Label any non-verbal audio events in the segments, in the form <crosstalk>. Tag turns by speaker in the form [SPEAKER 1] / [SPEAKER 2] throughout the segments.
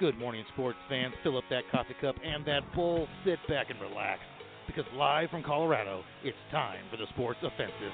[SPEAKER 1] Good morning, sports fans. Fill up that coffee cup and that bowl. Sit back and relax. Because live from Colorado, it's time for the Sports Offensive.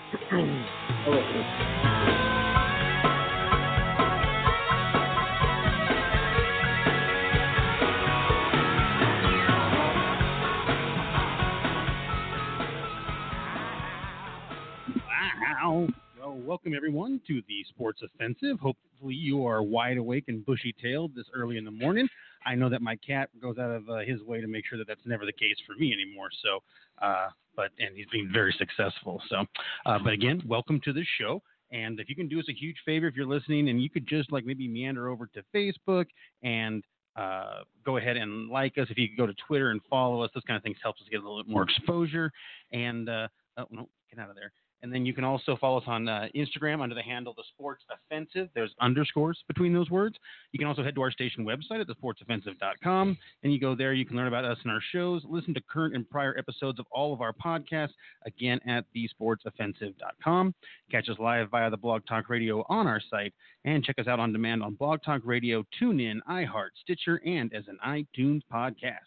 [SPEAKER 2] Wow. So welcome everyone to the Sports Offensive. Hopefully you are wide awake and bushy-tailed this early in the morning. I know that my cat goes out of uh, his way to make sure that that's never the case for me anymore. So, uh, but and he's been very successful. So, uh, but again, welcome to the show. And if you can do us a huge favor, if you're listening, and you could just like maybe meander over to Facebook and uh, go ahead and like us. If you could go to Twitter and follow us, those kind of things helps us get a little bit more exposure. And uh, oh no, get out of there. And then you can also follow us on uh, Instagram under the handle The Sports Offensive. There's underscores between those words. You can also head to our station website at thesportsoffensive.com. And you go there, you can learn about us and our shows, listen to current and prior episodes of all of our podcasts, again at thesportsoffensive.com. Catch us live via the Blog Talk Radio on our site, and check us out on demand on Blog Talk Radio, TuneIn, iHeart, Stitcher, and as an iTunes podcast.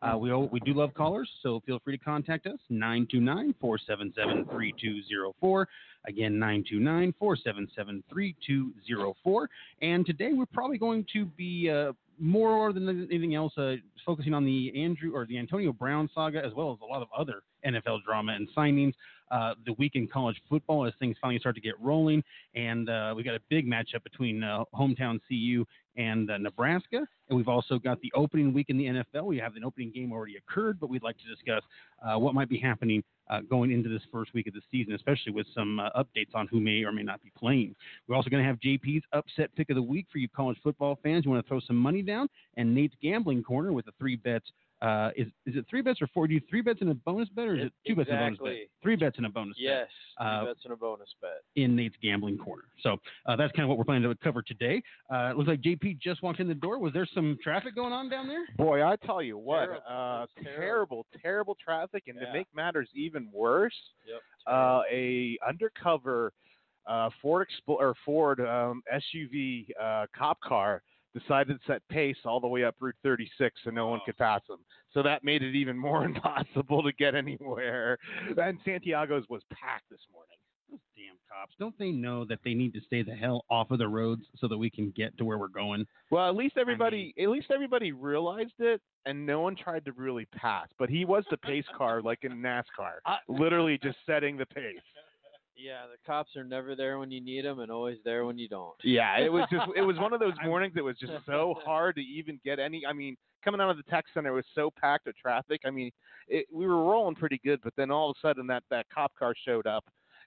[SPEAKER 2] Uh, we, al- we do love callers, so feel free to contact us 929 477 3204. Again, 929 477 3204. And today we're probably going to be uh, more than anything else uh, focusing on the Andrew or the Antonio Brown saga, as well as a lot of other NFL drama and signings. Uh, the week in college football as things finally start to get rolling, and uh, we got a big matchup between uh, hometown CU and uh, Nebraska. And we've also got the opening week in the NFL. We have an opening game already occurred, but we'd like to discuss uh, what might be happening uh, going into this first week of the season, especially with some uh, updates on who may or may not be playing. We're also going to have JP's upset pick of the week for you college football fans. You want to throw some money down, and Nate's gambling corner with the three bets. Uh, is is it three bets or four? Do you three bets and a bonus bet, or
[SPEAKER 3] E-
[SPEAKER 2] is it two bets and a bonus bet?
[SPEAKER 3] Exactly.
[SPEAKER 2] Three bets and a bonus bet
[SPEAKER 3] Yes,
[SPEAKER 2] Uh,
[SPEAKER 3] that's in a bonus bet.
[SPEAKER 2] in Nate's gambling corner. So uh, that's kind of what we're planning to cover today. Uh, it looks like JP just walked in the door. Was there some traffic going on down there?
[SPEAKER 4] Boy, I tell you what,
[SPEAKER 3] Terrible. It
[SPEAKER 4] uh,
[SPEAKER 3] was terrible.
[SPEAKER 4] terrible, terrible traffic, and
[SPEAKER 3] Yeah.
[SPEAKER 4] to make matters even worse,
[SPEAKER 3] Yep.
[SPEAKER 4] uh, a undercover uh, Ford Expl- or Ford um, SUV uh, cop car decided to set pace all the way up Route 36, so no one
[SPEAKER 3] Oh.
[SPEAKER 4] could pass them. So that made it even more <laughs> impossible to get anywhere. And Santiago's was packed this morning.
[SPEAKER 2] Those damn cops. Don't they know that they need to stay the hell off of the roads so that we can get to where we're going?
[SPEAKER 4] Well, at least everybody, at least everybody realized it, and no one tried to really pass. But he was the pace car, like in NASCAR,
[SPEAKER 3] I-
[SPEAKER 4] literally just setting the pace.
[SPEAKER 3] yeah, the cops are never there when you need them and always there when you don't. <laughs>
[SPEAKER 4] Yeah, it was just it was one of those
[SPEAKER 2] <laughs> I-
[SPEAKER 4] mornings that was just so hard to even get any. I mean, coming out of the tech center was so packed with traffic. I mean, it, we were rolling pretty good, but then all of a sudden that that cop car showed up,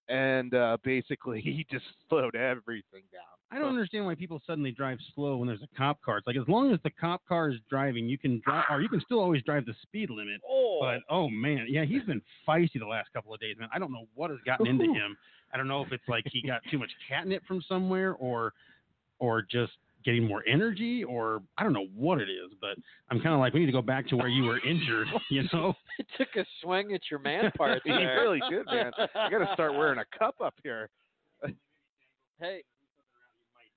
[SPEAKER 4] and uh, basically <laughs> he just slowed everything down.
[SPEAKER 2] I don't understand why people suddenly drive slow when there's a cop car. It's like as long as the cop car is driving, you can drive, or you can still always drive the speed limit.
[SPEAKER 4] Oh,
[SPEAKER 2] But oh man, yeah, he's been feisty the last couple of days, man. I don't know what has gotten into him. I don't know if it's like he got too much catnip from somewhere, or or just getting more energy, or I don't know what it is. But I'm kind of like, we need to go back to where you were injured, <laughs> you know?
[SPEAKER 3] It took a swing at
[SPEAKER 2] <laughs>
[SPEAKER 3] your man part
[SPEAKER 4] he
[SPEAKER 3] there.
[SPEAKER 4] really did, man. I got to start wearing a cup up here.
[SPEAKER 3] <laughs> Hey,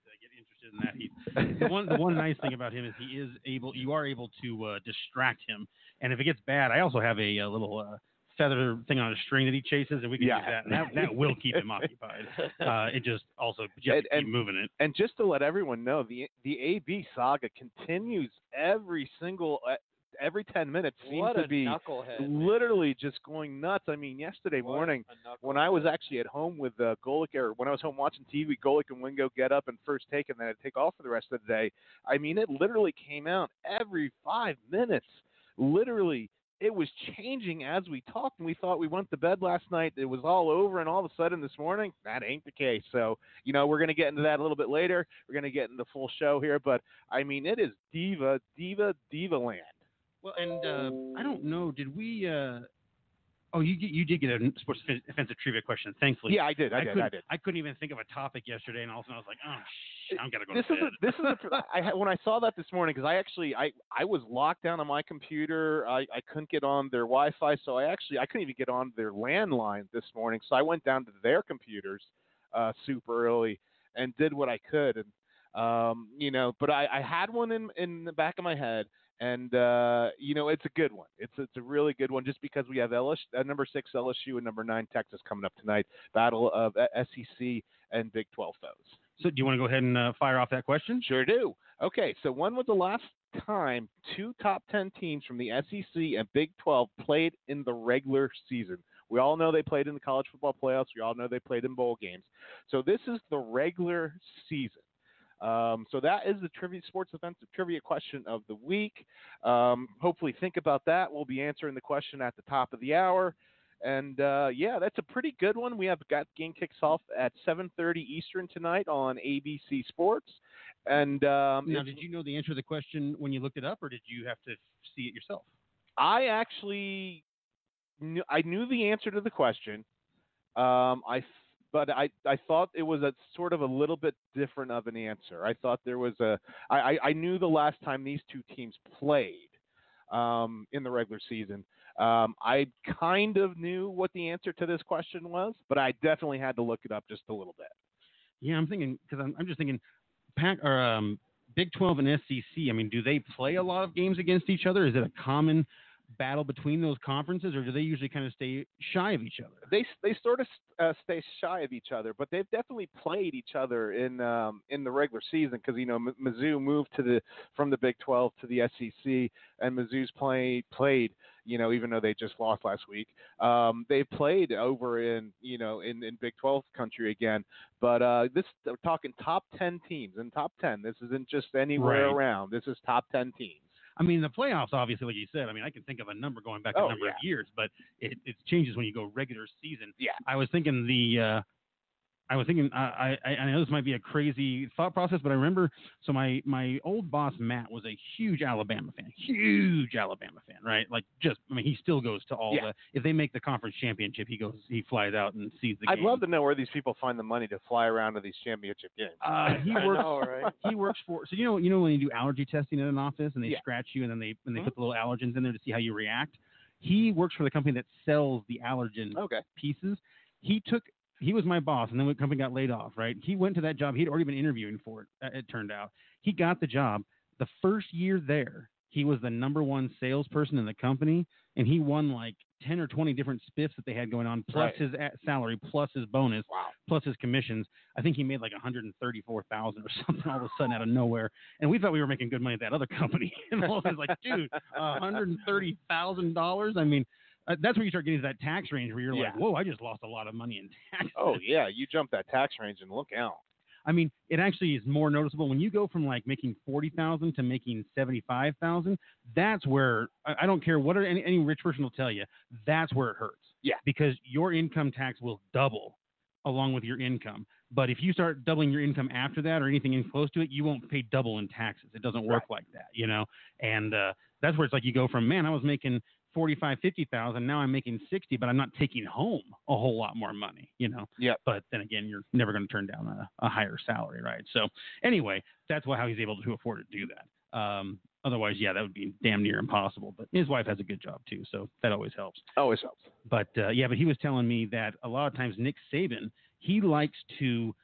[SPEAKER 2] uh, get interested in that. He, the one the one nice thing about him is he is able. You are able to uh, distract him, and if it gets bad, I also have a, uh little uh, feather thing on a string that he chases, and we can
[SPEAKER 4] Yeah.
[SPEAKER 2] use that, and that that will keep him
[SPEAKER 4] <laughs>
[SPEAKER 2] occupied. <laughs>
[SPEAKER 3] <laughs>
[SPEAKER 2] Uh, it just also you have
[SPEAKER 4] And-
[SPEAKER 2] to keep
[SPEAKER 4] and-
[SPEAKER 2] moving it.
[SPEAKER 4] and just to let everyone know, the the AB saga continues every single uh, every ten minutes seems
[SPEAKER 3] what
[SPEAKER 4] to
[SPEAKER 3] a
[SPEAKER 4] be
[SPEAKER 3] knucklehead. man.
[SPEAKER 4] literally just going nuts. I mean, yesterday
[SPEAKER 3] What
[SPEAKER 4] morning
[SPEAKER 3] a knucklehead.
[SPEAKER 4] when I was actually at home with uh, Golik, or when I was home watching TV, Golik and Wingo get up and first take, and then I'd take off for the rest of the day. I mean, it literally came out every five minutes. Literally, it was changing as we talked, and we thought we went to bed last night. It was all over, and all of a sudden this morning, that ain't the case. So, you know, we're going to get into that a little bit later. We're going to get into full show here, but I mean, it is diva, diva, diva land.
[SPEAKER 2] Well, and uh, I don't know. Did we? Uh, oh, you get- you did get a sports offen- offensive trivia question. Thankfully,
[SPEAKER 4] Yeah, I did. I, did.
[SPEAKER 2] couldn't,
[SPEAKER 4] I did.
[SPEAKER 2] couldn't even think of a topic yesterday, and all of a sudden I was like, oh shit, I'm gonna go.
[SPEAKER 4] this
[SPEAKER 2] to
[SPEAKER 4] is a,
[SPEAKER 2] bed.
[SPEAKER 4] this
[SPEAKER 2] <laughs>
[SPEAKER 4] is a, I had- when I saw that this morning because I actually I I was locked down on my computer. I I couldn't get on their Wi-Fi, so I actually I couldn't even get on their landline this morning. So I went down to their computers uh, super early and did what I could. And Um, you know, but I, I had one in in the back of my head, and uh, you know, it's a good one. It's it's a really good one just because we have LSU, uh, number six LSU and number nine Texas coming up tonight. Battle of uh, SEC and Big Twelve foes.
[SPEAKER 2] So, do you want to go ahead and uh, fire off that question?
[SPEAKER 4] Sure do. Okay, so when was the last time two top 10 teams from the SEC and Big 12 played in the regular season? We all know they played in the college football playoffs. We all know they played in bowl games. So this is the regular season. Um, so that is the trivia sports offensive trivia question of the week. Um, hopefully, think about that. We'll be answering the question at the top of the hour. And uh, yeah, that's a pretty good one. We have got game kicks off at 7:30 Eastern tonight on ABC Sports. And um,
[SPEAKER 2] Now,
[SPEAKER 4] if-
[SPEAKER 2] did you know the answer to the question when you looked it up, or did you have to see it yourself?
[SPEAKER 4] I actually knew, I knew the answer to the question. Um, I f- but I, I thought it was a sort of a little bit different of an answer. I thought there was a I, I, I knew the last time these two teams played um, in the regular season. Um, I kind of knew what the answer to this question was, but I definitely had to look it up just a little bit.
[SPEAKER 2] Yeah, I'm thinking because I'm, I'm just thinking, Pac or um, Big 12 and SEC. I mean, do they play a lot of games against each other? Is it a common battle between those conferences, or do they usually kind of stay shy of each other?
[SPEAKER 4] they they sort of uh, stay shy of each other, but they've definitely played each other in um, in the regular season because you know M- Mizzou moved to the from the Big 12 to the SEC, and Mizzou's play played you know even though they just lost last week, um, they played over in you know in, in Big 12 country again. But uh, this we're talking top 10 teams and top 10. This isn't just anywhere
[SPEAKER 2] Right.
[SPEAKER 4] around. This is top 10 teams.
[SPEAKER 2] I mean, the playoffs, obviously, like you said. I mean, I can think of a number going back a
[SPEAKER 4] Oh,
[SPEAKER 2] number of years, but it, it changes when you go regular season.
[SPEAKER 4] Yeah.
[SPEAKER 2] I was thinking the. Uh, I was thinking uh, I, I I know this might be a crazy thought process, but I remember so my my old boss Matt was a huge Alabama fan, huge Alabama fan, right? Like just I mean he still goes to all
[SPEAKER 4] Yeah.
[SPEAKER 2] the if they make the conference championship, he goes he flies out and sees the
[SPEAKER 4] I'd
[SPEAKER 2] game.
[SPEAKER 4] love to know where these people find the money to fly around to these championship games.
[SPEAKER 2] Uh,
[SPEAKER 4] <laughs>
[SPEAKER 2] he
[SPEAKER 3] I
[SPEAKER 2] works
[SPEAKER 3] know, right?
[SPEAKER 2] <laughs> he works for so you know you know when you do allergy testing in an office and they
[SPEAKER 4] Yeah.
[SPEAKER 2] scratch you and then they and they
[SPEAKER 4] Mhm.
[SPEAKER 2] put the little allergens in there to see how you react. He works for the company that sells the allergen
[SPEAKER 4] Okay.
[SPEAKER 2] pieces. He took he was my boss, and then when the company got laid off, right? He went to that job. He'd already been interviewing for it. uh, It turned out he got the job. The first year there, he was the number one salesperson in the company, and he won like ten or twenty different spiffs that they had going on, plus
[SPEAKER 4] Right.
[SPEAKER 2] his a- salary, plus his bonus,
[SPEAKER 4] Wow.
[SPEAKER 2] plus his commissions. I think he made like one hundred and thirty-four thousand or <laughs> something all of a sudden out of nowhere. And we thought we were making good money at that other <laughs> company, and all of us like, dude, one hundred and thirty thousand dollars. I mean, uh, that's where you start getting to that tax range where you're like,
[SPEAKER 4] Yeah.
[SPEAKER 2] whoa, I just lost a lot of money in taxes.
[SPEAKER 4] Oh yeah, you jump that tax range and look out.
[SPEAKER 2] I mean, it actually is more noticeable when you go from like making forty thousand to making seventy-five thousand. That's where I, I don't care what any, any rich person will tell you. That's where it hurts.
[SPEAKER 4] Yeah.
[SPEAKER 2] because your income tax will double along with your income. But if you start doubling your income after that or anything in close to it, you won't pay double in taxes. It doesn't work like that, you know. And uh, that's where it's like you go from man, I was making forty-five, fifty thousand. Now I'm making sixty, but I'm not taking home a whole lot more money, you know. But then again, you're never going to turn down a, a higher salary, right? So anyway, that's why how he's able to afford to do that. Um, otherwise, yeah, that would be damn near impossible. But his wife has a good job too, so that always helps.
[SPEAKER 4] Always helps.
[SPEAKER 2] But uh, yeah, but he was telling me that a lot of times Nick Saban he likes to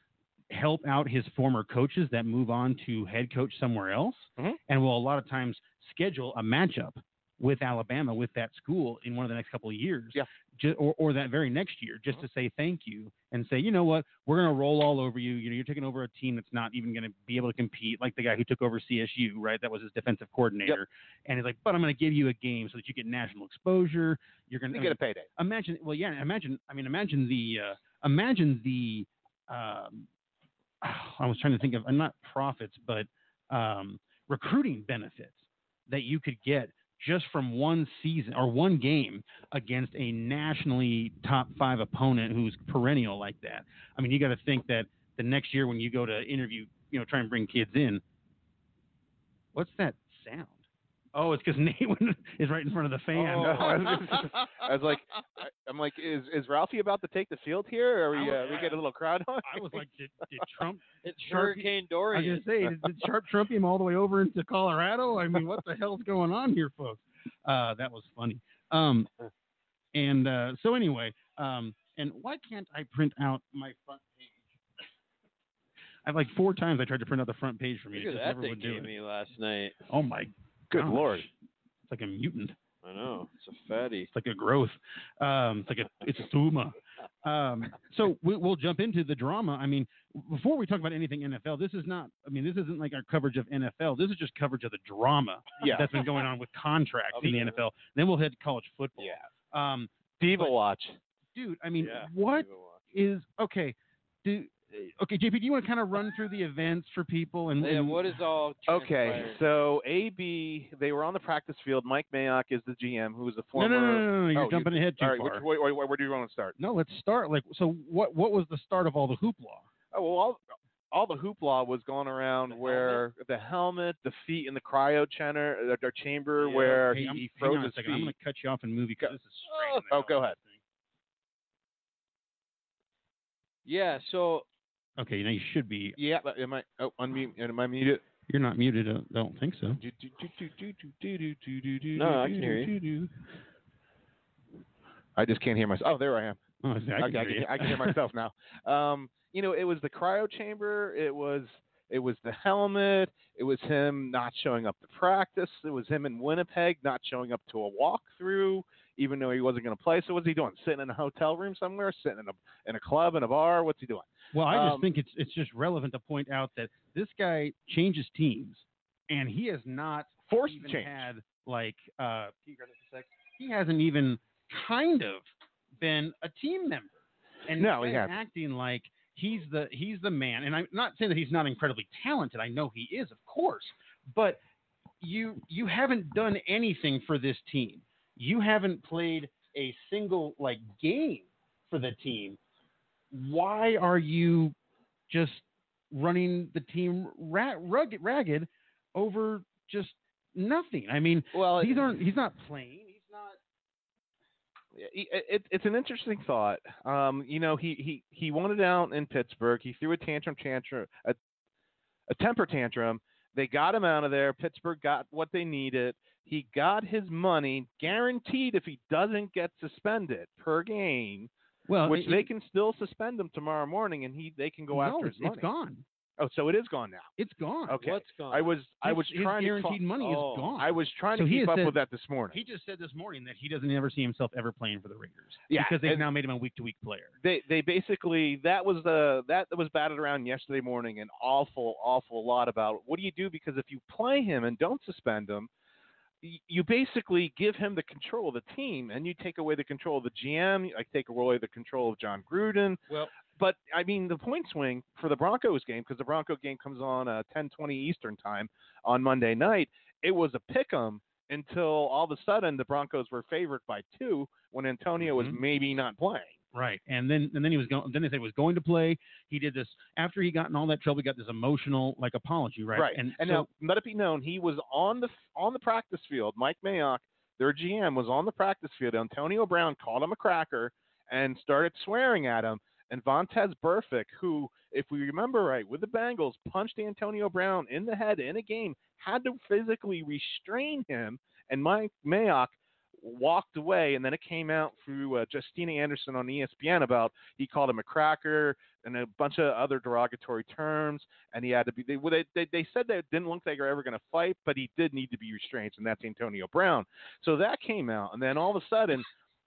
[SPEAKER 2] help out his former coaches that move on to head coach somewhere else,
[SPEAKER 4] Mhm.
[SPEAKER 2] and will a lot of times schedule a matchup with Alabama with that school in one of the next couple of years,
[SPEAKER 4] Yeah. Mm-hmm.
[SPEAKER 2] ju- or or that very next year, just to say thank you and say you know what we're gonna roll all over you. You know you're taking over a team that's not even gonna be able to compete, like the guy who took over CSU, right? That was his defensive coordinator, and he's like, but I'm gonna give you a game so that you get national exposure. You're gonna
[SPEAKER 4] You
[SPEAKER 2] I
[SPEAKER 4] get
[SPEAKER 2] mean,
[SPEAKER 4] a payday.
[SPEAKER 2] imagine well yeah imagine i mean imagine the uh, imagine the um, <sighs> i was trying to think of uh, not profits but um, recruiting benefits that you could get just from one season or one game against a nationally top five opponent who's perennial like that i mean you got to think that the next year when you go to interview you know try and bring kids in what's that sound oh it's because <laughs> nate is right in front of the fan
[SPEAKER 4] Oh.
[SPEAKER 2] <laughs>
[SPEAKER 3] <laughs>
[SPEAKER 4] I was like, I, I'm like, is is Ralphie about to take the field here? Are we
[SPEAKER 2] I
[SPEAKER 4] uh,
[SPEAKER 2] was-
[SPEAKER 4] we get a little crowd on?
[SPEAKER 2] I
[SPEAKER 4] <laughs>
[SPEAKER 2] was like, did, did Trump?
[SPEAKER 3] it's
[SPEAKER 2] Sharpie-
[SPEAKER 3] Hurricane
[SPEAKER 2] <laughs> I was gonna
[SPEAKER 3] Dorian.
[SPEAKER 2] say, did, did Sharp Trump him all the way over into Colorado? I mean, what the hell's going on here, folks? Uh, that was funny. Um, and uh, so anyway, um, and why can't I print out my front page? I've like four times I tried to print out the front page for me.
[SPEAKER 3] Look
[SPEAKER 2] It
[SPEAKER 3] at
[SPEAKER 2] just
[SPEAKER 3] that
[SPEAKER 2] never
[SPEAKER 3] they
[SPEAKER 2] would do
[SPEAKER 3] gave
[SPEAKER 2] it.
[SPEAKER 3] me last night.
[SPEAKER 2] Oh my
[SPEAKER 4] Good
[SPEAKER 2] gosh.
[SPEAKER 4] lord.
[SPEAKER 2] It's like a mutant.
[SPEAKER 3] I know it's a fatty.
[SPEAKER 2] It's like a growth. Um, it's like a it's a tumor. Um, so we, we'll jump into the drama. I mean, before we talk about anything NFL, this is not. I mean, this isn't like our coverage of NFL. This is just coverage of the drama
[SPEAKER 4] Yeah.
[SPEAKER 2] that's been going on with contracts
[SPEAKER 3] Up
[SPEAKER 2] in the
[SPEAKER 3] there.
[SPEAKER 2] NFL. Then we'll head to college football.
[SPEAKER 3] Yeah,
[SPEAKER 2] Um,
[SPEAKER 4] Diva Watch.
[SPEAKER 2] dude, I mean,
[SPEAKER 3] Yeah.
[SPEAKER 2] what
[SPEAKER 3] Diva Watch.
[SPEAKER 2] is okay? Do okay, JP? Do you want to kind of run through the events for people and,
[SPEAKER 3] Yeah,
[SPEAKER 2] and
[SPEAKER 3] what is all
[SPEAKER 4] Okay,
[SPEAKER 3] transpired?
[SPEAKER 4] so AB, they were on the practice field. Mike Mayock is the GM, who was the
[SPEAKER 2] No,
[SPEAKER 4] former.
[SPEAKER 2] no, no, no, no, no, You're
[SPEAKER 4] Oh, you-
[SPEAKER 2] jumping ahead too
[SPEAKER 4] All right,
[SPEAKER 2] far.
[SPEAKER 4] which, where, where, where do you want to start?
[SPEAKER 2] no, let's start. Like, so what? What was the start of all the hoopla?
[SPEAKER 4] Oh, well, all, all the hoopla was going around
[SPEAKER 3] The
[SPEAKER 4] where the helmet, the feet in the cryo center, uh, their chamber
[SPEAKER 3] Yeah.
[SPEAKER 4] where
[SPEAKER 2] Hey,
[SPEAKER 4] he,
[SPEAKER 2] I'm-
[SPEAKER 4] he
[SPEAKER 2] hang
[SPEAKER 4] froze
[SPEAKER 2] on a
[SPEAKER 4] his
[SPEAKER 2] second. I'm
[SPEAKER 4] feet.
[SPEAKER 2] going to cut you off and move you 'cause this is straight. in the
[SPEAKER 4] Oh, go
[SPEAKER 2] middle.
[SPEAKER 4] ahead.
[SPEAKER 3] yeah, so
[SPEAKER 2] Okay, now you should be.
[SPEAKER 4] Yeah, but am I oh, unmute? Am I muted?
[SPEAKER 2] You're not muted. uh, I don't think so.
[SPEAKER 4] No,
[SPEAKER 3] I can hear
[SPEAKER 4] you. I just can't hear myself. Oh, there I am.
[SPEAKER 2] Oh, I see, I can
[SPEAKER 4] Okay, I,
[SPEAKER 2] hear
[SPEAKER 4] can,
[SPEAKER 2] you.
[SPEAKER 4] I can hear myself now. Um, you know, it was the cryo chamber. It was it was the helmet. It was him not showing up to practice. It was him in Winnipeg not showing up to a walkthrough, even though he wasn't going to play. So what's he doing? Sitting in a hotel room somewhere? Sitting in a in a club in a bar? What's he doing?
[SPEAKER 2] <laughs> well, I just
[SPEAKER 4] um,
[SPEAKER 2] think it's it's just relevant to point out that this guy changes teams, and he has not
[SPEAKER 4] Forced
[SPEAKER 2] even
[SPEAKER 4] change.
[SPEAKER 2] had like uh, he hasn't even kind of been a team member, and
[SPEAKER 4] No,
[SPEAKER 2] he's
[SPEAKER 4] he hasn't.
[SPEAKER 2] acting like he's the he's the man. And I'm not saying that he's not incredibly talented. I know he is, of course, but you you haven't done anything for this team. You haven't played a single like game for the team. Why are you just running the team ra- rugged, ragged over just nothing? I mean,
[SPEAKER 4] Well,
[SPEAKER 2] these aren't. He's not playing. He's not.
[SPEAKER 4] it, it, it's an interesting thought. Um, you know, he, he, he wanted out in Pittsburgh. He threw a tantrum, tantrum a, a temper tantrum. They got him out of there. Pittsburgh got what they needed. He got his money guaranteed if he doesn't get suspended per game,
[SPEAKER 2] Well,
[SPEAKER 4] which they can still suspend him tomorrow morning, and he they can go after his money.
[SPEAKER 2] It's gone.
[SPEAKER 4] Oh, so it is gone now.
[SPEAKER 2] It's gone.
[SPEAKER 4] Okay.
[SPEAKER 3] what's gone?
[SPEAKER 4] I was I
[SPEAKER 2] His-
[SPEAKER 4] was
[SPEAKER 2] his
[SPEAKER 4] trying to
[SPEAKER 2] guaranteed
[SPEAKER 4] fi-
[SPEAKER 2] money
[SPEAKER 3] oh,
[SPEAKER 2] is gone.
[SPEAKER 4] I was trying
[SPEAKER 2] So
[SPEAKER 4] to
[SPEAKER 2] he
[SPEAKER 4] keep
[SPEAKER 2] has
[SPEAKER 4] up
[SPEAKER 2] said-
[SPEAKER 4] with that this morning.
[SPEAKER 2] he just said this morning that he doesn't ever see himself ever playing for the Raiders
[SPEAKER 4] Yeah,
[SPEAKER 2] because they've
[SPEAKER 4] and-
[SPEAKER 2] now made him a week-to-week player.
[SPEAKER 4] they they basically that was the that was batted around yesterday morning an awful awful lot about what do you do because if you play him and don't suspend him y- you basically give him the control of the team and you take away the control of the GM you, like take away the control of John Gruden
[SPEAKER 2] Well-
[SPEAKER 4] but I mean the point swing for the Broncos game because the Bronco game comes on uh, 10:20 Eastern time on Monday night it was a pick 'em until all of a sudden the Broncos were favored by 2 when Antonio was
[SPEAKER 2] Mhm.
[SPEAKER 4] maybe not playing
[SPEAKER 2] Right. And then and then he was going. Then they said he was going to play. He did this after he got in all that trouble. He got this emotional like apology. Right. And, so,
[SPEAKER 4] now let it be known he was on the on the practice field. Mike Mayock, their GM, was on the practice field. Antonio Brown called him a cracker and started swearing at him. And Vontez Burfict, who, if we remember right, with the Bengals, punched Antonio Brown in the head in a game, had to physically restrain him. And Mike Mayock walked away. And then it came out through uh, Justina Anderson on E ESPN about he called him a cracker and a bunch of other derogatory terms and he had to be. They well, they, they, they said they didn't look like they were ever going to fight, but he did need to be restrained, and that's Antonio Brown. So that came out, and then all of a sudden,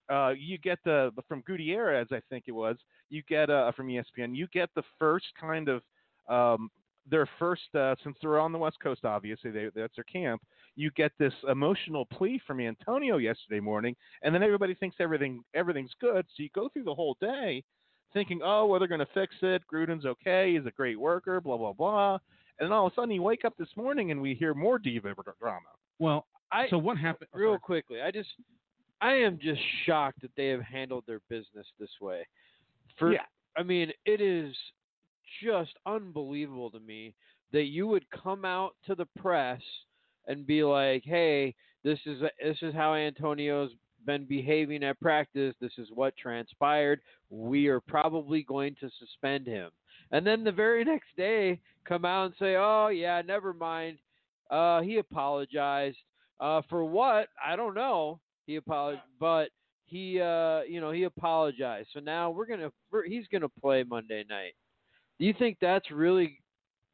[SPEAKER 4] uh, you get the from Gutierrez, I think it was. You get uh, from ESPN. You get the first kind of um, their first uh, since they're on the West Coast. Obviously, they, that's their camp. You get this emotional plea from Antonio yesterday morning, and then everybody thinks everything everything's good. So you go through the whole day thinking, oh, well, they're going to fix it. Gruden's okay. He's a great worker, blah, blah, blah. And then all of a sudden, you wake up this morning and we hear more diva dr- drama.
[SPEAKER 2] well,
[SPEAKER 3] I-
[SPEAKER 2] so what happened?
[SPEAKER 3] real quickly. I just I am just shocked that they have handled their business this way. For
[SPEAKER 4] Yeah.
[SPEAKER 3] I mean, it is just unbelievable to me that you would come out to the press and be like, "Hey, this is this is how Antonio's been behaving at practice. This is what transpired. We are probably going to suspend him." And then the very <laughs> next day, come out and say, "Oh yeah, never mind. Uh, he apologized uh, for what? I don't know. He apologized, but he, uh, you know, he apologized. So now we're gonna, we're, he's gonna play Monday night. Do you think that's really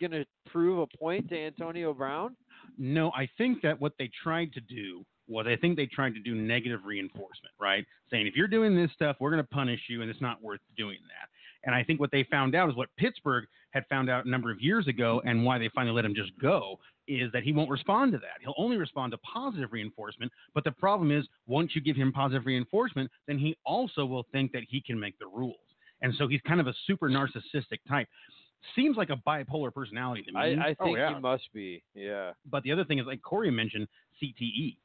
[SPEAKER 3] going to prove a point to Antonio Brown?
[SPEAKER 2] No, I think that what they tried to do was I think they tried to do negative reinforcement, right? Saying if you're doing this stuff, we're going to punish you, and it's not worth doing that. And I think what they found out is what Pittsburgh had found out a number of years ago, and why they finally let him just go is that he won't respond to that. He'll only respond to positive reinforcement. But the problem is, once you give him positive reinforcement, then he also will think that he can make the rules. And so he's kind of a super narcissistic type. Seems like a bipolar personality to me.
[SPEAKER 3] I, I think
[SPEAKER 4] Oh, yeah.
[SPEAKER 3] he must be. <laughs> Yeah.
[SPEAKER 2] but the other thing is, like Corey mentioned, CTE.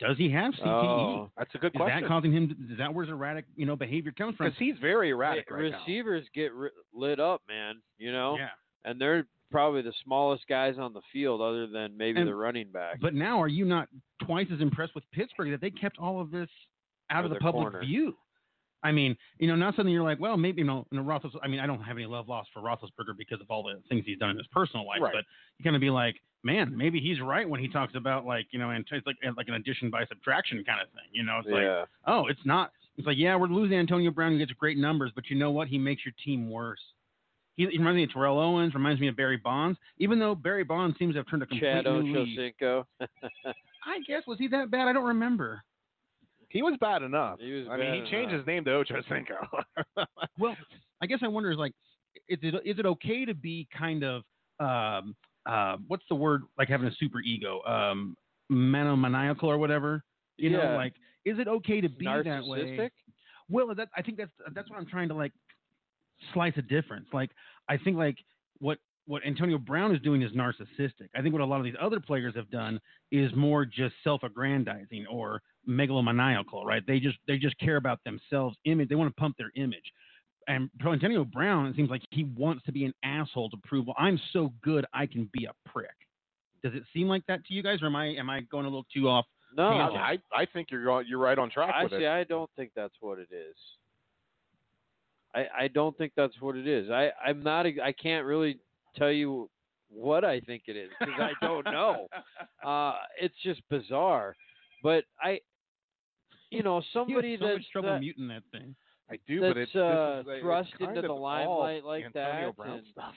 [SPEAKER 2] Does he have CTE?
[SPEAKER 3] Oh.
[SPEAKER 4] That's a good
[SPEAKER 2] is
[SPEAKER 4] question.
[SPEAKER 2] that causing him? To, is that where his erratic, you know, behavior comes from?
[SPEAKER 4] Because he's very erratic
[SPEAKER 3] Re-
[SPEAKER 4] right now.
[SPEAKER 3] receivers get ri lit up, man. You know,
[SPEAKER 2] Yeah.
[SPEAKER 3] and they're probably the smallest guys on the field, other than maybe
[SPEAKER 2] And-
[SPEAKER 3] the running back.
[SPEAKER 2] But now, are you not twice as impressed with Pittsburgh that they kept all of this out of
[SPEAKER 3] Out of
[SPEAKER 2] the
[SPEAKER 3] their
[SPEAKER 2] public
[SPEAKER 3] corner.
[SPEAKER 2] view? I mean, you know, not something you're like, well, maybe you know, you know, Roethlis- I mean, I don't have any love lost for Roethlisberger because of all the things he's done in his personal life,
[SPEAKER 4] Right.
[SPEAKER 2] but you kind of be like, man, maybe he's right when he talks about like, you know, and it's like like an addition by subtraction kind of thing. You know, it's like,
[SPEAKER 3] yeah.
[SPEAKER 2] oh, it's not. It's like, yeah, we're losing Antonio Brown, who gets great numbers, but you know what? He makes your team worse. He, he reminds me of Terrell Owens, reminds me of Barry Bonds, even though Barry Bonds seems to have turned a complete
[SPEAKER 3] Chad
[SPEAKER 2] new leaf.
[SPEAKER 3] Ochocinco.
[SPEAKER 2] I guess was he that bad? I don't remember.
[SPEAKER 4] He was bad enough.
[SPEAKER 3] He was
[SPEAKER 4] I
[SPEAKER 3] bad
[SPEAKER 4] mean, he changed
[SPEAKER 3] enough.
[SPEAKER 4] his name to Ocho Cinco. <laughs>
[SPEAKER 2] Well, I guess I wonder is like, is it is it okay to be kind of um uh what's the word like having a super ego um manomaniacal or whatever you know
[SPEAKER 3] Yeah.
[SPEAKER 2] like is it okay to be that
[SPEAKER 3] Narcissistic.
[SPEAKER 2] way? Well, that I think that's that's what I'm trying to like slice a difference. Like I think like what what Antonio Brown is doing is narcissistic. I think what a lot of these other players have done is more just self-aggrandizing or megalomaniacal, right? They just they just care about themselves image. They want to pump their image. And for Antonio Brown, it seems like he wants to be an asshole to prove, well, I'm so good I can be a prick. Does it seem like that to you guys, or am I am I going a little too off?
[SPEAKER 3] No,
[SPEAKER 2] Change
[SPEAKER 3] I,
[SPEAKER 4] I, I think you're on- you're right on track with
[SPEAKER 3] see.
[SPEAKER 4] it.
[SPEAKER 3] I don't think that's what it is. I I don't think that's what it is. I I'm not. a- I can't really tell you what I think it is because I don't know. Uh, it's just bizarre. But I, you know, somebody
[SPEAKER 2] he has so
[SPEAKER 3] that's
[SPEAKER 2] much trouble
[SPEAKER 3] that-
[SPEAKER 2] muting that thing.
[SPEAKER 4] <laughs> I do,
[SPEAKER 3] that's,
[SPEAKER 4] but it's,
[SPEAKER 3] uh,
[SPEAKER 4] this is, it's
[SPEAKER 3] thrust
[SPEAKER 4] kind
[SPEAKER 3] into
[SPEAKER 4] of
[SPEAKER 3] the
[SPEAKER 4] all
[SPEAKER 3] limelight like
[SPEAKER 4] Antonio
[SPEAKER 3] that
[SPEAKER 4] Brown
[SPEAKER 3] and-
[SPEAKER 4] stuff.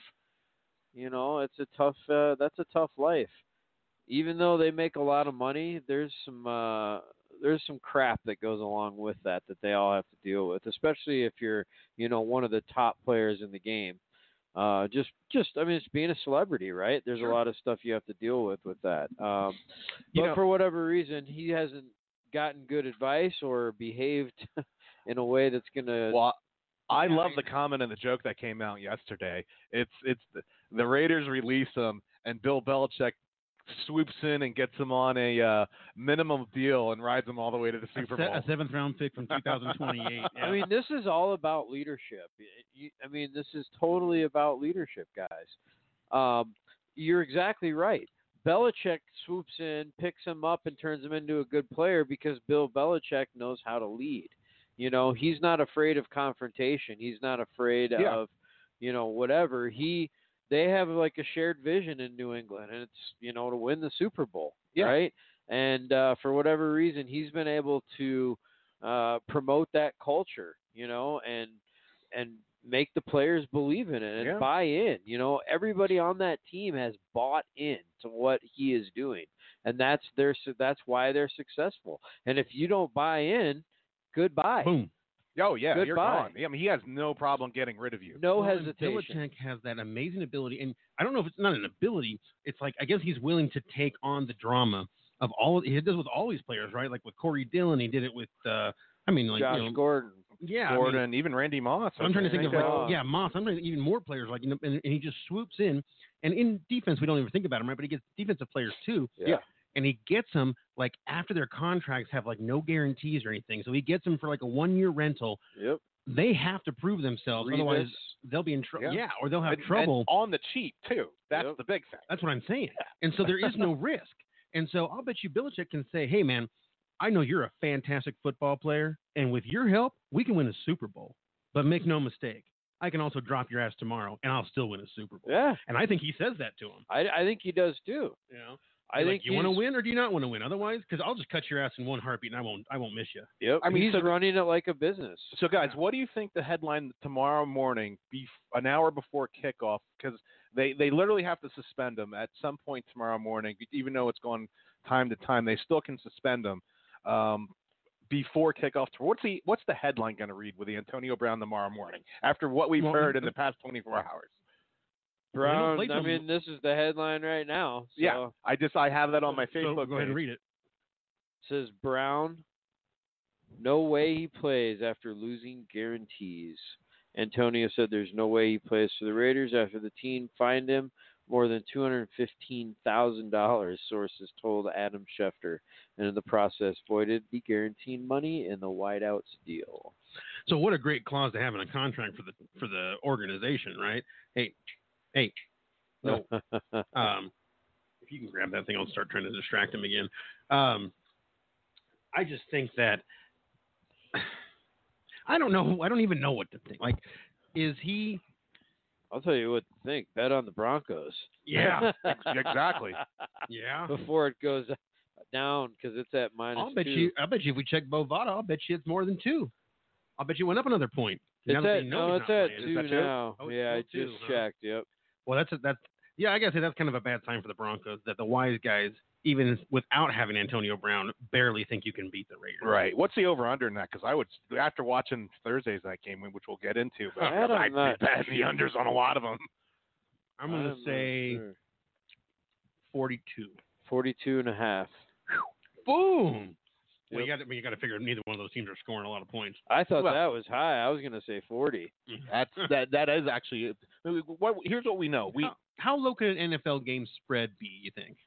[SPEAKER 3] you know it's a tough uh, that's a tough life even though they make a lot of money there's some uh there's some crap that goes along with that that they all have to deal with especially if you're you know one of the top players in the game uh just just i mean it's being a celebrity right there's
[SPEAKER 4] Sure.
[SPEAKER 3] a lot of stuff you have to deal with with that um
[SPEAKER 4] You
[SPEAKER 3] but
[SPEAKER 4] know-
[SPEAKER 3] for whatever reason he hasn't gotten good advice or behaved <laughs> in a way that's going to
[SPEAKER 4] Well, I love the comment and the joke that came out yesterday. It's it's the, the Raiders release him, and Bill Belichick swoops in and gets him on a uh, minimum deal and rides him all the way to the
[SPEAKER 2] A
[SPEAKER 4] Super
[SPEAKER 2] se-
[SPEAKER 4] Bowl.
[SPEAKER 2] A seventh round pick from <laughs> 2028. yeah.
[SPEAKER 3] I mean, this is all about leadership. It- you- I mean, this is totally about leadership, guys. Um, you're exactly right. Belichick swoops in, picks him up, and turns him into a good player because Bill Belichick knows how to lead. You know, he's not afraid of confrontation. He's not afraid
[SPEAKER 4] Yeah.
[SPEAKER 3] of, you know, whatever. He they have like a shared vision in New England, and it's you know to win the Super Bowl,
[SPEAKER 4] Yeah.
[SPEAKER 3] right? And uh, for whatever reason, he's been able to uh, promote that culture, you know, and and make the players believe in it and
[SPEAKER 4] Yeah.
[SPEAKER 3] buy in. You know, everybody on that team has bought in to what he is doing, and that's their su- that's why they're successful. And if you don't buy in, goodbye.
[SPEAKER 2] boom.
[SPEAKER 4] oh yeah, you're
[SPEAKER 3] Goodbye.
[SPEAKER 4] gone. I mean, he has no problem getting rid of you.
[SPEAKER 3] No
[SPEAKER 2] Well, and
[SPEAKER 3] hesitation.
[SPEAKER 2] Belichick has that amazing ability, and I don't know if it's not an ability. It's like I guess he's willing to take on the drama of all. He does with all these players, right? Like with Corey Dillon, he did it with. uh I mean, like
[SPEAKER 3] Josh
[SPEAKER 2] you know,
[SPEAKER 3] Gordon.
[SPEAKER 2] yeah, I mean,
[SPEAKER 4] Gordon, even Randy Moss.
[SPEAKER 2] I'm trying to think of like,
[SPEAKER 3] Randy Moss.
[SPEAKER 2] yeah, Moss. I'm trying to think even more players like, you know, and, and he just swoops in. And in defense, we don't even think about him, right? But he gets defensive players too.
[SPEAKER 3] Yeah.
[SPEAKER 2] And he gets them like after their contracts have like no guarantees or anything. So he gets them for like a one year rental.
[SPEAKER 3] Yep.
[SPEAKER 2] They have to prove themselves, otherwise
[SPEAKER 3] Revis.
[SPEAKER 2] they'll be in trouble.
[SPEAKER 4] Yeah.
[SPEAKER 2] Yeah. or they'll have
[SPEAKER 4] And- and
[SPEAKER 2] trouble.
[SPEAKER 4] on the cheap too. That's
[SPEAKER 3] Yep.
[SPEAKER 4] the big thing.
[SPEAKER 2] That's what I'm saying. And so there is
[SPEAKER 4] <laughs>
[SPEAKER 2] no risk. And so I'll bet you Belichick can say, "Hey, man, I know you're a fantastic football player, and with your help, we can win a Super Bowl. But make no mistake, I can also drop your ass tomorrow, and I'll still win a Super Bowl."
[SPEAKER 3] Yeah,
[SPEAKER 2] And I think he says that to him.
[SPEAKER 3] I, I think he does too.
[SPEAKER 2] You know,
[SPEAKER 3] I
[SPEAKER 2] He's
[SPEAKER 3] think
[SPEAKER 2] like, you want to
[SPEAKER 3] he's-
[SPEAKER 2] win or do you not want to win? Otherwise, because I'll just cut your ass in one heartbeat, and I won't, I won't miss you.
[SPEAKER 3] Yep.
[SPEAKER 4] I mean,
[SPEAKER 3] he's
[SPEAKER 4] so-
[SPEAKER 3] running it like a business.
[SPEAKER 4] So, guys, what do you think the headline tomorrow morning, be an hour before kickoff? Because They they literally have to suspend him at some point tomorrow morning, e-, even though it's gone time to time. They still can suspend him um, before kickoff. What's the what's the headline going to read with Antonio Brown tomorrow morning after what we've
[SPEAKER 2] Well,
[SPEAKER 4] heard in
[SPEAKER 2] uh,
[SPEAKER 4] the past 24 hours?
[SPEAKER 2] play
[SPEAKER 3] Brown. I
[SPEAKER 2] till-
[SPEAKER 3] mean, this is the headline right now. So
[SPEAKER 4] Yeah. I just I have that on my
[SPEAKER 2] So
[SPEAKER 4] Facebook.
[SPEAKER 2] go ahead and
[SPEAKER 4] page.
[SPEAKER 2] read it.
[SPEAKER 3] it says Brown. No way he plays after losing guarantees. Antonio said there's no way he plays for the Raiders after the team fined him more than $215,000, sources told Adam Schefter, and in the process voided the guaranteed money in the wideouts deal.
[SPEAKER 2] So what a great clause to have in a contract for the for the organization, right? Hey, hey,
[SPEAKER 3] <laughs>
[SPEAKER 2] no. um, if you can grab that thing, I'll start trying to distract him again. Um, I just think that <sighs> I don't know. I don't even know what to think. Like, is he?
[SPEAKER 3] I'll tell you what to think. Bet on the Broncos.
[SPEAKER 2] <laughs>
[SPEAKER 3] <laughs>
[SPEAKER 2] Yeah,
[SPEAKER 4] exactly.
[SPEAKER 2] yeah.
[SPEAKER 3] Before it goes <laughs> down because it's at minus
[SPEAKER 2] I'll bet
[SPEAKER 3] two.
[SPEAKER 2] you. I bet you. If we check Bovada, I'll bet you it's more than two. I'll bet you went up another point. Now
[SPEAKER 3] It's
[SPEAKER 2] that
[SPEAKER 3] at,
[SPEAKER 2] they know he's
[SPEAKER 3] no, it's
[SPEAKER 2] not
[SPEAKER 3] at
[SPEAKER 2] playing. Is
[SPEAKER 3] two
[SPEAKER 2] that true?
[SPEAKER 3] now.
[SPEAKER 2] Oh, it's
[SPEAKER 3] yeah, I
[SPEAKER 2] still
[SPEAKER 3] just
[SPEAKER 2] two, huh?
[SPEAKER 3] checked. Yep.
[SPEAKER 2] Well, that's a, that's yeah. I gotta say that's kind of a bad sign for the Broncos that the wise guys, even without having Antonio Brown, barely think you can beat the Raiders.
[SPEAKER 4] Right. What's the over under in that? Because I would after watching Thursday's that game, which we'll get into,
[SPEAKER 2] <laughs>
[SPEAKER 4] but
[SPEAKER 3] I don't
[SPEAKER 4] I'd
[SPEAKER 3] know.
[SPEAKER 4] be betting the unders on a lot of them.
[SPEAKER 2] I'm gonna
[SPEAKER 3] not
[SPEAKER 2] say
[SPEAKER 3] sure.
[SPEAKER 2] 42.
[SPEAKER 3] 42 and a half.
[SPEAKER 2] Boom. Well, you
[SPEAKER 3] Yep.
[SPEAKER 2] got well, you got to figure neither one of those teams are scoring a lot of points.
[SPEAKER 3] I thought
[SPEAKER 4] Well-
[SPEAKER 3] that was high. I was going to say 40.
[SPEAKER 4] <laughs> That's that. That is actually. What, here's what we know. We
[SPEAKER 2] Huh. How low could an NFL game spread be? You think?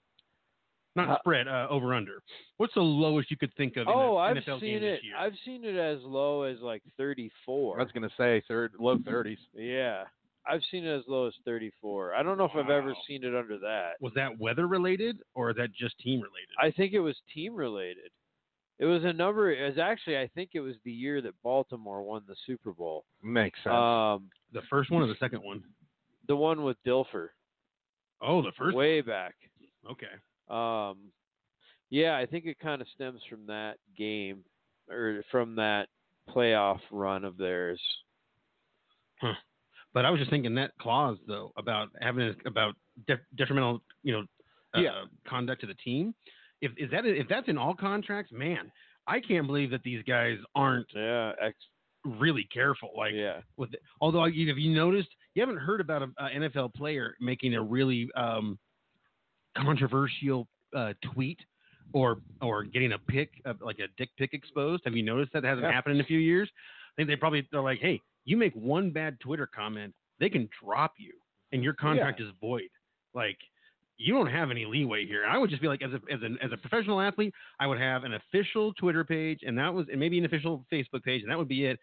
[SPEAKER 2] Not
[SPEAKER 3] Uh,
[SPEAKER 2] spread, uh, over under. What's the lowest you could think of?
[SPEAKER 3] Oh,
[SPEAKER 2] in
[SPEAKER 3] I've
[SPEAKER 2] a NFL game
[SPEAKER 3] seen
[SPEAKER 2] this
[SPEAKER 3] it.
[SPEAKER 2] year?
[SPEAKER 3] I've seen it as low as like 34.
[SPEAKER 4] I was gonna say third low thirties.
[SPEAKER 3] yeah. I've seen it as low as 34. I don't know if I've ever
[SPEAKER 2] Wow.
[SPEAKER 3] seen it under that.
[SPEAKER 2] Was that weather related or is that just team related?
[SPEAKER 3] I think it was team related. It was a number. It was actually, I think it was the year that Baltimore won the Super Bowl.
[SPEAKER 4] Makes sense.
[SPEAKER 3] Um,
[SPEAKER 2] the first one or the second one?
[SPEAKER 3] the one with Dilfer,
[SPEAKER 2] Oh, the first.
[SPEAKER 3] way back.
[SPEAKER 2] Okay.
[SPEAKER 3] Um, yeah, I think it kind of stems from that game or from that playoff run of theirs.
[SPEAKER 2] But I was just thinking that clause though about having a, about de- detrimental, you know, uh,
[SPEAKER 3] Yeah.
[SPEAKER 2] conduct to the team. If is that if that's in all contracts, man, I can't believe that these guys aren't
[SPEAKER 3] Yeah, ex-
[SPEAKER 2] really careful. Like,
[SPEAKER 3] yeah,
[SPEAKER 2] with although you- have you noticed you haven't heard about an NFL player making a really um, controversial uh, tweet or or getting a pic uh, like a dick pic exposed. Have you noticed that hasn't
[SPEAKER 4] Yeah.
[SPEAKER 2] happened in a few years? I think they probably they're like, hey, you make one bad Twitter comment, they can drop you, and your contract is void. Like. You don't have any leeway here. I would just be like, as a as an as a professional athlete, I would have an official Twitter page, and that was, and maybe an official Facebook page, and that would be it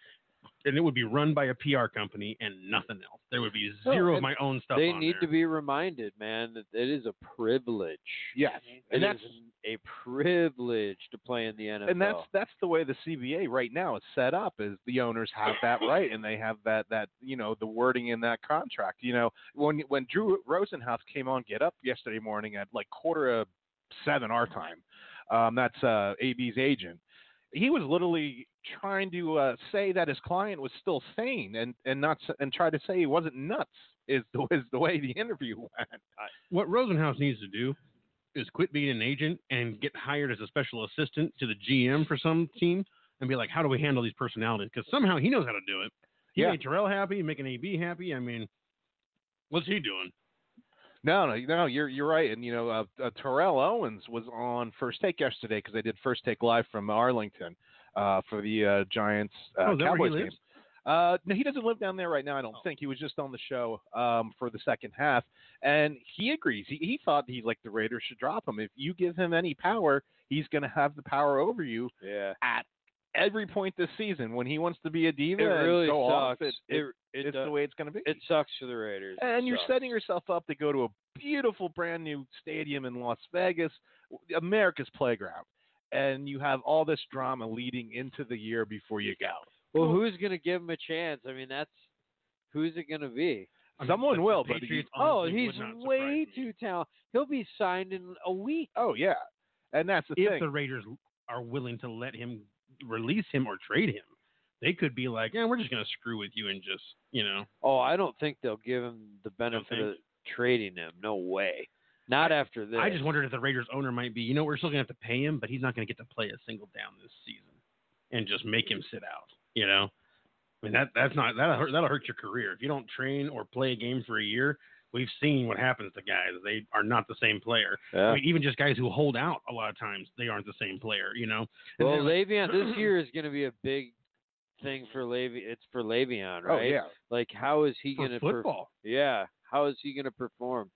[SPEAKER 2] and it would be run by a PR company and nothing else. There would be
[SPEAKER 3] Well,
[SPEAKER 2] zero of
[SPEAKER 3] and
[SPEAKER 2] my own stuff.
[SPEAKER 3] they
[SPEAKER 2] on
[SPEAKER 3] need to
[SPEAKER 2] there.
[SPEAKER 3] be reminded, man, that it is a privilege.
[SPEAKER 4] yes, and
[SPEAKER 3] It
[SPEAKER 4] that's
[SPEAKER 3] is a privilege to play in the NFL.
[SPEAKER 4] and that's that's the way the CBA right now is set up. Is the owners have that right, and they have that that you know the wording in that contract. You know when when Drew Rosenhaus came on Get Up yesterday morning at like quarter of seven our time, um, that's uh, AB's agent. He was literally trying to uh, say that his client was still sane and and not s- and try to say he wasn't nuts. Is the <laughs> is the way the interview went.
[SPEAKER 2] what Rosenhaus needs to do is quit being an agent and get hired as a special assistant to the GM for some team and be like, how do we handle these personalities? Because somehow he knows how to do it. He
[SPEAKER 4] Yeah.
[SPEAKER 2] made Terrell happy, making AB happy. I mean, what's he doing?
[SPEAKER 4] No, no, no. You're you're right, and you know uh, uh, Terrell Owens was on First Take yesterday because they did First Take live from Arlington uh, for the uh, Giants uh,
[SPEAKER 2] oh, is that where
[SPEAKER 4] Cowboys
[SPEAKER 2] he
[SPEAKER 4] game.
[SPEAKER 2] lives?
[SPEAKER 4] Uh, no, he doesn't live down there right now. I don't
[SPEAKER 2] Oh.
[SPEAKER 4] think he was just on the show um, for the second half, and he agrees. He, he thought he like the Raiders should drop him. If you give him any power, he's going to have the power over you
[SPEAKER 3] yeah.
[SPEAKER 4] at every point this season. When he wants to be a diva
[SPEAKER 3] It
[SPEAKER 4] and
[SPEAKER 3] really
[SPEAKER 4] go off,
[SPEAKER 3] sucks.
[SPEAKER 4] it, it,
[SPEAKER 3] it,
[SPEAKER 4] it's
[SPEAKER 3] do-
[SPEAKER 4] the way it's going to be.
[SPEAKER 3] it sucks for the Raiders. It
[SPEAKER 4] And you're
[SPEAKER 3] sucks.
[SPEAKER 4] setting yourself up to go to a beautiful brand new stadium in Las Vegas, America's playground. And you have all this drama leading into the year before you go.
[SPEAKER 3] Well, who's going to give him a chance? I mean, that's who's it going to be?
[SPEAKER 2] I mean,
[SPEAKER 4] Someone
[SPEAKER 2] the-
[SPEAKER 4] will,
[SPEAKER 2] the
[SPEAKER 4] but he-
[SPEAKER 2] Patriots
[SPEAKER 3] Oh,
[SPEAKER 2] honestly
[SPEAKER 3] he's
[SPEAKER 2] would not surprise
[SPEAKER 3] way
[SPEAKER 2] me.
[SPEAKER 3] too talented. He'll be signed in a week.
[SPEAKER 4] Oh yeah, and that's the
[SPEAKER 2] if
[SPEAKER 4] thing.
[SPEAKER 2] the Raiders are willing to let him release him or trade him, they could be like, "Yeah, we're just going to screw with you and just, you know,
[SPEAKER 3] Oh, I don't think they'll give him the benefit
[SPEAKER 2] think?
[SPEAKER 3] of trading him. No way. Not after this.
[SPEAKER 2] I just wondered if the Raiders owner might be, you know, we're still gonna have to pay him, but he's not gonna get to play a single down this season, and just make him sit out. You know, I mean that that's not that'll hurt, that'll hurt your career if you don't train or play a game for a year. We've seen what happens to guys; they are not the same player.
[SPEAKER 3] Yeah.
[SPEAKER 2] I mean, even just guys who hold out a lot of times, they aren't the same player. You know, And
[SPEAKER 3] Well,
[SPEAKER 2] then-
[SPEAKER 3] Le'Veon this year is going to be a big thing for Le'Veon. It's for Le'Veon,
[SPEAKER 4] Oh
[SPEAKER 3] right?
[SPEAKER 4] yeah.
[SPEAKER 3] Like, how is he
[SPEAKER 2] for
[SPEAKER 3] going to?
[SPEAKER 2] football.
[SPEAKER 3] yeah. How is he going to perform?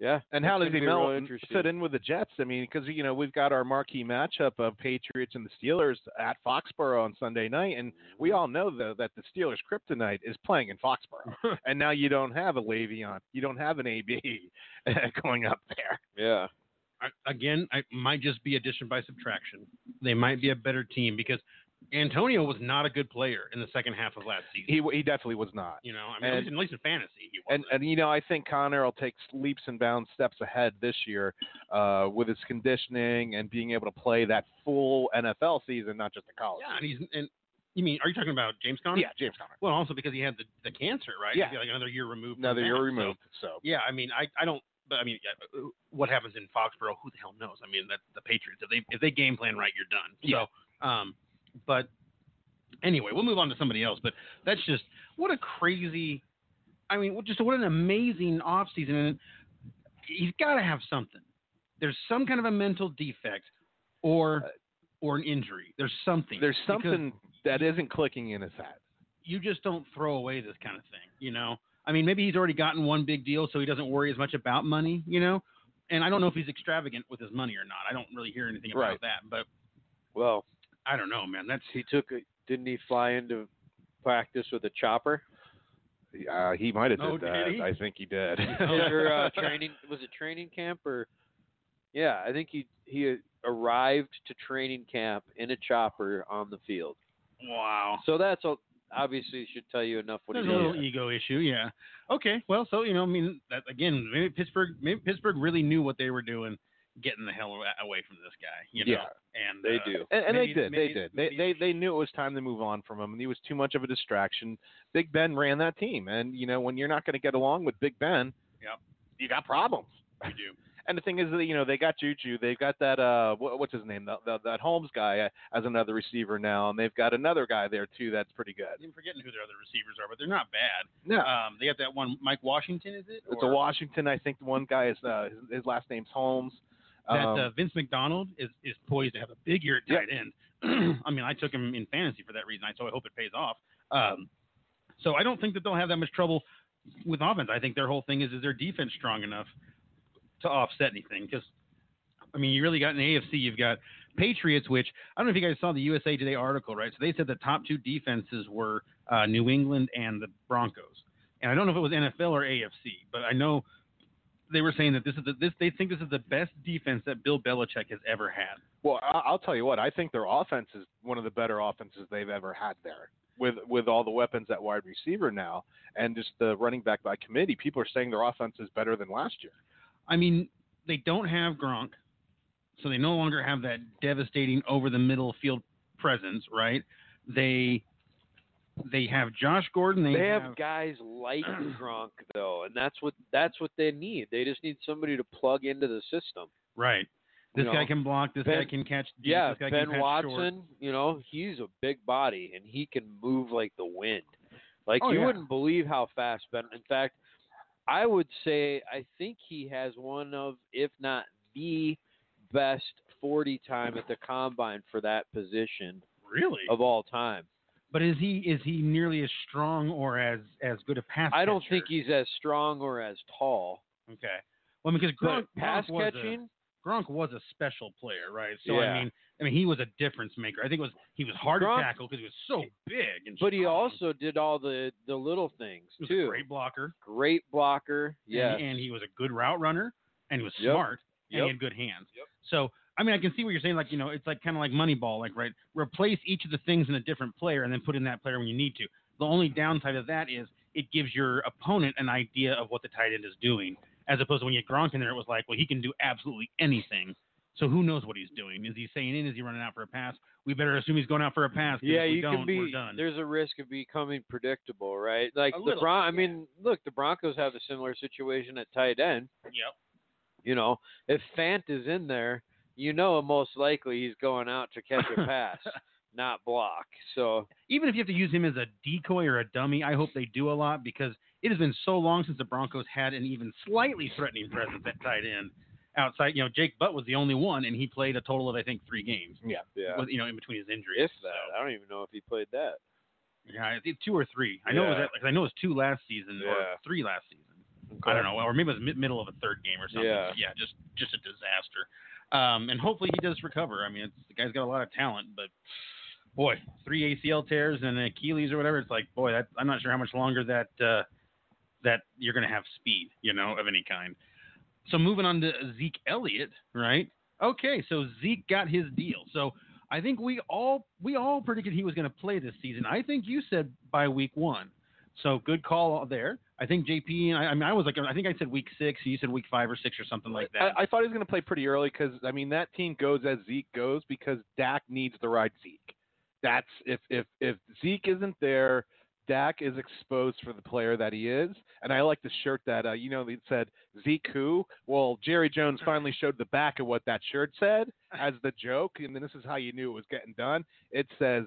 [SPEAKER 3] Yeah.
[SPEAKER 4] And how
[SPEAKER 3] that's gonna
[SPEAKER 4] does he
[SPEAKER 3] be real
[SPEAKER 4] mel-
[SPEAKER 3] interesting.
[SPEAKER 4] fit in with the Jets? I mean, because you know we've got our marquee matchup of Patriots and the Steelers at Foxborough on Sunday night, and we all know though that the Steelers' kryptonite is playing in Foxborough,
[SPEAKER 2] <laughs>
[SPEAKER 4] and now you don't have a Le'Veon, you don't have an AB <laughs> going up there.
[SPEAKER 3] Yeah.
[SPEAKER 2] I, again, I might just be addition by subtraction. They might be a better team because Antonio was not a good player in the second half of last season.
[SPEAKER 4] He he definitely was not.
[SPEAKER 2] you know, I mean, at,
[SPEAKER 4] and-
[SPEAKER 2] least, at least in fantasy, he
[SPEAKER 4] And
[SPEAKER 2] wasn't.
[SPEAKER 4] and you know I think Connor will take leaps and bounds steps ahead this year uh, with his conditioning and being able to play that full NFL season, not just the college.
[SPEAKER 2] yeah, and he's and you mean are you talking about James Conner?
[SPEAKER 4] yeah James Connor.
[SPEAKER 2] Well, also because he had the, the cancer, right?
[SPEAKER 4] Yeah.
[SPEAKER 2] He's got, like another year removed. from
[SPEAKER 4] Another
[SPEAKER 2] that,
[SPEAKER 4] year
[SPEAKER 2] so-
[SPEAKER 4] removed, so
[SPEAKER 2] yeah, I mean, I I don't. But I mean, yeah, uh, what happens in Foxborough? Who the hell knows? I mean, that the Patriots. If they if they game plan right, you're done.
[SPEAKER 4] Yeah.
[SPEAKER 2] So, um, but anyway, we'll move on to somebody else. But that's just what a crazy. I mean, what- just what an amazing offseason. And he's got to have something. There's some kind of a mental defect, or or an injury. There's something.
[SPEAKER 4] Uh, there's
[SPEAKER 2] Because-
[SPEAKER 4] something that isn't clicking in his head.
[SPEAKER 2] you just don't throw away this kind of thing, you know. I mean, maybe he's already gotten one big deal, so he doesn't worry as much about money, you know. And I don't know if he's extravagant with his money or not. I don't really hear anything about
[SPEAKER 4] Right.
[SPEAKER 2] that, but
[SPEAKER 3] Well,
[SPEAKER 2] I don't know, man. That's
[SPEAKER 3] he took. A, didn't he fly into practice with a <laughs> chopper?
[SPEAKER 4] Uh, he might have
[SPEAKER 2] Oh,
[SPEAKER 4] did
[SPEAKER 2] did
[SPEAKER 4] that.
[SPEAKER 2] he? Oh,
[SPEAKER 4] I think he did.
[SPEAKER 3] Or <laughs>
[SPEAKER 4] <laughs>
[SPEAKER 3] uh, training? Was it training camp or? Yeah, I think he he arrived to training camp in a chopper on the field.
[SPEAKER 2] wow.
[SPEAKER 3] So that's a, obviously should tell you enough what
[SPEAKER 2] There's
[SPEAKER 3] he
[SPEAKER 2] a
[SPEAKER 3] does.
[SPEAKER 2] little ego issue, yeah. Okay, well, so you know, I mean, that again, maybe Pittsburgh, maybe Pittsburgh really knew what they were doing, getting the hell awa- away from this guy, you know.
[SPEAKER 4] Yeah.
[SPEAKER 2] And
[SPEAKER 3] They
[SPEAKER 2] uh,
[SPEAKER 3] do.
[SPEAKER 4] And, and
[SPEAKER 2] Maybe-
[SPEAKER 4] they did.
[SPEAKER 2] maybe-
[SPEAKER 4] they did. They, they they knew it was time to move on from him, and he was too much of a distraction. Big Ben ran that team, and you know when you're not going to get along with Big Ben,
[SPEAKER 2] Yep.
[SPEAKER 4] you
[SPEAKER 2] <laughs>
[SPEAKER 4] got problems.
[SPEAKER 2] they do.
[SPEAKER 4] And the thing is that you know they got Juju, they've got that uh what, what's his name, the, the, that Holmes guy uh, as another receiver now, and they've got another guy there too that's pretty good.
[SPEAKER 2] I'm forgetting who their other receivers are, but they're not bad.
[SPEAKER 4] No,
[SPEAKER 2] Um, they got that one, Mike Washington, is it?
[SPEAKER 4] it's a
[SPEAKER 2] Or-
[SPEAKER 4] Washington. I think the one guy is uh, his, his last name's Holmes.
[SPEAKER 2] that
[SPEAKER 4] Um,
[SPEAKER 2] uh, Vince McDonald is, is poised to have a big year at
[SPEAKER 4] Yeah.
[SPEAKER 2] tight end. <clears throat> I mean, I took him in fantasy for that reason. I so I hope it pays off. Um, so I don't think that they'll have that much trouble with offense. I think their whole thing is is their defense strong enough to offset anything. Because I mean, you really got in the AFC, you've got Patriots, which I don't know if you guys saw the USA Today article, right? So they said the top two defenses were uh, New England and the Broncos. And I don't know if it was NFL or AFC, but I know they were saying that this is the, this they think this is the best defense that Bill Belichick has ever had.
[SPEAKER 4] Well, I- I'll tell you what. I think their offense is one of the better offenses they've ever had there. With with all the weapons at wide receiver now, and just the running back by committee, people are saying their offense is better than last year.
[SPEAKER 2] I mean, they don't have Gronk, so they no longer have that devastating over the middle field presence, right? They they have Josh Gordon. They,
[SPEAKER 3] They have guys <clears throat> like Gronk though, and that's what that's what they need. They just need somebody to plug into the system.
[SPEAKER 2] right. This
[SPEAKER 3] you
[SPEAKER 2] guy
[SPEAKER 3] know,
[SPEAKER 2] can block. This
[SPEAKER 3] Ben-
[SPEAKER 2] guy can catch. deep,
[SPEAKER 3] Yeah,
[SPEAKER 2] this guy can
[SPEAKER 3] Ben
[SPEAKER 2] catch
[SPEAKER 3] Watson,
[SPEAKER 2] short.
[SPEAKER 3] you know, he's a big body and he can move like the wind. Like
[SPEAKER 2] Oh,
[SPEAKER 3] you
[SPEAKER 2] yeah.
[SPEAKER 3] wouldn't believe how fast Ben. In fact, I would say I think he has one of, if not the best, forty time at the combine for that position
[SPEAKER 2] Really?
[SPEAKER 3] of all time.
[SPEAKER 2] But is he is he nearly as strong or as as good a pass?
[SPEAKER 3] I don't
[SPEAKER 2] catcher?
[SPEAKER 3] think he's as strong or as tall.
[SPEAKER 2] Okay. Well, because Gronk,
[SPEAKER 3] but pass
[SPEAKER 2] Gronk was a-
[SPEAKER 3] catching,
[SPEAKER 2] Gronk was a special player, right? So
[SPEAKER 3] Yeah.
[SPEAKER 2] I mean, I mean, he was a difference maker. I think it was he was hard
[SPEAKER 3] Gronk-
[SPEAKER 2] to tackle because he was so big and
[SPEAKER 3] But he
[SPEAKER 2] strong.
[SPEAKER 3] also did all the the little things
[SPEAKER 2] he was
[SPEAKER 3] too.
[SPEAKER 2] a great blocker.
[SPEAKER 3] Great blocker. Yeah.
[SPEAKER 2] and, and he was a good route runner, and he was
[SPEAKER 3] Yep.
[SPEAKER 2] smart, and
[SPEAKER 3] Yep.
[SPEAKER 2] he had good hands.
[SPEAKER 3] Yep.
[SPEAKER 2] So I mean, I can see what you're saying. Like you know, it's like kind of like Moneyball, like right, replace each of the things in a different player, and then put in that player when you need to. The only downside of that is it gives your opponent an idea of what the tight end is doing, as opposed to when you had Gronk in there, it was like, well, he can do absolutely anything. So who knows what he's doing? Is he staying in? Is he running out for a pass? We better assume he's going out for a pass. 'cause <laughs>
[SPEAKER 3] Yeah,
[SPEAKER 2] if we
[SPEAKER 3] you
[SPEAKER 2] don't,
[SPEAKER 3] can be.
[SPEAKER 2] We're done.
[SPEAKER 3] There's a risk of becoming predictable, right? Like
[SPEAKER 2] A
[SPEAKER 3] the
[SPEAKER 2] little
[SPEAKER 3] Bron- I
[SPEAKER 2] bit, yeah.
[SPEAKER 3] mean, look, the Broncos have a similar situation at tight end.
[SPEAKER 2] Yep.
[SPEAKER 3] You know, if Fant is in there, you know most likely he's going out to catch
[SPEAKER 2] <laughs>
[SPEAKER 3] a pass, not block. So
[SPEAKER 2] Even if you have to use him as a decoy or a dummy, I hope they do a lot because it has been so long since the Broncos had an even slightly threatening presence at tight end. Outside, you know, Jake Butt was the only one, and he played a total of I think three games.
[SPEAKER 4] Yeah. Yeah.
[SPEAKER 2] With, you know, in between his injuries.
[SPEAKER 3] if
[SPEAKER 2] So,
[SPEAKER 3] that, I don't even know if he played that.
[SPEAKER 2] yeah, I think two or three. I know it was
[SPEAKER 4] Yeah.
[SPEAKER 2] at, like, I know it was two last season
[SPEAKER 4] Yeah.
[SPEAKER 2] or three last season. I don't know, or maybe it was mid- middle of a third game or something.
[SPEAKER 3] Yeah.
[SPEAKER 2] just just a disaster. Um, and hopefully he does recover. I mean, it's, the guy's got a lot of talent, but boy, three ACL tears and an Achilles or whatever. It's like, boy, that, I'm not sure how much longer that uh, that you're going to have speed, you know, of any kind. So moving on to Zeke Elliott, right? Okay, so Zeke got his deal. So I think we all we all predicted he was going to play this season. I think you said by week one. So good call there. I think JP and I, I mean I was like I think I said week six. You said week five or six or something like that.
[SPEAKER 4] I, I thought he was going to play pretty early because I mean that team goes as Zeke goes because Dak needs to ride Zeke. That's if if if Zeke isn't there, Dak is exposed for the player that he is. And I like the shirt that uh, you know that said Zeke who. Well, Jerry Jones finally showed the back of what that shirt said as the joke, and then this is how you knew it was getting done. It says.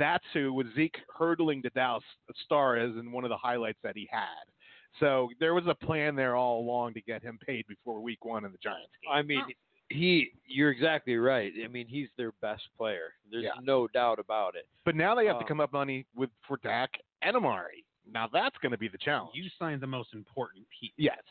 [SPEAKER 4] That's who with Zeke hurdling to Dallas Star is in one of the highlights that he had. So there was a plan there all along to get him paid before week one in the Giants game.
[SPEAKER 3] I mean, he. You're exactly right. I mean, he's their best player. There's
[SPEAKER 4] Yeah.
[SPEAKER 3] no doubt about it.
[SPEAKER 4] But now they have
[SPEAKER 3] Oh.
[SPEAKER 4] to come up money with for Dak and Amari. Now that's going to be the challenge.
[SPEAKER 2] you signed the most important piece.
[SPEAKER 4] yes.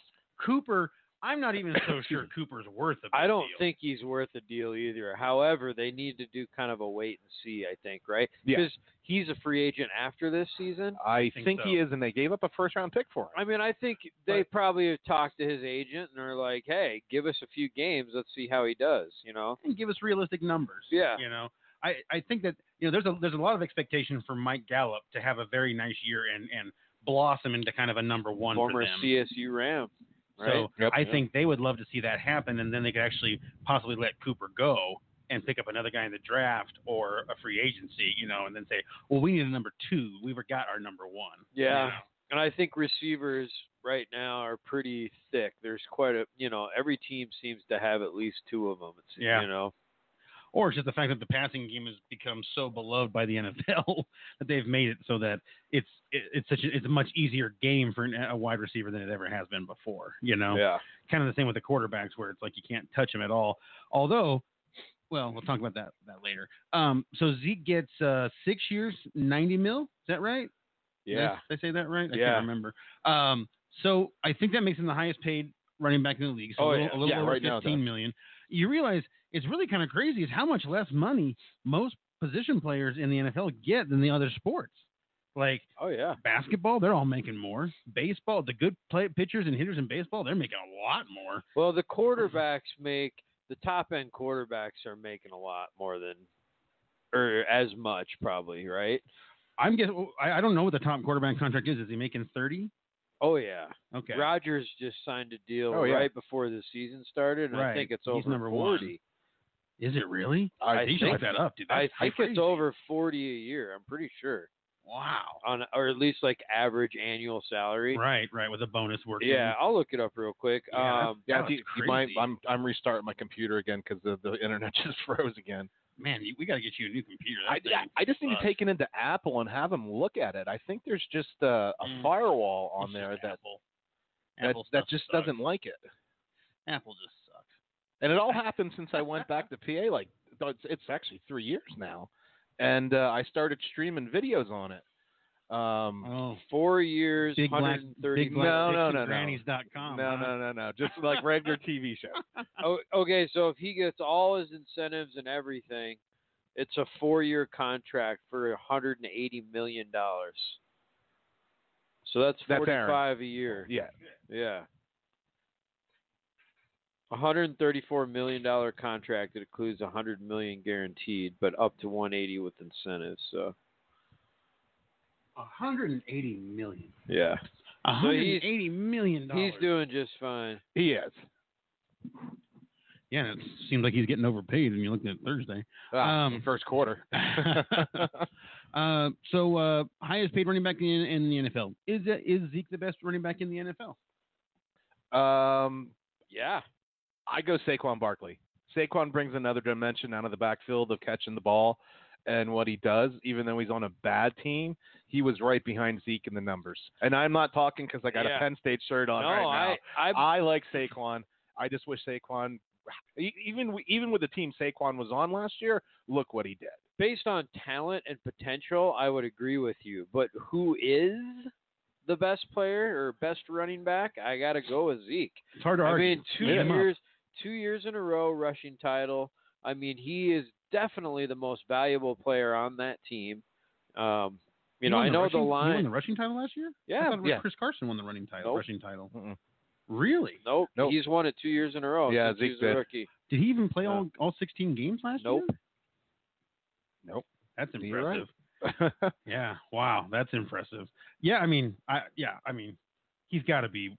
[SPEAKER 2] Cooper, I'm not even so sure Cooper's worth it.
[SPEAKER 3] I don't think he's worth a deal either. However, they need to do kind of a wait and see, I think, right?
[SPEAKER 4] Yeah.
[SPEAKER 3] Because he's a free agent after this season.
[SPEAKER 4] I
[SPEAKER 2] think
[SPEAKER 4] think, he is, and they gave up a first round pick for him.
[SPEAKER 3] I mean, I think they probably have talked to his agent and are like, "Hey, give us a few games. Let's see how he does." You know?
[SPEAKER 2] and give us realistic numbers.
[SPEAKER 3] Yeah.
[SPEAKER 2] You know, I, I think that you know there's a there's a lot of expectation for Mike Gallup to have a very nice year and and blossom into kind of a number one
[SPEAKER 3] Former
[SPEAKER 2] for them.
[SPEAKER 3] CSU Ram, right?
[SPEAKER 2] So
[SPEAKER 4] Yep.
[SPEAKER 2] I
[SPEAKER 4] Yep.
[SPEAKER 2] think they would love to see that happen, and then they could actually possibly let Cooper go and pick up another guy in the draft or a free agency, you know, and then say, well, we need a number two. We forgot our number one. you
[SPEAKER 3] Yeah.
[SPEAKER 2] know.
[SPEAKER 3] and I think receivers right now are pretty thick. There's quite a, you know, every team seems to have at least two of them. It's,
[SPEAKER 2] Yeah.
[SPEAKER 3] You know,
[SPEAKER 2] or it's just the fact that the passing game has become so beloved by the <laughs> NFL that they've made it so that it's it, it's such a, it's a much easier game for an, a wide receiver than it ever has been before. You know,
[SPEAKER 4] yeah.
[SPEAKER 2] kind of the same with the quarterbacks where it's like you can't touch them at all. Although, well, we'll talk about that that later. Um, so Zeke gets uh, six years, ninety mil. Is that right? Did I-
[SPEAKER 4] Yeah.
[SPEAKER 2] Did I say that right? I
[SPEAKER 4] Yeah.
[SPEAKER 2] can't remember. Um, so I think that makes him the highest paid running back in the league. So a
[SPEAKER 4] Oh,
[SPEAKER 2] little,
[SPEAKER 4] yeah.
[SPEAKER 2] a little
[SPEAKER 4] Yeah,
[SPEAKER 2] over
[SPEAKER 4] right now it
[SPEAKER 2] fifteen
[SPEAKER 4] does.
[SPEAKER 2] million. You realize it's really kind of crazy is how much less money most position players in the NFL get than the other sports. Like
[SPEAKER 3] oh yeah.
[SPEAKER 2] basketball, they're all making more. Baseball, the good play, pitchers and hitters in baseball, they're making a lot more. <laughs>
[SPEAKER 3] Well, the quarterbacks make the top end quarterbacks are making a lot more than or as much probably, right?
[SPEAKER 2] I'm guessing. I, I don't know what the top quarterback contract is. Is he making thirty?
[SPEAKER 3] Oh yeah.
[SPEAKER 2] Okay.
[SPEAKER 3] Rogers just signed a deal
[SPEAKER 4] Oh, yeah.
[SPEAKER 3] right before the season started and I
[SPEAKER 2] Right.
[SPEAKER 3] think it's
[SPEAKER 2] He's
[SPEAKER 3] over
[SPEAKER 2] number one.
[SPEAKER 3] 40.
[SPEAKER 2] Is it really?
[SPEAKER 4] I
[SPEAKER 2] you should
[SPEAKER 3] think-
[SPEAKER 2] look that up, dude.
[SPEAKER 3] I
[SPEAKER 2] That's
[SPEAKER 3] think
[SPEAKER 2] crazy.
[SPEAKER 3] it's over 40 a year, I'm pretty sure.
[SPEAKER 2] Wow.
[SPEAKER 3] On or at least like average annual salary.
[SPEAKER 2] Right, right, with a bonus work. in.
[SPEAKER 3] Yeah, I'll look it up real quick.
[SPEAKER 2] Yeah,
[SPEAKER 3] um
[SPEAKER 4] Yeah,
[SPEAKER 2] That's
[SPEAKER 4] do you, do you mind?
[SPEAKER 2] crazy.
[SPEAKER 4] I'm I'm restarting my computer again because the, the internet <laughs> just froze again.
[SPEAKER 2] Man, you, we got to get you a new computer. That
[SPEAKER 4] I,
[SPEAKER 2] thing-
[SPEAKER 4] I, I just need
[SPEAKER 2] sucks.
[SPEAKER 4] to take it into Apple and have them look at it. I think there's just uh, a
[SPEAKER 2] Mm.
[SPEAKER 4] firewall on
[SPEAKER 2] it's
[SPEAKER 4] there
[SPEAKER 2] just
[SPEAKER 4] that
[SPEAKER 2] Apple.
[SPEAKER 4] that,
[SPEAKER 2] Apple
[SPEAKER 4] that
[SPEAKER 2] stuff
[SPEAKER 4] just
[SPEAKER 2] sucks.
[SPEAKER 4] doesn't like it.
[SPEAKER 2] Apple just sucks. <laughs>
[SPEAKER 4] and it all happened since I went back to PA. Like it's, it's actually three years now, and uh, I started streaming videos on it. Um,
[SPEAKER 2] Oh,
[SPEAKER 3] 4 years,
[SPEAKER 2] big black,
[SPEAKER 3] 130
[SPEAKER 2] big black
[SPEAKER 4] No, no,
[SPEAKER 2] dicks
[SPEAKER 4] no,
[SPEAKER 2] and
[SPEAKER 4] no.
[SPEAKER 2] grannies dot com,
[SPEAKER 4] no,
[SPEAKER 2] huh?
[SPEAKER 4] no, no, no, just like regular TV
[SPEAKER 2] <laughs>
[SPEAKER 4] show.
[SPEAKER 3] Oh, okay, so if he gets all his incentives and everything, it's a four-year contract for 180 million dollars. So that's
[SPEAKER 4] That's Aaron.
[SPEAKER 3] 45 a year.
[SPEAKER 4] Yeah,
[SPEAKER 3] Yeah. 134 million dollar contract that includes 100 million guaranteed, but up to 180 with incentives. So
[SPEAKER 2] 180 million.
[SPEAKER 3] yeah,
[SPEAKER 2] 180 million dollars.
[SPEAKER 3] he's doing just fine.
[SPEAKER 4] he is.
[SPEAKER 2] Yeah, and it seems like he's getting overpaid when you look at
[SPEAKER 4] <laughs>
[SPEAKER 2] Thursday. <laughs>
[SPEAKER 4] Ah,
[SPEAKER 2] Um, <laughs>
[SPEAKER 4] first quarter. <laughs>
[SPEAKER 2] uh, so uh, highest paid running back in, in the NFL is that, is Zeke the best running back in the NFL?
[SPEAKER 4] Um,
[SPEAKER 3] Yeah.
[SPEAKER 4] I go Saquon Barkley. Saquon brings another dimension out of the backfield of catching the ball and what he does, even though he's on a bad team, he was right behind Zeke in the numbers. And I'm not talking because I got
[SPEAKER 3] Yeah.
[SPEAKER 4] a Penn State shirt on
[SPEAKER 3] no,
[SPEAKER 4] right
[SPEAKER 3] I, I,
[SPEAKER 4] now. I, like Saquon. I just wish Saquon, e- even w- even with the team Saquon was on last year, look what he did.
[SPEAKER 3] based on talent and potential, I would agree with you. But who is the best player or best running back? I gotta go with Zeke.
[SPEAKER 2] It's hard to
[SPEAKER 3] I
[SPEAKER 2] argue.
[SPEAKER 3] mean, two
[SPEAKER 2] Yeah.
[SPEAKER 3] years, two years in a row rushing title. I mean, he is definitely the most valuable player on that team. Um, you
[SPEAKER 2] He
[SPEAKER 3] know,
[SPEAKER 2] won
[SPEAKER 3] I know
[SPEAKER 2] rushing,
[SPEAKER 3] the
[SPEAKER 2] He won
[SPEAKER 3] line.
[SPEAKER 2] the rushing title last year. I
[SPEAKER 3] yeah,
[SPEAKER 2] thought
[SPEAKER 4] yeah.
[SPEAKER 2] Chris Carson won the running title.
[SPEAKER 3] Nope.
[SPEAKER 2] Rushing title.
[SPEAKER 4] Mm-mm.
[SPEAKER 2] Really?
[SPEAKER 3] nope,
[SPEAKER 4] Nope.
[SPEAKER 3] he's won it two years in a row.
[SPEAKER 4] Yeah,
[SPEAKER 3] since
[SPEAKER 4] Zeke
[SPEAKER 3] he's a
[SPEAKER 4] did.
[SPEAKER 3] rookie.
[SPEAKER 2] Did he even play
[SPEAKER 4] Uh,
[SPEAKER 2] all all 16 games last
[SPEAKER 3] nope.
[SPEAKER 2] year?
[SPEAKER 4] Nope.
[SPEAKER 2] That's
[SPEAKER 4] You're right.
[SPEAKER 2] impressive. Yeah. Wow. That's impressive. Yeah. I mean, I yeah. I mean, he's got to be.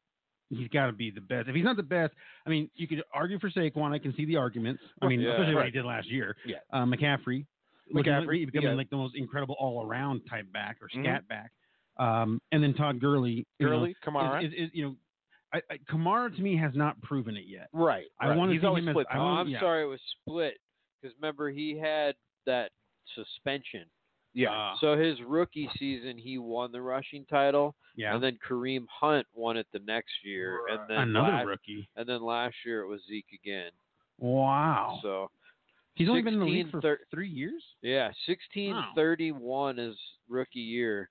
[SPEAKER 2] He's got to be the best. If he's not the best, I mean, you could argue for Saquon. I can see the arguments. I mean,
[SPEAKER 3] Yeah.
[SPEAKER 2] especially what he
[SPEAKER 4] Right.
[SPEAKER 2] did last year.
[SPEAKER 4] Yeah.
[SPEAKER 2] Uh, McCaffrey. looking like-
[SPEAKER 4] McCaffrey,
[SPEAKER 2] becoming
[SPEAKER 4] yeah.
[SPEAKER 2] like the most incredible all-around type back or
[SPEAKER 4] Mhm.
[SPEAKER 2] scat back. Um, and then Todd Gurley. you know,
[SPEAKER 4] <laughs> Gurley, Kamara.
[SPEAKER 2] <laughs> Is, is, is, you know, I, I, Kamara to me has not proven it yet.
[SPEAKER 4] right.
[SPEAKER 2] I
[SPEAKER 4] right.
[SPEAKER 2] wanna
[SPEAKER 4] He's
[SPEAKER 2] see
[SPEAKER 4] always
[SPEAKER 2] him as-
[SPEAKER 4] split.
[SPEAKER 2] I
[SPEAKER 3] Oh,
[SPEAKER 2] wanna-
[SPEAKER 3] I'm
[SPEAKER 2] yeah.
[SPEAKER 3] sorry, it was split because remember he had that suspension.
[SPEAKER 4] yeah.
[SPEAKER 2] Uh,
[SPEAKER 3] So his rookie season, he won the rushing title,
[SPEAKER 2] yeah.
[SPEAKER 3] and then Kareem Hunt won it the next year, and then
[SPEAKER 2] Another
[SPEAKER 3] last,
[SPEAKER 2] rookie.
[SPEAKER 3] and then last year it was Zeke again.
[SPEAKER 2] Wow.
[SPEAKER 3] So
[SPEAKER 2] he's only been in the
[SPEAKER 3] 16,
[SPEAKER 2] league for
[SPEAKER 3] thir-
[SPEAKER 2] three years.
[SPEAKER 3] yeah, sixteen thirty-one is rookie year,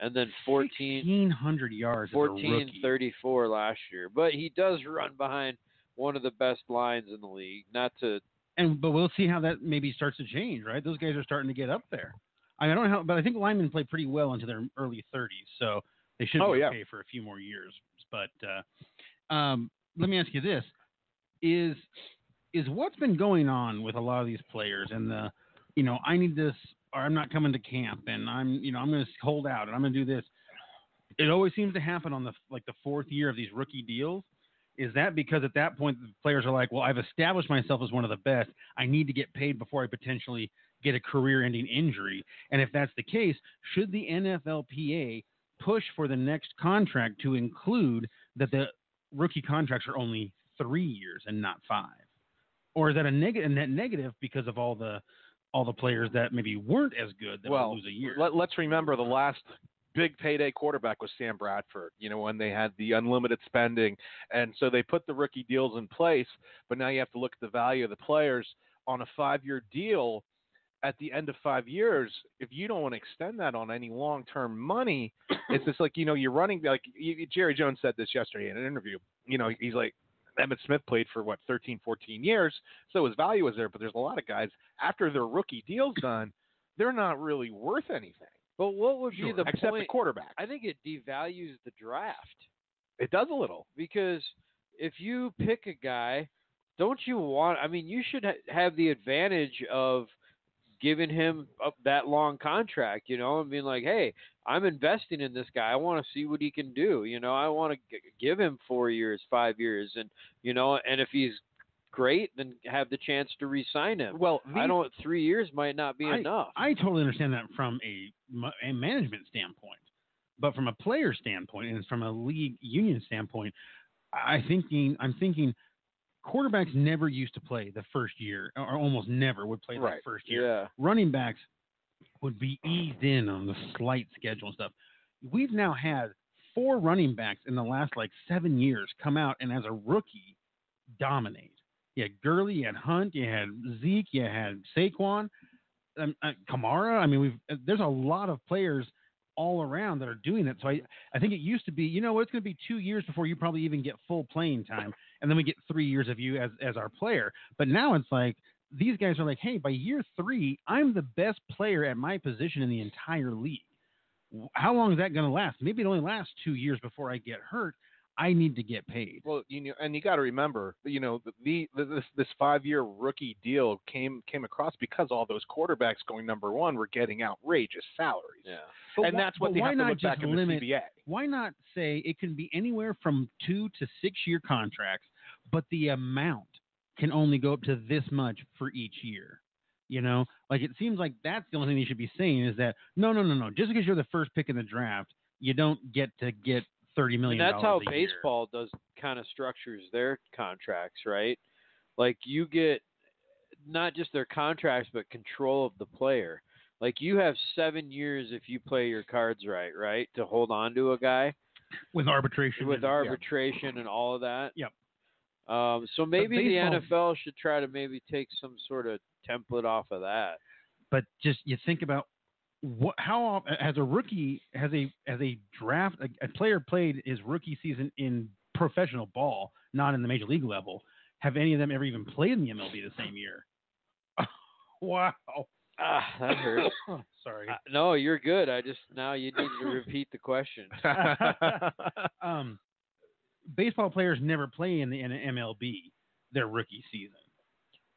[SPEAKER 3] and then 14,
[SPEAKER 2] 1,600 yards. as a
[SPEAKER 3] 14
[SPEAKER 2] rookie.
[SPEAKER 3] 34 last year. But he does run behind one of the best lines in the league. Not to
[SPEAKER 2] and but we'll see how that maybe starts to change, right? Those guys are starting to get up there. I don't know, how, but I think linemen play pretty well into their early 30s, so they should
[SPEAKER 4] Oh,
[SPEAKER 2] be
[SPEAKER 4] yeah.
[SPEAKER 2] okay for a few more years. But uh, um, let me ask you this: is is what's been going on with a lot of these players and the, you know, I need this or I'm not coming to camp and I'm, you know, I'm going to hold out and I'm going to do this. It always seems to happen on the like the fourth year of these rookie deals. Is that because at that point the players are like, well, I've established myself as one of the best. I need to get paid before I potentially get a career-ending injury. And if that's the case, should the NFLPA push for the next contract to include that the rookie contracts are only three years and not five? Or is that a negative? A net negative because of all the all the players that maybe weren't as good that
[SPEAKER 4] well,
[SPEAKER 2] would lose a year.
[SPEAKER 4] Let, us remember the last big payday quarterback was Sam Bradford, you know, when they had the unlimited spending. And so they put the rookie deals in place, but now you have to look at the value of the players on a five year deal. At the end of five years, if you don't want to extend that on any long term money, it's just like, you know, you're running, like you, you- Jerry Jones said this yesterday in an interview. You know, he's like, Emmett Smith played for what, 13, 14 years. So his value was there, but there's a lot of guys after their rookie deal's done, they're not really worth anything
[SPEAKER 3] but what would
[SPEAKER 2] Sure.
[SPEAKER 3] be the
[SPEAKER 4] except the
[SPEAKER 3] point?
[SPEAKER 4] quarterback.
[SPEAKER 3] I think it devalues the draft.
[SPEAKER 4] It does a little.
[SPEAKER 3] because if you pick a guy, don't you want? I mean, you should ha- have the advantage of giving him up that long contract, you know, and being like, hey, I'm investing in this guy. I want to see what he can do. You know, I want to g- give him four years, five years, and you know, and if he's great, then have the chance to re-sign him.
[SPEAKER 4] Well,
[SPEAKER 3] I don't. Three years might not be
[SPEAKER 2] I-
[SPEAKER 3] enough.
[SPEAKER 2] I totally understand that from a, ma- a management standpoint, but from a player standpoint and from a league union standpoint, I I thinking I'm thinking quarterbacks never used to play the first year, or almost never would play
[SPEAKER 4] Right.
[SPEAKER 2] the first year.
[SPEAKER 3] yeah.
[SPEAKER 2] Running backs would be eased in on the slight schedule and stuff. We've now had four running backs in the last like seven years come out and as a rookie dominate. You had Gurley, you had Hunt, you had Zeke, you had Saquon, um, uh, Kamara. I mean, we've uh, there's a lot of players all around that are doing it. So I, I think it used to be, you know, what, it's going to be two years before you probably even get full playing time, and then we get three years of you as as our player. But now it's like these guys are like, hey, by year three, I'm the best player at my position in the entire league. W- How long is that going to last? Maybe it only lasts two years before I get hurt. I need to get paid.
[SPEAKER 4] Well, you know, and you got to remember, you know, the, the this this five year rookie deal came came across because all those quarterbacks going number one were getting outrageous salaries,
[SPEAKER 3] Yeah.
[SPEAKER 2] But
[SPEAKER 4] and
[SPEAKER 2] why-
[SPEAKER 4] that's what
[SPEAKER 2] but
[SPEAKER 4] they
[SPEAKER 2] why
[SPEAKER 4] have
[SPEAKER 2] not
[SPEAKER 4] to look
[SPEAKER 2] just
[SPEAKER 4] back in
[SPEAKER 2] limit
[SPEAKER 4] the CBA.
[SPEAKER 2] why not say it can be anywhere from two to six year contracts, but the amount can only go up to this much for each year. You know, like it seems like that's the only thing they should be saying is that no, no, no, no. Just because you're the first pick in the draft, you don't get to get thirty
[SPEAKER 3] And
[SPEAKER 2] million.
[SPEAKER 3] that's how
[SPEAKER 2] dollars a year.
[SPEAKER 3] baseball does kind of structures their contracts, right? Like you get not just their contracts, but control of the player. Like you have seven years if you play your cards right, right, to hold on to a guy
[SPEAKER 2] with arbitration.
[SPEAKER 3] with
[SPEAKER 2] and- Mm-hmm. yeah.
[SPEAKER 3] arbitration and all of that.
[SPEAKER 2] Yep.
[SPEAKER 3] Um, so maybe the
[SPEAKER 2] baseball-
[SPEAKER 3] NFL should try to maybe take some sort of template off
[SPEAKER 2] <coughs>
[SPEAKER 3] of that.
[SPEAKER 2] but just you think about what how off- as a rookie has a as a draft a, a player played his rookie season in professional ball, not in the major league level. Have any of them ever even played in the MLB the same year? <laughs> wow,
[SPEAKER 3] Ah, that hurts.
[SPEAKER 2] Sorry.
[SPEAKER 3] Uh, no, you're good. I just now you need to repeat
[SPEAKER 2] <laughs>
[SPEAKER 3] the question. <laughs>
[SPEAKER 2] um, baseball players never play in the in the MLB their rookie season.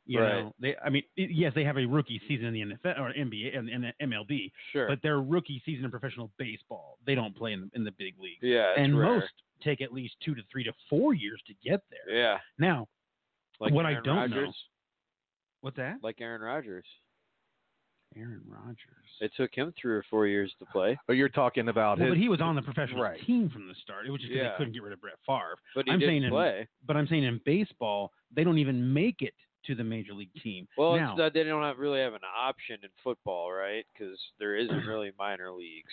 [SPEAKER 2] You
[SPEAKER 3] Right.
[SPEAKER 2] know, they. I mean, it- yes, they have a rookie season in the NFL or NBA and in, the MLB,
[SPEAKER 3] Sure.
[SPEAKER 2] but their rookie season in professional baseball, they don't play in the, in the big league.
[SPEAKER 3] yeah, it's
[SPEAKER 2] and
[SPEAKER 3] rare.
[SPEAKER 2] most take at least two to three to four years to get there.
[SPEAKER 3] Yeah.
[SPEAKER 2] Now,
[SPEAKER 3] Like
[SPEAKER 2] What I
[SPEAKER 3] Aaron
[SPEAKER 2] don't know-
[SPEAKER 3] Rodgers,
[SPEAKER 2] what's that?
[SPEAKER 3] Like Aaron Rodgers.
[SPEAKER 2] Aaron Rodgers.
[SPEAKER 3] It took him three or four years to play,
[SPEAKER 4] <laughs> But you're talking about
[SPEAKER 2] Well,
[SPEAKER 4] his
[SPEAKER 2] but he was on the professional
[SPEAKER 4] Right.
[SPEAKER 2] team from the start. It was just 'cause
[SPEAKER 3] Yeah.
[SPEAKER 2] they couldn't get rid of Brett Favre.
[SPEAKER 3] but he
[SPEAKER 2] I'm saying
[SPEAKER 3] didn't
[SPEAKER 2] in-
[SPEAKER 3] play.
[SPEAKER 2] But I'm saying in baseball, they don't even make it to the major league team.
[SPEAKER 3] Well,
[SPEAKER 2] now,
[SPEAKER 3] it's that they don't have, really have an option in football, right? Because there
[SPEAKER 2] <clears throat>
[SPEAKER 3] isn't really minor leagues.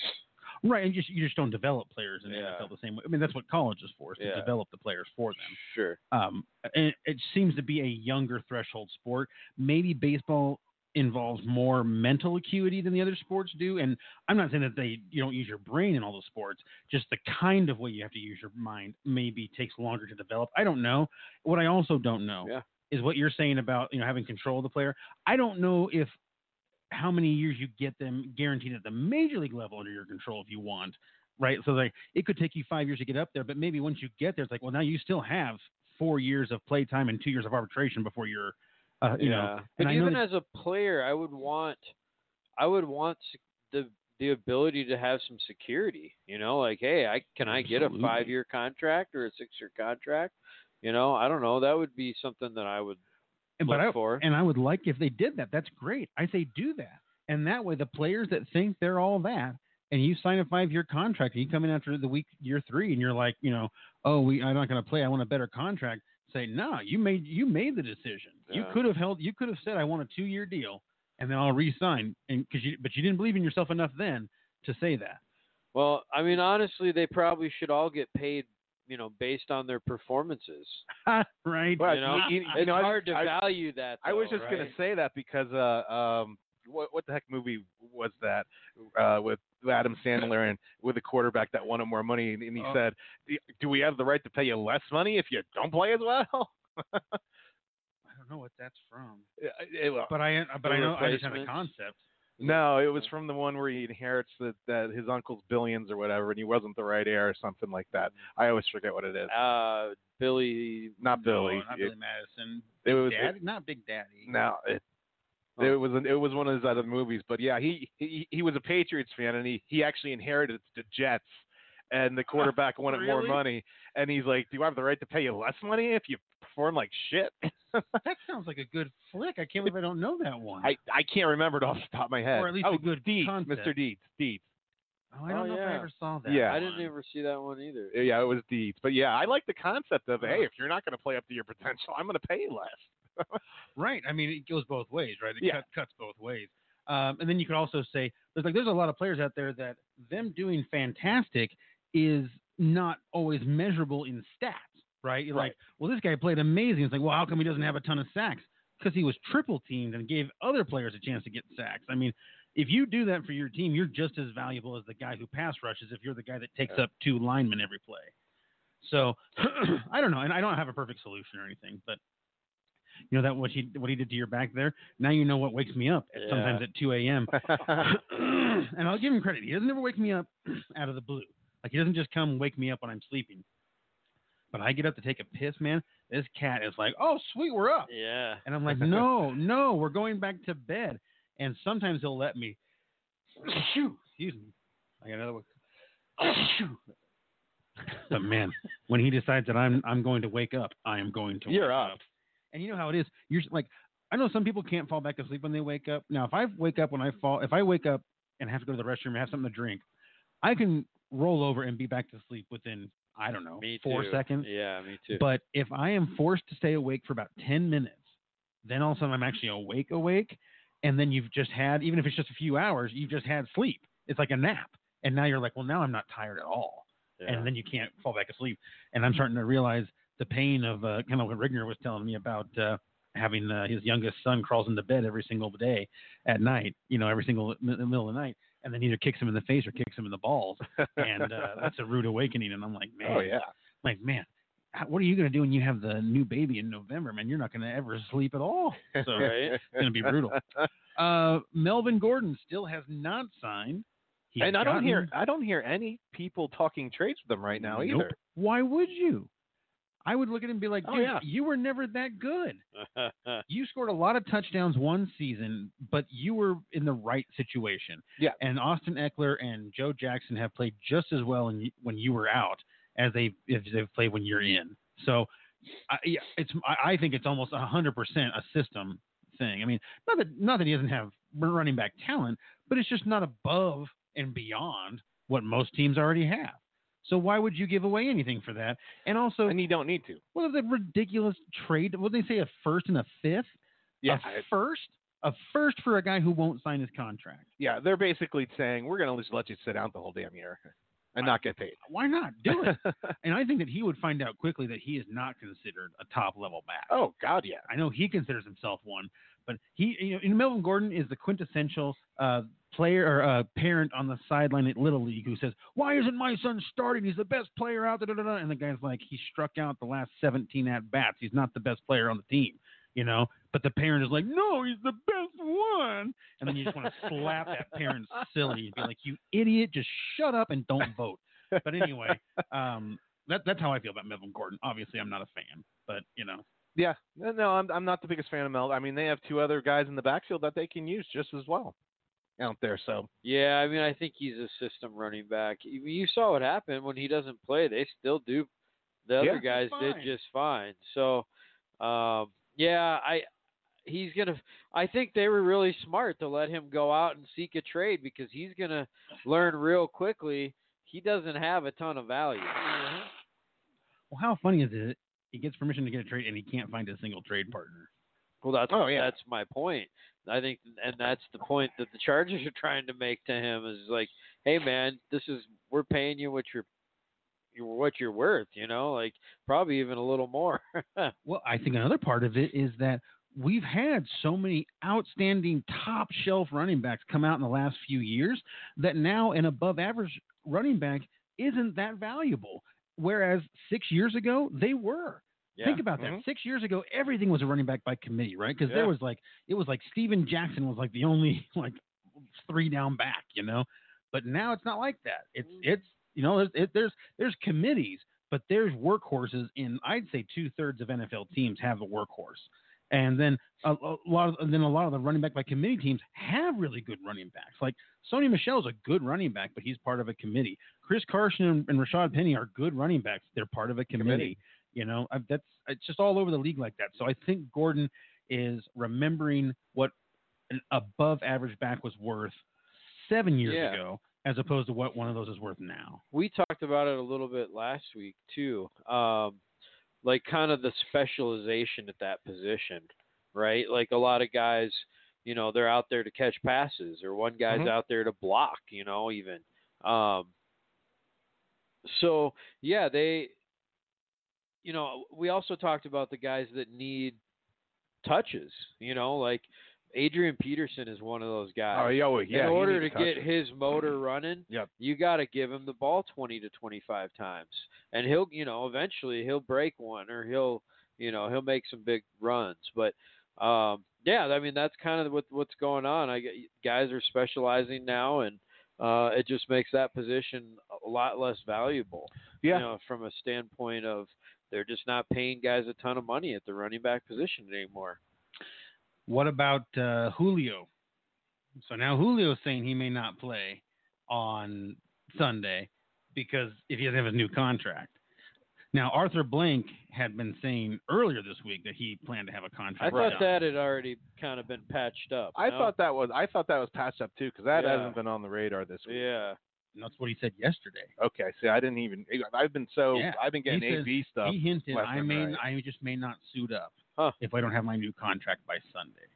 [SPEAKER 2] right, and just you just don't develop players in the
[SPEAKER 3] Yeah.
[SPEAKER 2] NFL the same way. I mean, that's what college is for, is
[SPEAKER 3] Yeah.
[SPEAKER 2] to develop the players for them.
[SPEAKER 3] Sure.
[SPEAKER 2] um, and it seems to be a younger threshold sport. Maybe baseball involves more mental acuity than the other sports do, and I'm not saying that they you don't use your brain in all the sports. Just the kind of way you have to use your mind maybe takes longer to develop. I don't know. What I also don't know
[SPEAKER 3] Yeah.
[SPEAKER 2] is what you're saying about you know having control of the player. I don't know if how many years you get them guaranteed at the major league level under your control if you want, right? So like it could take you five years to get up there, but maybe once you get there, it's like well now you still have four years of play time and two years of arbitration before you're, uh, you
[SPEAKER 3] yeah.
[SPEAKER 2] know.
[SPEAKER 3] but
[SPEAKER 2] and I know
[SPEAKER 3] even
[SPEAKER 2] that-
[SPEAKER 3] as a player, I would want, I would want sec- the the ability to have some security. You know, like, hey, I can I get a
[SPEAKER 2] Absolutely.
[SPEAKER 3] five year contract or a six year contract? You know, I don't know. That would be something that I would
[SPEAKER 2] but
[SPEAKER 3] look
[SPEAKER 2] I,
[SPEAKER 3] for.
[SPEAKER 2] and I would like if they did that. That's great. I say do that, and that way the players that think they're all that. And you sign a five-year contract, and you come in after the week year three, and you're like, you know, oh, we, I'm not going to play. I want a better contract. Say, no, you made you made the decision. You
[SPEAKER 3] Yeah.
[SPEAKER 2] could have held. You could have said, I want a two-year deal, and then I'll re-sign. And because you, but you didn't believe in yourself enough then to say that. <laughs>
[SPEAKER 3] Well, I mean, honestly, they probably should all get paid, you know, based on their performances.
[SPEAKER 2] right?
[SPEAKER 4] Well,
[SPEAKER 3] you know,
[SPEAKER 4] <laughs> you- you
[SPEAKER 3] it's
[SPEAKER 4] know, I-
[SPEAKER 3] hard to
[SPEAKER 4] I-
[SPEAKER 3] value that.
[SPEAKER 4] I was
[SPEAKER 3] though,
[SPEAKER 4] just gonna
[SPEAKER 3] right?
[SPEAKER 4] say that because uh, um, what what the heck movie was that uh, with Adam Sandler and with a quarterback that wanted more money and, and he
[SPEAKER 2] Oh.
[SPEAKER 4] said, "Do- "Do we have the right to pay you less money if you don't play as well?" <laughs>
[SPEAKER 2] I don't know what that's from,
[SPEAKER 4] It- it- well,
[SPEAKER 2] but I but
[SPEAKER 3] The
[SPEAKER 2] I know I just have a
[SPEAKER 3] replacements.
[SPEAKER 2] concept.
[SPEAKER 4] no, it was from the one where he inherits that that his uncle's billions or whatever, and he wasn't the right heir or something like that. I always forget what it is.
[SPEAKER 3] Uh, Billy.
[SPEAKER 4] Not Billy.
[SPEAKER 2] Mm. No, not Billy Madison.
[SPEAKER 4] It, it was it-
[SPEAKER 2] Daddy, not Big Daddy.
[SPEAKER 4] No, it,
[SPEAKER 3] Oh.
[SPEAKER 4] it was an, it was one of his other movies. But yeah, he he, he was a Patriots fan, and he he actually inherited the Jets, and the
[SPEAKER 2] <laughs>
[SPEAKER 4] quarterback wanted more
[SPEAKER 2] Really?
[SPEAKER 4] money, and he's like, "Do I have the right to pay you less money if you perform like
[SPEAKER 2] <laughs>
[SPEAKER 4] shit?"
[SPEAKER 2] That sounds like a good flick. I can't believe I don't know that one.
[SPEAKER 4] I I can't remember it off the top of my head.
[SPEAKER 2] Or at least
[SPEAKER 4] oh,
[SPEAKER 2] a good
[SPEAKER 4] Deeds,
[SPEAKER 2] concept.
[SPEAKER 4] Mr. Deeds, Deeds.
[SPEAKER 2] oh, I don't
[SPEAKER 3] Oh,
[SPEAKER 2] know if I
[SPEAKER 3] yeah.
[SPEAKER 2] ever saw that.
[SPEAKER 4] Yeah.
[SPEAKER 3] I didn't
[SPEAKER 2] one.
[SPEAKER 3] ever see that one either.
[SPEAKER 4] Yeah, it was Deeds. But yeah, I like the concept of,
[SPEAKER 2] Huh.
[SPEAKER 4] hey, if you're not going to play up to your potential, I'm going to pay you less. <laughs>
[SPEAKER 2] Right. I mean, it goes both ways, right? It
[SPEAKER 4] Yeah.
[SPEAKER 2] cut, cuts both ways. Um, and then you could also say there's like there's a lot of players out there that them doing fantastic is not always measurable in stats, right? You're
[SPEAKER 4] Right.
[SPEAKER 2] like, well, this guy played amazing. It's like, well, how come he doesn't have a ton of sacks? Because he was triple teamed and gave other players a chance to get sacks. I mean, if you do that for your team, you're just as valuable as the guy who pass rushes if you're the guy that takes up two linemen every play. So <clears throat> I don't know, and I don't have a perfect solution or anything, but you know that what he what he did to your back there. Now you know what wakes me up at-
[SPEAKER 3] Yeah.
[SPEAKER 2] sometimes at 2 a.m. <clears throat> and I'll give him credit. He doesn't ever wake me up <clears throat> out of the blue. Like he doesn't just come wake me up when I'm sleeping. But I get up to take a piss, man. This cat is like, "Oh, sweet, we're up."
[SPEAKER 3] Yeah.
[SPEAKER 2] And I'm like, no, no, we're going back to bed. And sometimes he'll let me. <sniffs> Shoo, Excuse me. I got another one. <coughs> Shoo. But man, when he decides that I'm I'm going to wake up, I am going to.
[SPEAKER 4] You're
[SPEAKER 2] wake
[SPEAKER 4] up.
[SPEAKER 2] And you know how it is. You're s- like, I know some people can't fall back asleep when they wake up. Now, if I wake up when I fall, if I wake up and have to go to the restroom and have something to drink, I can roll over and be back to sleep within, I don't know,
[SPEAKER 3] Me
[SPEAKER 2] four
[SPEAKER 3] too.
[SPEAKER 2] seconds.
[SPEAKER 3] Yeah, me too.
[SPEAKER 2] But if I am forced to stay awake for about 10 minutes, then all of a sudden I'm actually awake, awake. And then you've just had, even if it's just a few hours, you've just had sleep. It's like a nap. And now you're like, well, now I'm not tired at all.
[SPEAKER 3] yeah.
[SPEAKER 2] And then you can't fall back asleep. And I'm starting to realize the pain of uh, kind of what Rigner was telling me about uh, having uh, his youngest son crawls into bed every single day at night, you know, every single mi- middle of the night. And then either kicks him in the face or kicks him in the balls. And uh, that's a rude awakening. And I'm
[SPEAKER 3] <laughs>
[SPEAKER 2] like, <laughs> man,
[SPEAKER 4] oh yeah.
[SPEAKER 2] like, man, how- what are you going to do when you have the new baby in November, man? You're not going to ever sleep at all. So
[SPEAKER 3] Right.
[SPEAKER 2] it's going to be
[SPEAKER 4] <laughs>
[SPEAKER 2] brutal. Uh, Melvin Gordon still has not signed. He's
[SPEAKER 4] and I don't
[SPEAKER 2] gotten-
[SPEAKER 4] hear I don't hear any people talking trades with them right now
[SPEAKER 2] Nope.
[SPEAKER 4] either.
[SPEAKER 2] Why would you? I would look at him and be like,
[SPEAKER 4] Oh,
[SPEAKER 2] dude,
[SPEAKER 4] yeah.
[SPEAKER 2] you were never that
[SPEAKER 4] <laughs>
[SPEAKER 2] good. You scored a lot of touchdowns one season, but you were in the right situation.
[SPEAKER 4] Yeah.
[SPEAKER 2] And Austin Eckler and Joe Jackson have played just as well in, when you were out as they if they've played when you're in. So, I, yeah, it's I I think it's almost hundred percent a system thing. I mean, not that not that he doesn't have running back talent, but it's just not above and beyond what most teams already have. So why would you give away anything for that? And also,
[SPEAKER 4] And you don't need to.
[SPEAKER 2] what are the ridiculous trade? What did they say? A first and a fifth?
[SPEAKER 4] Yeah.
[SPEAKER 2] A first? A first for a guy who won't sign his contract.
[SPEAKER 4] Yeah. They're basically saying we're gonna just let you sit out the whole damn year and not get paid.
[SPEAKER 2] Why not do it? and I think that he would find out quickly that he is not considered a top level back.
[SPEAKER 4] oh God, yeah.
[SPEAKER 2] I know he considers himself one, but he, you know, and Melvin Gordon is the quintessential uh, player or uh, parent on the sideline at Little League who says, "Why isn't my son starting? He's the best player out." Da, da, da, da." And the guy's like, "He struck out the last 17 at bats. He's not the best player on the team." You know, but the parent is like, "No, he's the best one," and then you just want to slap that parent silly and be like, "You idiot! Just shut up and don't vote." But anyway, um, that, that's how I feel about Melvin Gordon. Obviously, I'm not a fan, but you know,
[SPEAKER 4] Yeah. No, no, I'm I'm not the biggest fan of Mel. I mean, they have two other guys in the backfield that they can use just as well out there. So
[SPEAKER 3] yeah, I mean, I think he's a system running back. You, you saw what happened when he doesn't play; they still do. The other guys did
[SPEAKER 2] fine.
[SPEAKER 3] just fine. So, um, yeah, I he's gonna. I think they were really smart to let him go out and seek a trade because he's gonna learn real quickly. He doesn't have a ton of value.
[SPEAKER 2] Well, how funny is it? He gets permission to get a trade, and he can't find a single trade partner.
[SPEAKER 3] Well, that's
[SPEAKER 4] Oh, yeah.
[SPEAKER 3] that's my point. I think, and that's the point that the Chargers are trying to make to him is like, hey man, this is we're paying you what you're, you what you're worth, you know, like probably even a little more. <laughs>
[SPEAKER 2] Well, I think another part of it is that we've had so many outstanding top shelf running backs come out in the last few years that now an above average running back isn't that valuable. Whereas six years ago, they were.
[SPEAKER 3] yeah.
[SPEAKER 2] Think about that.
[SPEAKER 4] Mhm.
[SPEAKER 2] Six years ago, everything was a running back by committee, right? Because
[SPEAKER 4] Yeah.
[SPEAKER 2] there was like it was like Steven Jackson was like the only <laughs> like three down back, you know. But now it's not like that. It's
[SPEAKER 3] Mhm.
[SPEAKER 2] it's you know there's it, there's there's committees, but there's workhorses. In I'd say two thirds of NFL teams have a workhorse, and then a, a lot of and then a lot of the running back by committee teams have really good running backs. Like Sony Michelle's a good running back, but he's part of a committee. Chris Carson and, and Rashad Penny are good running backs. They're part of a committee.
[SPEAKER 4] Committee.
[SPEAKER 2] You know, I, that's it's just all over the league like that. So I think Gordon is remembering what an above average back was worth seven years
[SPEAKER 3] Yeah.
[SPEAKER 2] ago, as opposed to what one of those is worth now.
[SPEAKER 3] we talked about it a little bit last week too. Um, like kind of the specialization at that position, right? Like a lot of guys, you know, they're out there to catch passes, or one guy's
[SPEAKER 4] Mhm.
[SPEAKER 3] out there to block, you know, even. Um, so yeah, they, you know, we also talked about the guys that need touches, you know, like Adrian Peterson is one of those guys
[SPEAKER 4] oh yeah, well,
[SPEAKER 3] in
[SPEAKER 4] yeah. he
[SPEAKER 3] order to
[SPEAKER 4] needs
[SPEAKER 3] get his
[SPEAKER 4] touches.
[SPEAKER 3] motor running,
[SPEAKER 4] <clears throat> Yep.
[SPEAKER 3] you got to give him the ball 20 to 25 times. And he'll, you know, eventually he'll break one or he'll, you know, he'll make some big runs. But, um, yeah, I mean, that's kind of what, what's going on. I get- guys are specializing now and, uh, it just makes that position a lot less valuable,
[SPEAKER 4] yeah,
[SPEAKER 3] you know, from a standpoint of they're just not paying guys a ton of money at the running back position anymore.
[SPEAKER 2] What about uh, Julio? So now Julio's saying he may not play on Sunday because if he doesn't have a new contract. Now, Arthur Blank had been saying earlier this week that he planned to have a
[SPEAKER 3] I
[SPEAKER 2] contract.
[SPEAKER 4] Right.
[SPEAKER 3] thought that had already kind of been patched up.
[SPEAKER 4] I
[SPEAKER 3] no?
[SPEAKER 4] thought that was I thought that was patched up too because that
[SPEAKER 3] Yeah.
[SPEAKER 4] hasn't been on the radar this week.
[SPEAKER 3] Yeah.
[SPEAKER 2] And that's what he said yesterday.
[SPEAKER 4] Okay, see, I didn't even. eh, I've been so
[SPEAKER 2] Yeah.
[SPEAKER 4] I've been
[SPEAKER 2] He
[SPEAKER 4] getting
[SPEAKER 2] says-
[SPEAKER 4] AV stuff.
[SPEAKER 2] he hinted,
[SPEAKER 4] left
[SPEAKER 2] I
[SPEAKER 4] and
[SPEAKER 2] may,
[SPEAKER 4] right.
[SPEAKER 2] I just may not suit up
[SPEAKER 3] Huh.
[SPEAKER 2] if I don't have my new contract by Sunday.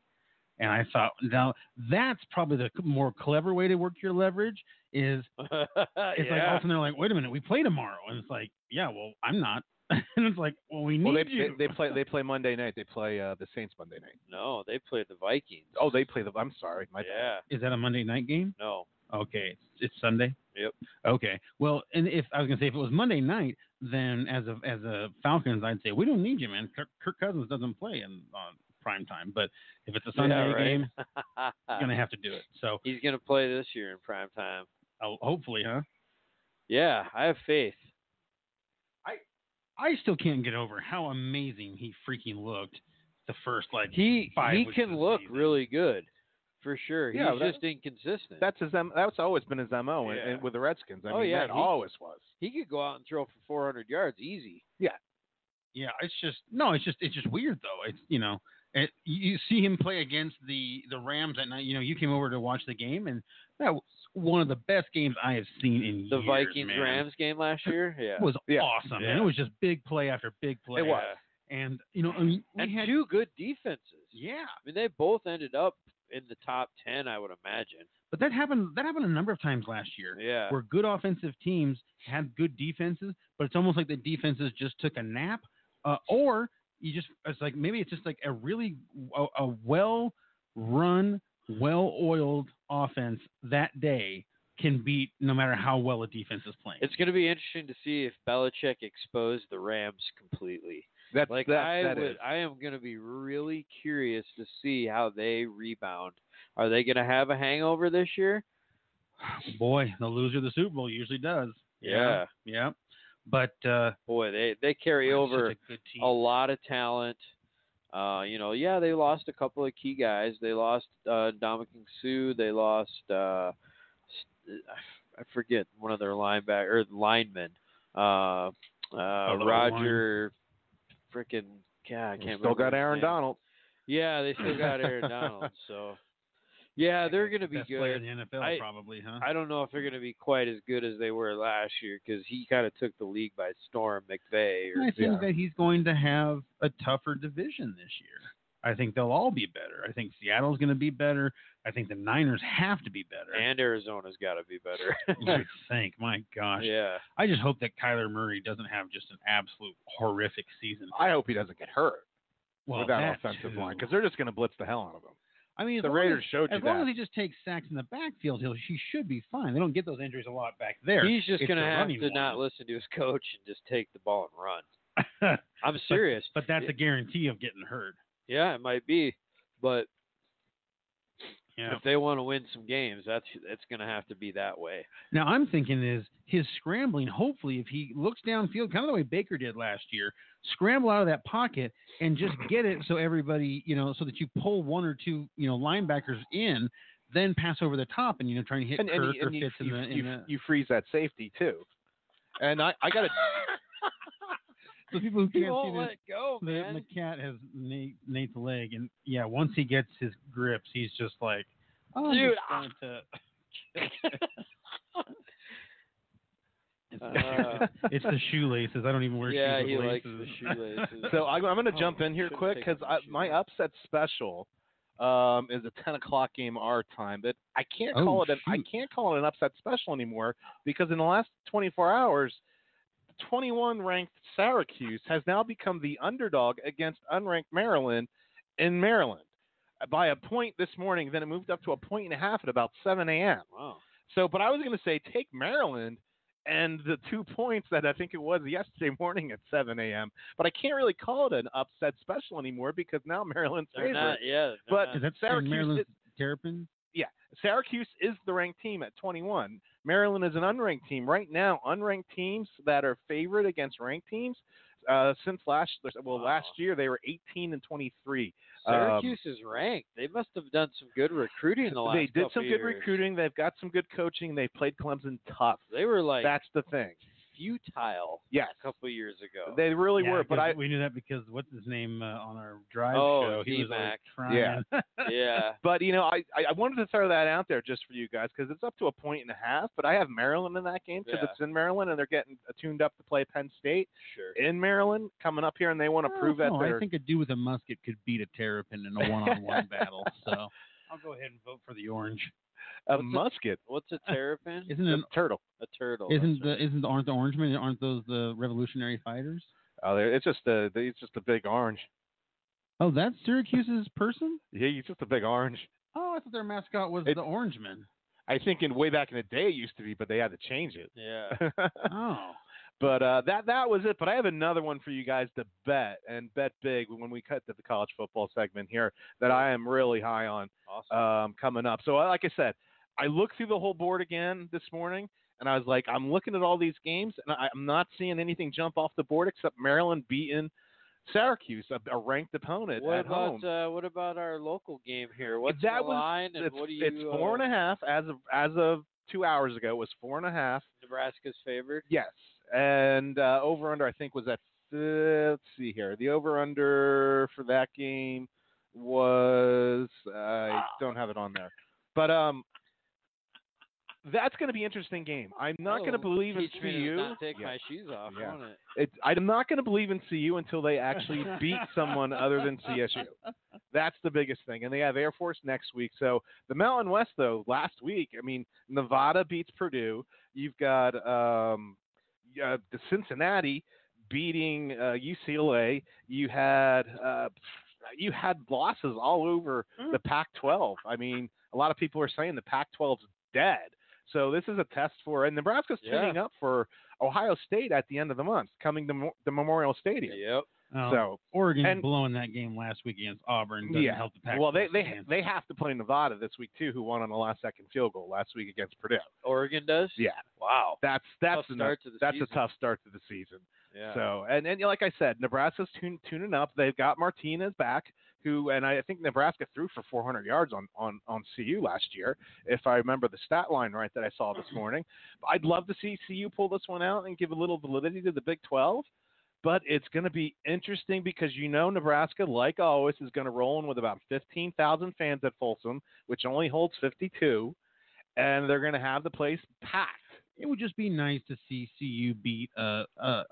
[SPEAKER 2] And I thought, now that's probably the more clever way to work your leverage is it's like all
[SPEAKER 3] Yeah.
[SPEAKER 2] of a sudden they're like, wait a minute, we play tomorrow, and it's like, yeah, well, I'm not, <laughs> and it's like, well, we need
[SPEAKER 4] well, they,
[SPEAKER 2] you.
[SPEAKER 4] they they play they play Monday night. They play uh, the Saints Monday night.
[SPEAKER 3] <laughs> no, they played the Vikings.
[SPEAKER 4] Oh, they play the. I'm sorry, my bad.
[SPEAKER 3] yeah.
[SPEAKER 2] Is that a Monday night game?
[SPEAKER 3] No.
[SPEAKER 2] Okay, it's, it's Sunday.
[SPEAKER 3] Yep.
[SPEAKER 2] Okay. Well, and if I was gonna say if it was Monday night, then as a as a Falcons, I'd say we don't need you, man. Kirk, Kirk Cousins doesn't play in on prime time, but if it's a Sunday
[SPEAKER 3] yeah, right?
[SPEAKER 2] game, you're
[SPEAKER 3] <laughs>
[SPEAKER 2] gonna have to do it. So
[SPEAKER 3] He's gonna play this year in prime time.
[SPEAKER 2] i hopefully, huh?
[SPEAKER 3] Yeah, I have faith.
[SPEAKER 2] I still can't get over how amazing he freaking looked the first like
[SPEAKER 3] He
[SPEAKER 2] Five
[SPEAKER 3] he
[SPEAKER 2] weeks of
[SPEAKER 3] can
[SPEAKER 2] the
[SPEAKER 3] look
[SPEAKER 2] season.
[SPEAKER 3] really good, for sure.
[SPEAKER 4] Yeah,
[SPEAKER 3] He's
[SPEAKER 4] that-
[SPEAKER 3] just inconsistent.
[SPEAKER 4] That's his. M- That's always been his mo. And,
[SPEAKER 3] Yeah.
[SPEAKER 4] and with the Redskins, I
[SPEAKER 3] Oh,
[SPEAKER 4] mean,
[SPEAKER 3] yeah,
[SPEAKER 4] that
[SPEAKER 3] he-
[SPEAKER 4] always was.
[SPEAKER 3] he could go out and throw for 400 yards easy.
[SPEAKER 2] yeah, it's just no, it's just it's just weird though. It's you know, it, you you see him play against the the Rams at night. You know, you came over to watch the game, and that was one of the best games I have seen in
[SPEAKER 3] The
[SPEAKER 2] years,
[SPEAKER 3] Vikings
[SPEAKER 2] man.
[SPEAKER 3] Rams game last
[SPEAKER 2] <laughs>
[SPEAKER 3] year. Yeah.
[SPEAKER 2] It was
[SPEAKER 4] Yeah.
[SPEAKER 2] awesome, man.
[SPEAKER 3] Yeah.
[SPEAKER 2] It was just big play after big play.
[SPEAKER 4] It was.
[SPEAKER 2] and you know, I mean, we
[SPEAKER 3] and
[SPEAKER 2] had
[SPEAKER 3] two good defenses.
[SPEAKER 2] yeah,
[SPEAKER 3] I mean, they both ended up in the top 10, I would imagine.
[SPEAKER 2] but that happened. That happened a number of times last year.
[SPEAKER 3] Yeah.
[SPEAKER 2] where good offensive teams had good defenses, but it's almost like the defenses just took a nap, uh, or you just it's like maybe it's just like a really a, a well run, well oiled offense that day can beat no matter how well a defense is playing.
[SPEAKER 3] It's going to be interesting to see if Belichick exposed the Rams completely.
[SPEAKER 4] That's
[SPEAKER 3] Like
[SPEAKER 4] that,
[SPEAKER 3] I
[SPEAKER 4] that
[SPEAKER 3] would,
[SPEAKER 4] is.
[SPEAKER 3] I am going to be really curious to see how they rebound. Are they going to have a hangover this year?
[SPEAKER 2] boy, the loser of the Super Bowl usually does.
[SPEAKER 3] Yeah.
[SPEAKER 2] yeah. But uh,
[SPEAKER 3] Boy, they they carry over
[SPEAKER 2] such a good team.
[SPEAKER 3] a lot of talent. Uh, you know, yeah, they lost a couple of key guys. They lost uh, Dominican Sue. They lost uh, s- I forget one of their linebacker or linemen. Uh, uh,
[SPEAKER 2] the O-line.
[SPEAKER 3] Roger, freaking God, I
[SPEAKER 4] We
[SPEAKER 3] can't remember.
[SPEAKER 4] Still got
[SPEAKER 3] his
[SPEAKER 4] Aaron
[SPEAKER 3] name.
[SPEAKER 4] Donald.
[SPEAKER 3] Yeah, they still
[SPEAKER 2] <laughs>
[SPEAKER 3] got Aaron Donald. So, yeah, they're gonna be
[SPEAKER 2] Best player
[SPEAKER 3] good.
[SPEAKER 2] in the NFL,
[SPEAKER 3] I-
[SPEAKER 2] probably, huh?
[SPEAKER 3] I don't know if they're gonna be quite as good as they were last year because he kind of took the league by storm, McVay. Or,
[SPEAKER 2] I think
[SPEAKER 4] Yeah.
[SPEAKER 2] that he's going to have a tougher division this year. I think they'll all be better. I think Seattle's going to be better. I think the Niners have to be better.
[SPEAKER 3] and Arizona's got to
[SPEAKER 2] <laughs>
[SPEAKER 3] be
[SPEAKER 2] you
[SPEAKER 3] better.
[SPEAKER 2] would think, my <laughs> gosh,
[SPEAKER 3] yeah.
[SPEAKER 2] I just hope that Kyler Murray doesn't have just an absolute horrific season.
[SPEAKER 4] I hope he doesn't get hurt
[SPEAKER 2] Well,
[SPEAKER 4] with that
[SPEAKER 2] that
[SPEAKER 4] offensive
[SPEAKER 2] too.
[SPEAKER 4] line because they're just going to blitz the hell out of him.
[SPEAKER 2] I mean, as
[SPEAKER 4] The
[SPEAKER 2] long as-
[SPEAKER 4] Raiders showed you
[SPEAKER 2] As long
[SPEAKER 4] that.
[SPEAKER 2] as he just takes sacks in the backfield, he'll he should be fine. They don't get those injuries a lot back there.
[SPEAKER 3] He's just
[SPEAKER 2] It's
[SPEAKER 3] going to
[SPEAKER 2] the
[SPEAKER 3] have
[SPEAKER 2] running
[SPEAKER 3] to not
[SPEAKER 2] line.
[SPEAKER 3] listen to his coach and just take the ball and run.
[SPEAKER 2] <laughs>
[SPEAKER 3] I'm serious.
[SPEAKER 2] but that's a guarantee of getting hurt.
[SPEAKER 3] yeah, it might be, but
[SPEAKER 2] Yeah.
[SPEAKER 3] if they want to win some games, that's it's going to have to be that way.
[SPEAKER 2] Now I'm thinking is his scrambling. Hopefully, if he looks downfield, kind of the way Baker did last year, scramble out of that pocket and just get it so everybody, you know, so that you pull one or two, you know, linebackers in, then pass over the top and you know trying to hit
[SPEAKER 4] And, and,
[SPEAKER 2] Kirk
[SPEAKER 4] you, and
[SPEAKER 2] or
[SPEAKER 4] you,
[SPEAKER 2] Fitz in
[SPEAKER 4] you-
[SPEAKER 2] the. In
[SPEAKER 4] you-
[SPEAKER 2] the
[SPEAKER 4] you freeze that safety too. And I, I got to
[SPEAKER 2] so people who
[SPEAKER 3] He
[SPEAKER 2] can't see
[SPEAKER 3] won't
[SPEAKER 2] this,
[SPEAKER 3] let go,
[SPEAKER 2] the,
[SPEAKER 3] man.
[SPEAKER 2] the cat has Nate, Nate's leg, and yeah, once he gets his grips, he's just like, oh, I'm
[SPEAKER 3] Dude, ah."
[SPEAKER 2] just going to. <laughs> It's,
[SPEAKER 3] <laughs> <laughs>
[SPEAKER 4] <laughs>
[SPEAKER 3] Uh,
[SPEAKER 2] it's the shoelaces. I don't even wear
[SPEAKER 3] yeah,
[SPEAKER 2] shoes.
[SPEAKER 3] he
[SPEAKER 2] with
[SPEAKER 3] likes the
[SPEAKER 2] laces.
[SPEAKER 3] shoelaces. <laughs>
[SPEAKER 4] So I, I'm going to
[SPEAKER 3] Oh,
[SPEAKER 4] jump in here
[SPEAKER 3] should've
[SPEAKER 4] quick
[SPEAKER 3] taken
[SPEAKER 4] because I,
[SPEAKER 3] the
[SPEAKER 4] my
[SPEAKER 3] shoelaces.
[SPEAKER 4] upset special um, is a 10 o'clock game our time, but I can't
[SPEAKER 2] Oh,
[SPEAKER 4] call it an I
[SPEAKER 2] shoot.
[SPEAKER 4] can't call it an upset special anymore because in the last 24 hours, 21 ranked Syracuse has now become the underdog against unranked Maryland in Maryland by a point this morning. Then it moved up to a point and a half at about 7 a.m.
[SPEAKER 3] Wow.
[SPEAKER 4] So, but I was going to say take Maryland and the two points that I think it was yesterday <laughs> morning at 7 a.m. But I can't really call it an upset special anymore because now Maryland's
[SPEAKER 3] They're
[SPEAKER 4] favorite.
[SPEAKER 3] not, yeah. they're
[SPEAKER 4] But-
[SPEAKER 2] <laughs>
[SPEAKER 3] not.
[SPEAKER 2] Is that
[SPEAKER 4] Syracuse
[SPEAKER 2] in Maryland
[SPEAKER 4] is-
[SPEAKER 2] Terrapins?
[SPEAKER 4] Syracuse is the ranked team at 21. Maryland is an unranked team right now. Unranked teams that are favored against ranked teams uh, since last well
[SPEAKER 3] Wow.
[SPEAKER 4] last year they were 18 and 23. um,
[SPEAKER 3] Syracuse is ranked. They must have done some good recruiting in the last
[SPEAKER 4] They did
[SPEAKER 3] couple
[SPEAKER 4] some good
[SPEAKER 3] years.
[SPEAKER 4] recruiting. They've got some good coaching. They played Clemson tough.
[SPEAKER 3] They were like
[SPEAKER 4] That's the thing.
[SPEAKER 3] futile
[SPEAKER 4] Yes,
[SPEAKER 3] a couple years ago.
[SPEAKER 4] they really
[SPEAKER 2] Yeah,
[SPEAKER 4] were. But
[SPEAKER 2] 'cause
[SPEAKER 4] I,
[SPEAKER 2] we knew that because what's his name uh, on our drive
[SPEAKER 3] Oh,
[SPEAKER 2] show? He was always
[SPEAKER 3] D-Mac.
[SPEAKER 2] trying.
[SPEAKER 4] Yeah.
[SPEAKER 3] <laughs> yeah.
[SPEAKER 4] but you know, I, I I wanted to throw that out there just for you guys because it's up to a point and a half. But I have Maryland in that game because
[SPEAKER 3] Yeah.
[SPEAKER 4] it's in Maryland and they're getting tuned up to play Penn State
[SPEAKER 3] Sure.
[SPEAKER 4] in Maryland coming up here, and they want
[SPEAKER 2] <laughs>
[SPEAKER 4] to
[SPEAKER 2] I
[SPEAKER 4] prove that
[SPEAKER 2] don't know.
[SPEAKER 4] they're
[SPEAKER 2] Oh, I think a dude with a musket could beat a terrapin in
[SPEAKER 4] <laughs>
[SPEAKER 2] a one-on-one battle. So I'll go ahead and vote for the orange.
[SPEAKER 4] a
[SPEAKER 3] What's the-
[SPEAKER 4] musket.
[SPEAKER 3] What's a terrapin?
[SPEAKER 2] Isn't it?
[SPEAKER 4] a turtle.
[SPEAKER 3] a turtle.
[SPEAKER 2] Isn't
[SPEAKER 3] that's
[SPEAKER 2] the isn't the, aren't the orange men? Aren't those the revolutionary fighters?
[SPEAKER 4] Oh, there. It's just a. It's just a big orange.
[SPEAKER 2] Oh, that's Syracuse's person.
[SPEAKER 4] Yeah, he's just a big orange.
[SPEAKER 2] Oh, I thought their mascot was
[SPEAKER 4] It-
[SPEAKER 2] the orange
[SPEAKER 4] <laughs>
[SPEAKER 2] man.
[SPEAKER 4] I think in way back in the day it used to be, but they had to change it. <laughs>
[SPEAKER 3] right. Yeah.
[SPEAKER 2] Oh,
[SPEAKER 4] but uh, that that was it. But I have another one for you guys to bet and bet big when we cut to the college football segment here that I am really high on
[SPEAKER 3] Awesome.
[SPEAKER 4] um, coming up. So I- like I said, I looked through the whole board again this morning. And I was like, I'm looking at all these games, and I, I'm not seeing anything jump off the board except Maryland beating Syracuse, a, a ranked opponent
[SPEAKER 3] what
[SPEAKER 4] at
[SPEAKER 3] about
[SPEAKER 4] home.
[SPEAKER 3] uh, what about our local game here? What's the
[SPEAKER 4] That was-
[SPEAKER 3] line and
[SPEAKER 4] it's,
[SPEAKER 3] what do you?
[SPEAKER 4] it's four and
[SPEAKER 3] uh,
[SPEAKER 4] a half as of as of two hours ago. It was four and a half.
[SPEAKER 3] Nebraska's favored.
[SPEAKER 4] Yes, and uh, over under I think was at uh, let's see here. The over under for that game was I don't have it on there, but um, that's going to be an interesting game. I'm not going to
[SPEAKER 3] That'll
[SPEAKER 4] believe in
[SPEAKER 3] Oh, teach me to
[SPEAKER 4] CU.
[SPEAKER 3] Not take
[SPEAKER 4] Yeah.
[SPEAKER 3] my shoes off.
[SPEAKER 4] Yeah.
[SPEAKER 3] won't it?
[SPEAKER 4] It, I'm not going to believe in CU until they actually beat someone other than CSU. That's the biggest thing. And they have Air Force next week. So the Mountain West, though, last week, I mean, Nevada beats Purdue. You've got um, uh, the Cincinnati beating uh, UCLA. You had uh, you had losses all over the Pac-12. I mean, a lot of people are saying the Pac-12's dead. So this is a test for, and Nebraska's
[SPEAKER 3] Yeah.
[SPEAKER 4] tuning up for Ohio State at the end of the month, coming to Mo- the Memorial Stadium.
[SPEAKER 3] Yep.
[SPEAKER 2] Oh,
[SPEAKER 4] So
[SPEAKER 2] Oregon
[SPEAKER 4] and-
[SPEAKER 2] blowing that game last week against Auburn doesn't
[SPEAKER 4] Yeah.
[SPEAKER 2] help the pack.
[SPEAKER 4] well, they they they have to play Nevada this week too, who won on the last second field goal last week against Purdue.
[SPEAKER 3] Oregon does.
[SPEAKER 4] Yeah,
[SPEAKER 3] Wow.
[SPEAKER 4] that's that's
[SPEAKER 3] Tough
[SPEAKER 4] an-
[SPEAKER 3] start to the
[SPEAKER 4] that's
[SPEAKER 3] season.
[SPEAKER 4] a tough start to the season.
[SPEAKER 3] Yeah.
[SPEAKER 4] So and and like I said, Nebraska's tun- tuning up. They've got Martinez back, who and I think Nebraska threw for 400 yards on on on CU last year, if I remember the stat line right that I saw this morning. I'd love to see CU pull this one out and give a little validity to the Big 12. But it's going to be interesting because you know Nebraska, like always, is going to roll in with about 15,000 fans at Folsom, which only holds 52, and they're going to have the place packed.
[SPEAKER 2] it would just be nice to see CU beat uh, a,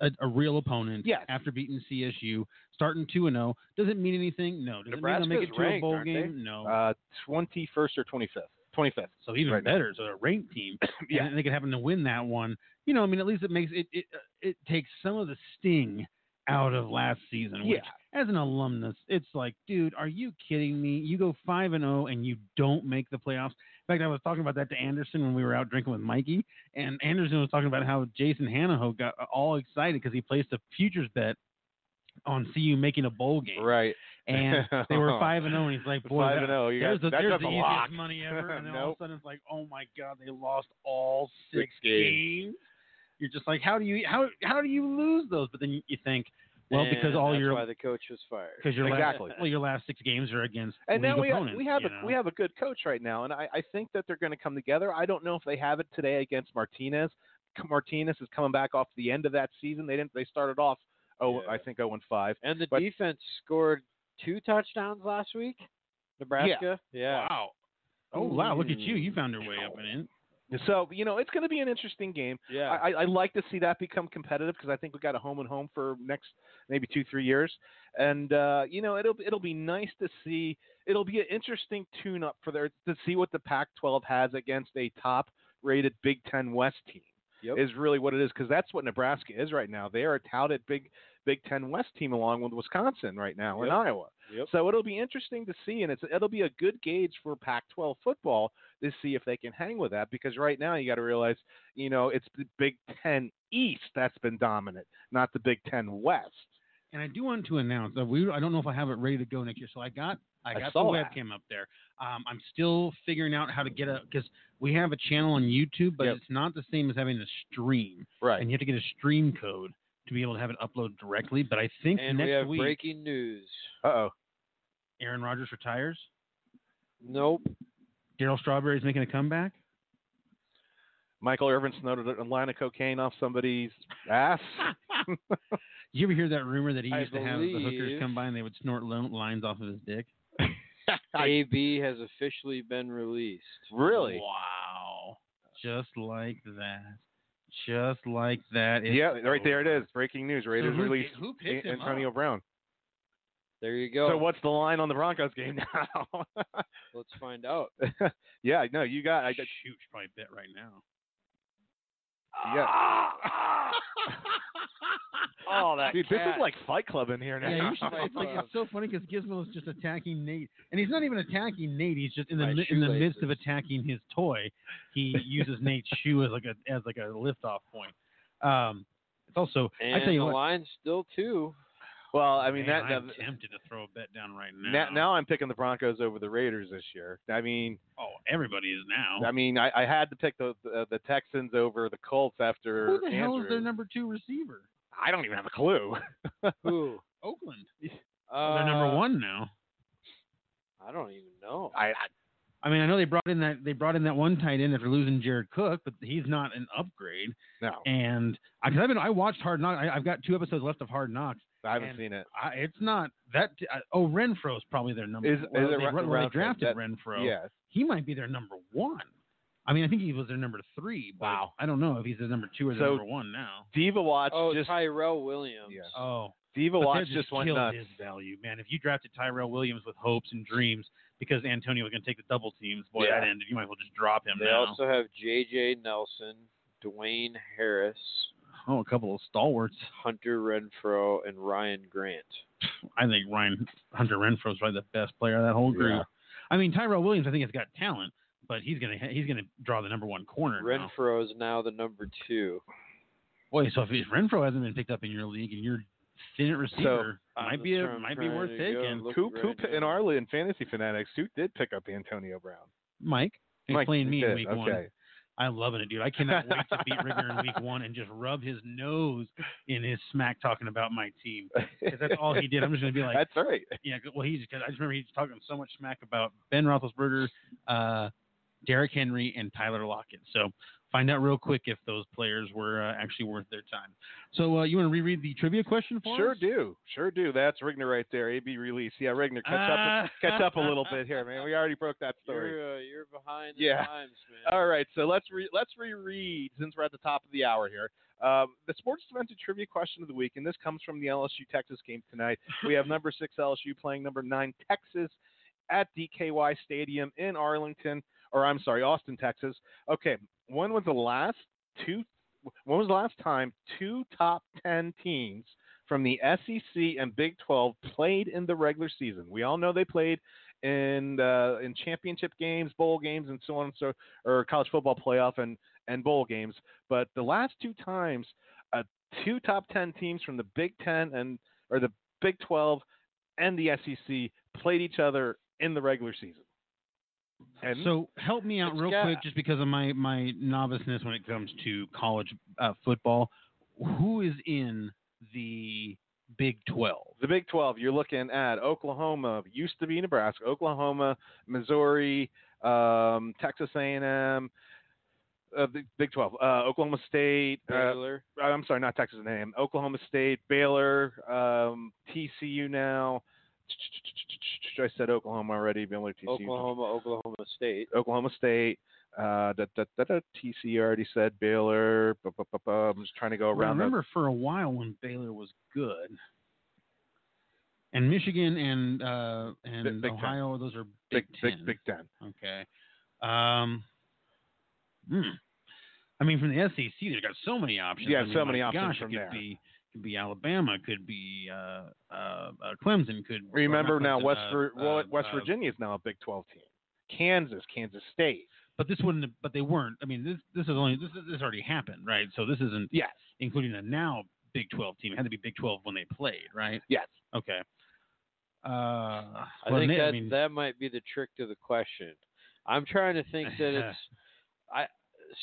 [SPEAKER 2] a a real opponent
[SPEAKER 4] Yes.
[SPEAKER 2] after beating CSU, starting two and zero. Does it mean anything? No. Does it mean they'll make
[SPEAKER 3] Nebraska's
[SPEAKER 2] it to a
[SPEAKER 3] ranked,
[SPEAKER 2] bowl
[SPEAKER 3] aren't they?
[SPEAKER 2] game? No.
[SPEAKER 4] Uh, 21st or 25th? 25th.
[SPEAKER 2] so even
[SPEAKER 4] right now.
[SPEAKER 2] better. So they're a ranked
[SPEAKER 4] <coughs>
[SPEAKER 2] team,
[SPEAKER 4] Yeah.
[SPEAKER 2] and they could happen to win that one. You know, I mean, at least it makes it it, uh, it takes some of the sting out of last season. Which, as an alumnus, it's like, dude, are you kidding me? You go five and zero and you don't make the playoffs. In fact, I was talking about that to Anderson when we were out drinking with Mikey, and Anderson was talking about how Jason Hanaho got all excited because he placed a futures bet on CU making a bowl game,
[SPEAKER 4] Right.
[SPEAKER 2] <laughs> and they
[SPEAKER 4] <laughs>
[SPEAKER 2] were five and zero, and he's like, boy,
[SPEAKER 4] five
[SPEAKER 2] that-
[SPEAKER 4] and oh, zero. You
[SPEAKER 2] there's
[SPEAKER 4] guys-
[SPEAKER 2] the,
[SPEAKER 4] that's
[SPEAKER 2] there's
[SPEAKER 4] up
[SPEAKER 2] the
[SPEAKER 4] a
[SPEAKER 2] easiest
[SPEAKER 4] <laughs> lock.
[SPEAKER 2] money ever, and then all of
[SPEAKER 4] Nope.
[SPEAKER 2] a sudden it's like, oh my god, they lost all six,
[SPEAKER 4] Six games.
[SPEAKER 2] games. You're just like, how do you how how do you lose those? But then you think, well, because
[SPEAKER 3] And
[SPEAKER 2] all
[SPEAKER 3] that's
[SPEAKER 2] your
[SPEAKER 3] why the coach was fired.
[SPEAKER 2] because your
[SPEAKER 4] Exactly.
[SPEAKER 2] last well your last six games are against
[SPEAKER 4] And
[SPEAKER 2] league
[SPEAKER 4] now we
[SPEAKER 2] opponents.
[SPEAKER 4] we have
[SPEAKER 2] you
[SPEAKER 4] a
[SPEAKER 2] know?
[SPEAKER 4] we have a good coach right now, and I, I think that they're going to come together. I don't know if they have it today against Martinez. C- Martinez is coming back off the end of that season. They didn't. They started off. Oh,
[SPEAKER 3] Yeah.
[SPEAKER 4] I think zero and five.
[SPEAKER 3] And the
[SPEAKER 4] But-
[SPEAKER 3] defense scored two touchdowns last week. Nebraska. Yeah.
[SPEAKER 2] wow. Oh wow, look at you!
[SPEAKER 3] Ooh.
[SPEAKER 2] You found your way up in it.
[SPEAKER 4] So you know it's going to be an interesting game.
[SPEAKER 3] Yeah.
[SPEAKER 4] I, I- I like to see that become competitive because I think we got a home and home for next maybe two three years, and uh, you know it'll it'll be nice to see. It'll be an interesting tune up for there to see what the Pac-12 has against a top-rated Big Ten West team.
[SPEAKER 3] Yep.
[SPEAKER 4] Is really what it is because that's what Nebraska is right now. They are a touted Big Big Ten West team along with Wisconsin right now and
[SPEAKER 3] Yep.
[SPEAKER 4] Iowa.
[SPEAKER 3] Yep.
[SPEAKER 4] So it'll be interesting to see, and it's it'll be a good gauge for Pac-12 football to see if they can hang with that. Because right now you got to realize, you know, it's the Big Ten East that's been dominant, not the Big Ten West.
[SPEAKER 2] And I do want to announce that we I don't know if I have it ready to go next year. So I got I
[SPEAKER 4] I
[SPEAKER 2] got the
[SPEAKER 4] saw that.
[SPEAKER 2] webcam up there. Um, I'm still figuring out how to get a because we have a channel on YouTube, but
[SPEAKER 4] Yep.
[SPEAKER 2] it's not the same as having a stream.
[SPEAKER 4] Right.
[SPEAKER 2] and you have to get a stream code to be able to have it upload directly. But I think
[SPEAKER 3] and
[SPEAKER 2] next
[SPEAKER 3] we have
[SPEAKER 2] week
[SPEAKER 3] breaking news.
[SPEAKER 4] Uh oh.
[SPEAKER 2] Aaron Rodgers retires.
[SPEAKER 3] Nope.
[SPEAKER 2] Daryl Strawberry's making a comeback.
[SPEAKER 4] Michael Irvin snowed a line of cocaine off somebody's ass.
[SPEAKER 2] You ever hear that rumor that he
[SPEAKER 3] I
[SPEAKER 2] used to have the hookers
[SPEAKER 3] believe-
[SPEAKER 2] come by and they would snort lo- lines off of his dick?
[SPEAKER 3] AB has officially been released.
[SPEAKER 4] really?
[SPEAKER 2] Wow. Just like that. Just like that. It's
[SPEAKER 4] yeah, right there it
[SPEAKER 2] over.
[SPEAKER 4] is. Breaking news. Raiders
[SPEAKER 2] who-
[SPEAKER 4] released
[SPEAKER 1] Who
[SPEAKER 4] A-
[SPEAKER 1] picked him
[SPEAKER 4] Antonio
[SPEAKER 1] up?
[SPEAKER 4] Brown.
[SPEAKER 3] There you go.
[SPEAKER 4] So what's the line on the Broncos game now?
[SPEAKER 3] Let's
[SPEAKER 2] <laughs>
[SPEAKER 3] find out.
[SPEAKER 4] <laughs> yeah, no, you got. I,
[SPEAKER 2] Shoot, you should probably bet right now.
[SPEAKER 4] yeah.
[SPEAKER 1] Oh, that
[SPEAKER 4] Dude, this is like Fight Club in here now.
[SPEAKER 2] Yeah,
[SPEAKER 4] <laughs>
[SPEAKER 2] you should.
[SPEAKER 3] Fight
[SPEAKER 2] It's like
[SPEAKER 3] Club.
[SPEAKER 2] it's so funny because Gizmo's just attacking Nate, and he's not even attacking Nate. He's just in the
[SPEAKER 3] My
[SPEAKER 2] mi- in the midst
[SPEAKER 3] shoelaces.
[SPEAKER 2] of attacking his toy. He uses
[SPEAKER 4] <laughs>
[SPEAKER 2] Nate's shoe as like a as like a lift off point. Um, it's also
[SPEAKER 3] And
[SPEAKER 2] I tell you
[SPEAKER 3] the
[SPEAKER 2] what.
[SPEAKER 3] line's still two.
[SPEAKER 4] well, I mean
[SPEAKER 2] man,
[SPEAKER 4] that.
[SPEAKER 2] I'm tempted to throw a bet down right now.
[SPEAKER 4] now, now I'm picking the Broncos over the Raiders this year. I mean,
[SPEAKER 2] oh, everybody is now.
[SPEAKER 4] I mean, I, I had to pick the, the the Texans over the Colts after.
[SPEAKER 2] Who the hell is
[SPEAKER 4] Andrew.
[SPEAKER 2] their number two receiver?
[SPEAKER 4] I don't even have a clue. <laughs>
[SPEAKER 2] <laughs>
[SPEAKER 3] Who?
[SPEAKER 2] Oakland.
[SPEAKER 3] Uh,
[SPEAKER 2] they're number one now.
[SPEAKER 3] I don't even know.
[SPEAKER 4] I, I
[SPEAKER 2] I mean, I know they brought in that they brought in that one tight end after losing Jared Cook, but he's not an upgrade.
[SPEAKER 4] no,
[SPEAKER 2] And I, cause I've been I watched Hard Knocks. I, I've got two episodes left of Hard Knocks.
[SPEAKER 4] I haven't
[SPEAKER 2] and-
[SPEAKER 4] seen it.
[SPEAKER 2] I, it's not that. I, oh, Renfro's probably their number.
[SPEAKER 4] Is- is
[SPEAKER 2] well,
[SPEAKER 4] it
[SPEAKER 2] they,
[SPEAKER 4] Ren-
[SPEAKER 2] well, they
[SPEAKER 4] Renfro?
[SPEAKER 2] drafted
[SPEAKER 4] That-
[SPEAKER 2] Renfro.
[SPEAKER 4] Yes.
[SPEAKER 2] he might be their number one. I mean, I think he was their number three. But
[SPEAKER 4] Wow.
[SPEAKER 2] I don't know if he's their number two or their
[SPEAKER 4] So-
[SPEAKER 2] number one now.
[SPEAKER 4] Diva Watch
[SPEAKER 3] oh,
[SPEAKER 4] just
[SPEAKER 3] Tyrell Williams.
[SPEAKER 4] Yeah.
[SPEAKER 2] Oh,
[SPEAKER 4] Diva
[SPEAKER 2] but that
[SPEAKER 4] Watch uh,
[SPEAKER 2] just,
[SPEAKER 4] just went
[SPEAKER 2] killed
[SPEAKER 4] nuts.
[SPEAKER 2] his value, man. If you drafted Tyrell Williams with hopes and dreams because Antonio was going to take the double teams, boy,
[SPEAKER 4] Yeah.
[SPEAKER 2] that ended. You might as well just drop him
[SPEAKER 3] They
[SPEAKER 2] now.
[SPEAKER 3] also have J.J. Nelson, Dwayne Harris,
[SPEAKER 2] oh, a couple of stalwarts.
[SPEAKER 3] Hunter Renfro, and Ryan Grant.
[SPEAKER 2] I think Ryan Hunter Renfro is probably the best player of that whole group.
[SPEAKER 4] Yeah.
[SPEAKER 2] I mean, Tyrell Williams, I think, has got talent, but he's gonna he's gonna draw the number one corner. now.
[SPEAKER 3] Renfro is now the number two.
[SPEAKER 2] Boy, so if, if Renfro hasn't been picked up in your league and you're thin at receiver,
[SPEAKER 3] I'm
[SPEAKER 2] might be a,
[SPEAKER 3] trying-
[SPEAKER 2] might be
[SPEAKER 3] trying
[SPEAKER 2] worth
[SPEAKER 3] to go
[SPEAKER 2] taking.
[SPEAKER 3] look
[SPEAKER 4] Who,
[SPEAKER 3] right
[SPEAKER 4] who p- in
[SPEAKER 3] now.
[SPEAKER 4] our league, in fantasy fanatics who did pick up Antonio Brown?
[SPEAKER 2] Mike, he's
[SPEAKER 4] Mike
[SPEAKER 2] playing me
[SPEAKER 4] did,
[SPEAKER 2] in week
[SPEAKER 4] okay.
[SPEAKER 2] one. I'm loving it, dude. I cannot wait to beat Rigger in week one and just rub his nose in his smack talking about my team because that's all he did. I'm just gonna be like,
[SPEAKER 4] That's right.
[SPEAKER 2] Yeah, good- well, he's because I just remember he's talking so much smack about Ben Roethlisberger, uh, Derrick Henry, and Tyler Lockett. So find out real quick if those players were uh, actually worth their time. So uh, you want to reread the trivia question for
[SPEAKER 4] Sure
[SPEAKER 2] us?
[SPEAKER 4] do. Sure do. That's Rigner right there. AB release. Yeah, Rigner, catch up
[SPEAKER 2] Ah.
[SPEAKER 4] catch up
[SPEAKER 2] <laughs>
[SPEAKER 4] a little bit here, man. We already broke that story.
[SPEAKER 3] You're, uh, you're behind the
[SPEAKER 4] Yeah.
[SPEAKER 3] times, man.
[SPEAKER 4] All right, so let's re- let's reread since we're at the top of the hour here. Um, the sports defensive trivia question of the week, and this comes from the LSU Texas game tonight. We have number six LSU playing number nine Texas at DKY Stadium in Arlington, or I'm sorry, Austin, Texas. Okay, when was the last two? When was the last time two top ten teams from the SEC and Big 12 played in the regular season? We all know they played in uh, in championship games, bowl games, and so on and so or college football playoff and and bowl games. But the last two times, uh, two top ten teams from the Big Ten and or the Big Twelve and the SEC played each other in the regular season. And
[SPEAKER 2] So help me out
[SPEAKER 4] It's
[SPEAKER 2] real
[SPEAKER 4] got-
[SPEAKER 2] quick, just because of my my noviceness when it comes to college uh, football. Who is in the Big Twelve?
[SPEAKER 4] the Big Twelve, you're looking at Oklahoma, used to be Nebraska, Oklahoma, Missouri, um, Texas A&M. Uh, the Big 12, uh, Oklahoma State, uh,
[SPEAKER 3] Baylor.
[SPEAKER 4] uh, I'm sorry, not Texas A&M, Oklahoma State, Baylor, um, TCU now. I said Oklahoma already. Baylor, TCU,
[SPEAKER 3] Oklahoma, Oklahoma State.
[SPEAKER 4] Oklahoma State. Uh, da, da, da, da, TCU already said Baylor. bu- bu- bu- bu- I'm just trying to go
[SPEAKER 2] Well, I
[SPEAKER 4] around. the-
[SPEAKER 2] remember for a while when Baylor was good, and Michigan and uh, and
[SPEAKER 4] Big- Big Ten.
[SPEAKER 2] Ohio, those are
[SPEAKER 4] Big,
[SPEAKER 2] Big,
[SPEAKER 4] big,
[SPEAKER 2] Ten.
[SPEAKER 4] Big Ten.
[SPEAKER 2] Okay. Um. hmm. I mean, from the SEC, they've got so many options.
[SPEAKER 4] Yeah,
[SPEAKER 2] I mean,
[SPEAKER 4] so many
[SPEAKER 2] my
[SPEAKER 4] options
[SPEAKER 2] gosh,
[SPEAKER 4] from
[SPEAKER 2] it could
[SPEAKER 4] there.
[SPEAKER 2] Be, could be Alabama. Could be uh, uh, uh, Clemson. Could or not
[SPEAKER 4] Remember now,
[SPEAKER 2] Clemson,
[SPEAKER 4] West
[SPEAKER 2] uh,
[SPEAKER 4] Vir- well,
[SPEAKER 2] uh,
[SPEAKER 4] West
[SPEAKER 2] uh,
[SPEAKER 4] Virginia is now a Big 12 team. Kansas, Kansas State.
[SPEAKER 2] But this wouldn't. But they weren't. I mean, this this is only this is- this already happened, right? So this isn't
[SPEAKER 4] Yes,
[SPEAKER 2] including the now Big 12 team. It had to be Big 12 when they played, right?
[SPEAKER 4] yes.
[SPEAKER 2] Okay. Uh, I
[SPEAKER 3] I think that that might be the trick to the question. I'm trying to think
[SPEAKER 4] <laughs>
[SPEAKER 3] that it's I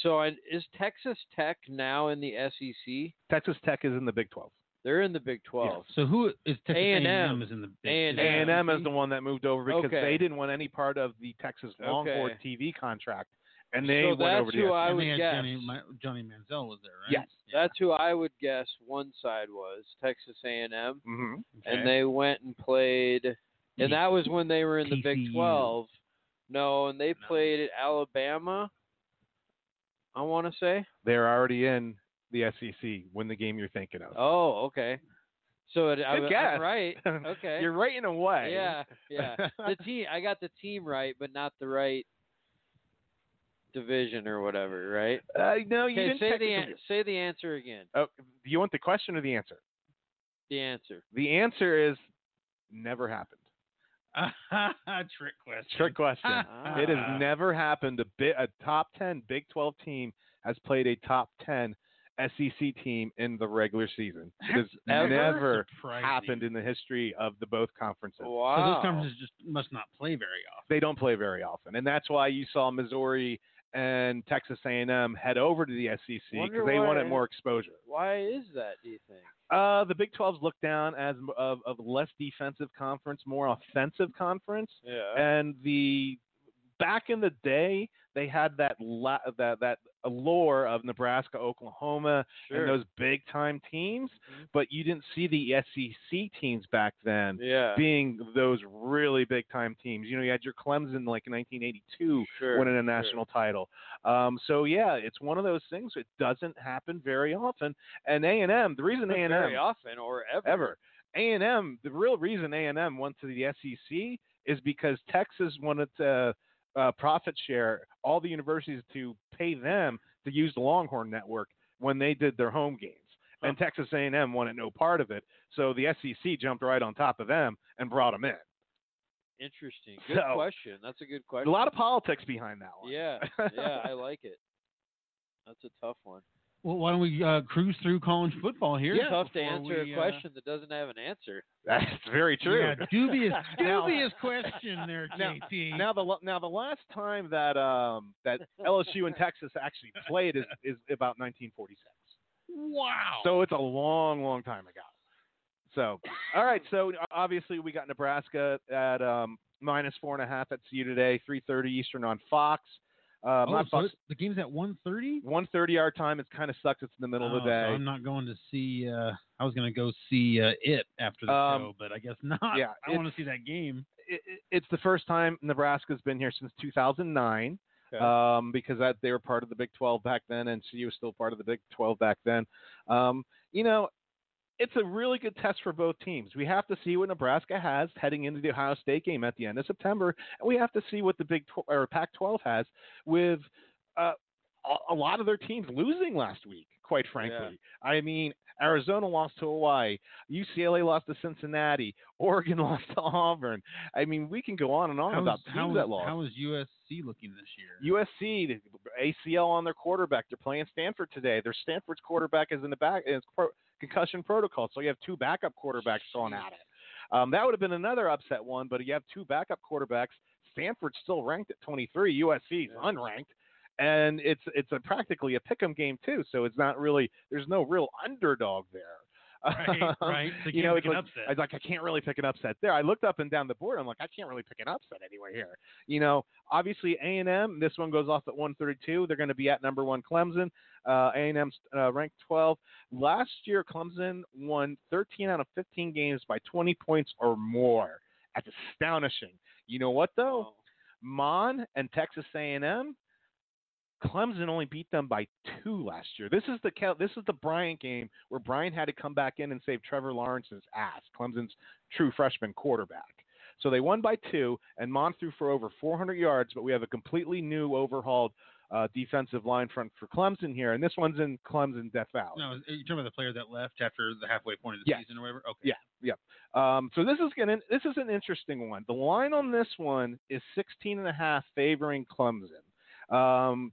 [SPEAKER 3] so I, is Texas Tech now in the SEC?
[SPEAKER 4] Texas Tech is in the Big 12.
[SPEAKER 3] They're in the Big 12.
[SPEAKER 2] so who is Texas
[SPEAKER 3] A&M.
[SPEAKER 2] A&M, is in the
[SPEAKER 3] A&M.
[SPEAKER 2] Big
[SPEAKER 4] A and M
[SPEAKER 2] is
[SPEAKER 4] is the one that moved over because
[SPEAKER 3] Okay.
[SPEAKER 4] they didn't want any part of the Texas Longhorn
[SPEAKER 3] Okay.
[SPEAKER 4] TV contract, and they
[SPEAKER 3] So
[SPEAKER 4] went
[SPEAKER 3] that's
[SPEAKER 4] over to
[SPEAKER 3] who
[SPEAKER 4] the E
[SPEAKER 3] I
[SPEAKER 2] and
[SPEAKER 3] would
[SPEAKER 2] they had
[SPEAKER 3] guess.
[SPEAKER 2] Johnny, Ma- Johnny Manziel was there, right?
[SPEAKER 4] Yes.
[SPEAKER 3] That's who I would guess one side was Texas A&M,
[SPEAKER 4] hmm
[SPEAKER 2] <laughs>
[SPEAKER 3] and they went and played, and that was when they were in the Big
[SPEAKER 2] TCU.
[SPEAKER 3] 12. No, and they
[SPEAKER 2] No.
[SPEAKER 3] played at Alabama. I want to say.
[SPEAKER 4] They're already in the SEC. Win the game you're thinking of.
[SPEAKER 3] Oh, okay. So it, I,
[SPEAKER 4] Good
[SPEAKER 3] am
[SPEAKER 4] guess.
[SPEAKER 3] right. Oh, Okay.
[SPEAKER 4] <laughs> You're right in a way.
[SPEAKER 3] Yeah, yeah.
[SPEAKER 4] <laughs>
[SPEAKER 3] the team. I got the team right, but not the right division or whatever. Right.
[SPEAKER 4] Uh, no, you
[SPEAKER 3] Okay.
[SPEAKER 4] didn't
[SPEAKER 3] Say the
[SPEAKER 4] technically-
[SPEAKER 3] an- say the answer again.
[SPEAKER 4] Oh, do you want the question or the answer?
[SPEAKER 3] The answer.
[SPEAKER 4] The answer is never happened.
[SPEAKER 2] Ah, trick question.
[SPEAKER 4] Trick question.
[SPEAKER 3] <laughs> Ah.
[SPEAKER 4] It
[SPEAKER 2] Uh-huh.
[SPEAKER 4] has never happened. A, bi- a top 10 Big 12 team has played a top 10 SEC team in the regular season. It has
[SPEAKER 2] That's
[SPEAKER 4] never
[SPEAKER 2] surprising.
[SPEAKER 4] happened in the history of the both conferences.
[SPEAKER 2] So
[SPEAKER 3] Wow.
[SPEAKER 2] those conferences just must not play very often.
[SPEAKER 4] They don't play very often, and that's why you saw Missouri and Texas A&M head over to the SEC
[SPEAKER 3] Wonder
[SPEAKER 4] because they
[SPEAKER 3] why-
[SPEAKER 4] wanted more exposure.
[SPEAKER 3] Why is that? Do you think?
[SPEAKER 4] Uh, the Big 12's looked down as m- of, of less defensive conference, more offensive conference.
[SPEAKER 3] Yeah.
[SPEAKER 4] and the back in the day they had that la- that that allure of Nebraska, Oklahoma,
[SPEAKER 3] Sure.
[SPEAKER 4] and those big time teams,
[SPEAKER 3] Mhm.
[SPEAKER 4] but you didn't see the SEC teams back then
[SPEAKER 3] yeah.
[SPEAKER 4] being those really big time teams. You know, you had your Clemson like in 1982
[SPEAKER 3] sure.
[SPEAKER 4] winning a
[SPEAKER 3] sure.
[SPEAKER 4] national title. Um, so yeah, it's one of those things. It doesn't happen very often. And A and M, the reason A
[SPEAKER 3] Not
[SPEAKER 4] and
[SPEAKER 3] very
[SPEAKER 4] M
[SPEAKER 3] often or ever.
[SPEAKER 4] ever. A and M. The real reason A and M went to the SEC is because Texas wanted to uh, profit share all the universities to pay them to use the Longhorn Network when they did their home games, and Texas A and M wanted no part of it. So the SEC jumped right on top of them and brought them in. <laughs>
[SPEAKER 3] Interesting. Good
[SPEAKER 4] So-
[SPEAKER 3] question. That's a good
[SPEAKER 4] A
[SPEAKER 3] question.
[SPEAKER 4] lot of politics behind that one.
[SPEAKER 3] Yeah. Yeah. I like it. That's a tough one.
[SPEAKER 2] Well, why don't we uh, cruise through college football here?
[SPEAKER 3] It's tough to
[SPEAKER 2] before
[SPEAKER 3] answer
[SPEAKER 2] we,
[SPEAKER 3] a
[SPEAKER 2] uh,
[SPEAKER 3] question that doesn't have an answer.
[SPEAKER 4] That's <laughs> very true.
[SPEAKER 2] Yeah, dubious,
[SPEAKER 4] <laughs> Now-
[SPEAKER 2] dubious question there,
[SPEAKER 4] now-
[SPEAKER 2] JT.
[SPEAKER 4] Now the la- now the last time that um that LSU and Texas actually played is is about 1946.
[SPEAKER 2] wow.
[SPEAKER 4] So it's a long, long time ago. So, all right. So obviously we got Nebraska at um, minus four and a half at CU today, three thirty Eastern on Fox. Um,
[SPEAKER 2] oh,
[SPEAKER 4] not
[SPEAKER 2] so
[SPEAKER 4] Fox
[SPEAKER 2] it's- the game's at 1.30?
[SPEAKER 4] one thirty our time. It's kind of sucks. It's in the middle of
[SPEAKER 2] Oh,
[SPEAKER 4] the
[SPEAKER 2] so
[SPEAKER 4] day.
[SPEAKER 2] I'm not going to see. Uh, I was going to go see uh, it after the
[SPEAKER 4] Um,
[SPEAKER 2] show, but I guess not. <laughs>
[SPEAKER 4] yeah,
[SPEAKER 2] I want to see that game.
[SPEAKER 4] it, it- it's the first time Nebraska's been here since 2009.
[SPEAKER 3] Okay.
[SPEAKER 4] Um, because that they were part of the Big 12 back then, and CU was still part of the Big 12 back then. Um, you know, it's a really good test for both teams. We have to see what Nebraska has heading into the Ohio State game at the end of September, and we have to see what the Big 12 or Pac-12 has with uh, a, a lot of their teams losing last week. Quite frankly, I mean, Arizona lost to Hawaii, UCLA lost to Cincinnati, <laughs> Oregon lost to Auburn. I mean, we can go on and on
[SPEAKER 2] How's-
[SPEAKER 4] about teams
[SPEAKER 2] how is-
[SPEAKER 4] that lost.
[SPEAKER 2] How is USC looking this year?
[SPEAKER 4] USC, the ACL on their quarterback. They're playing Stanford today. Their Stanford's quarterback is in the back is pro, concussion protocol, so you have two backup quarterbacks going at it. Um, that would have been another upset one, but you have two backup quarterbacks. Stanford's still ranked at 23. USC's
[SPEAKER 3] Yeah.
[SPEAKER 4] unranked, and it's it's a practically a pick'em game too. So it's not really there's no real underdog there. <laughs>
[SPEAKER 2] right, right. So
[SPEAKER 4] you know,
[SPEAKER 2] can't make
[SPEAKER 4] it's like,
[SPEAKER 2] an
[SPEAKER 4] I was
[SPEAKER 2] upset.
[SPEAKER 4] like, I can't really pick an upset there. I looked up and down the board. I'm like, I can't really pick an upset anywhere here. You know, obviously A and M. This one goes off at 132. They're going to be at number one Clemson. Uh, A and M's uh, ranked 12. Last year, Clemson won 13 out of 15 games by 20 points or more. That's astonishing. You know what though?
[SPEAKER 3] Wow.
[SPEAKER 4] Mon and Texas A&M. Clemson only beat them by two last year. This is the Cal- this is the Bryant game where Bryant had to come back in and save Trevor Lawrence's ass, Clemson's true freshman quarterback. So they won by two, and Mon threw for over 400 yards. But we have a completely new, overhauled uh, defensive line front for Clemson here, and this one's in Clemson Death Valley.
[SPEAKER 2] No, are you talking about the player that left after the halfway point of the
[SPEAKER 4] Yeah.
[SPEAKER 2] season or whatever? Okay.
[SPEAKER 4] Um, so this is gonna this is an interesting one. The line on this one is 16 and a half favoring Clemson. Um,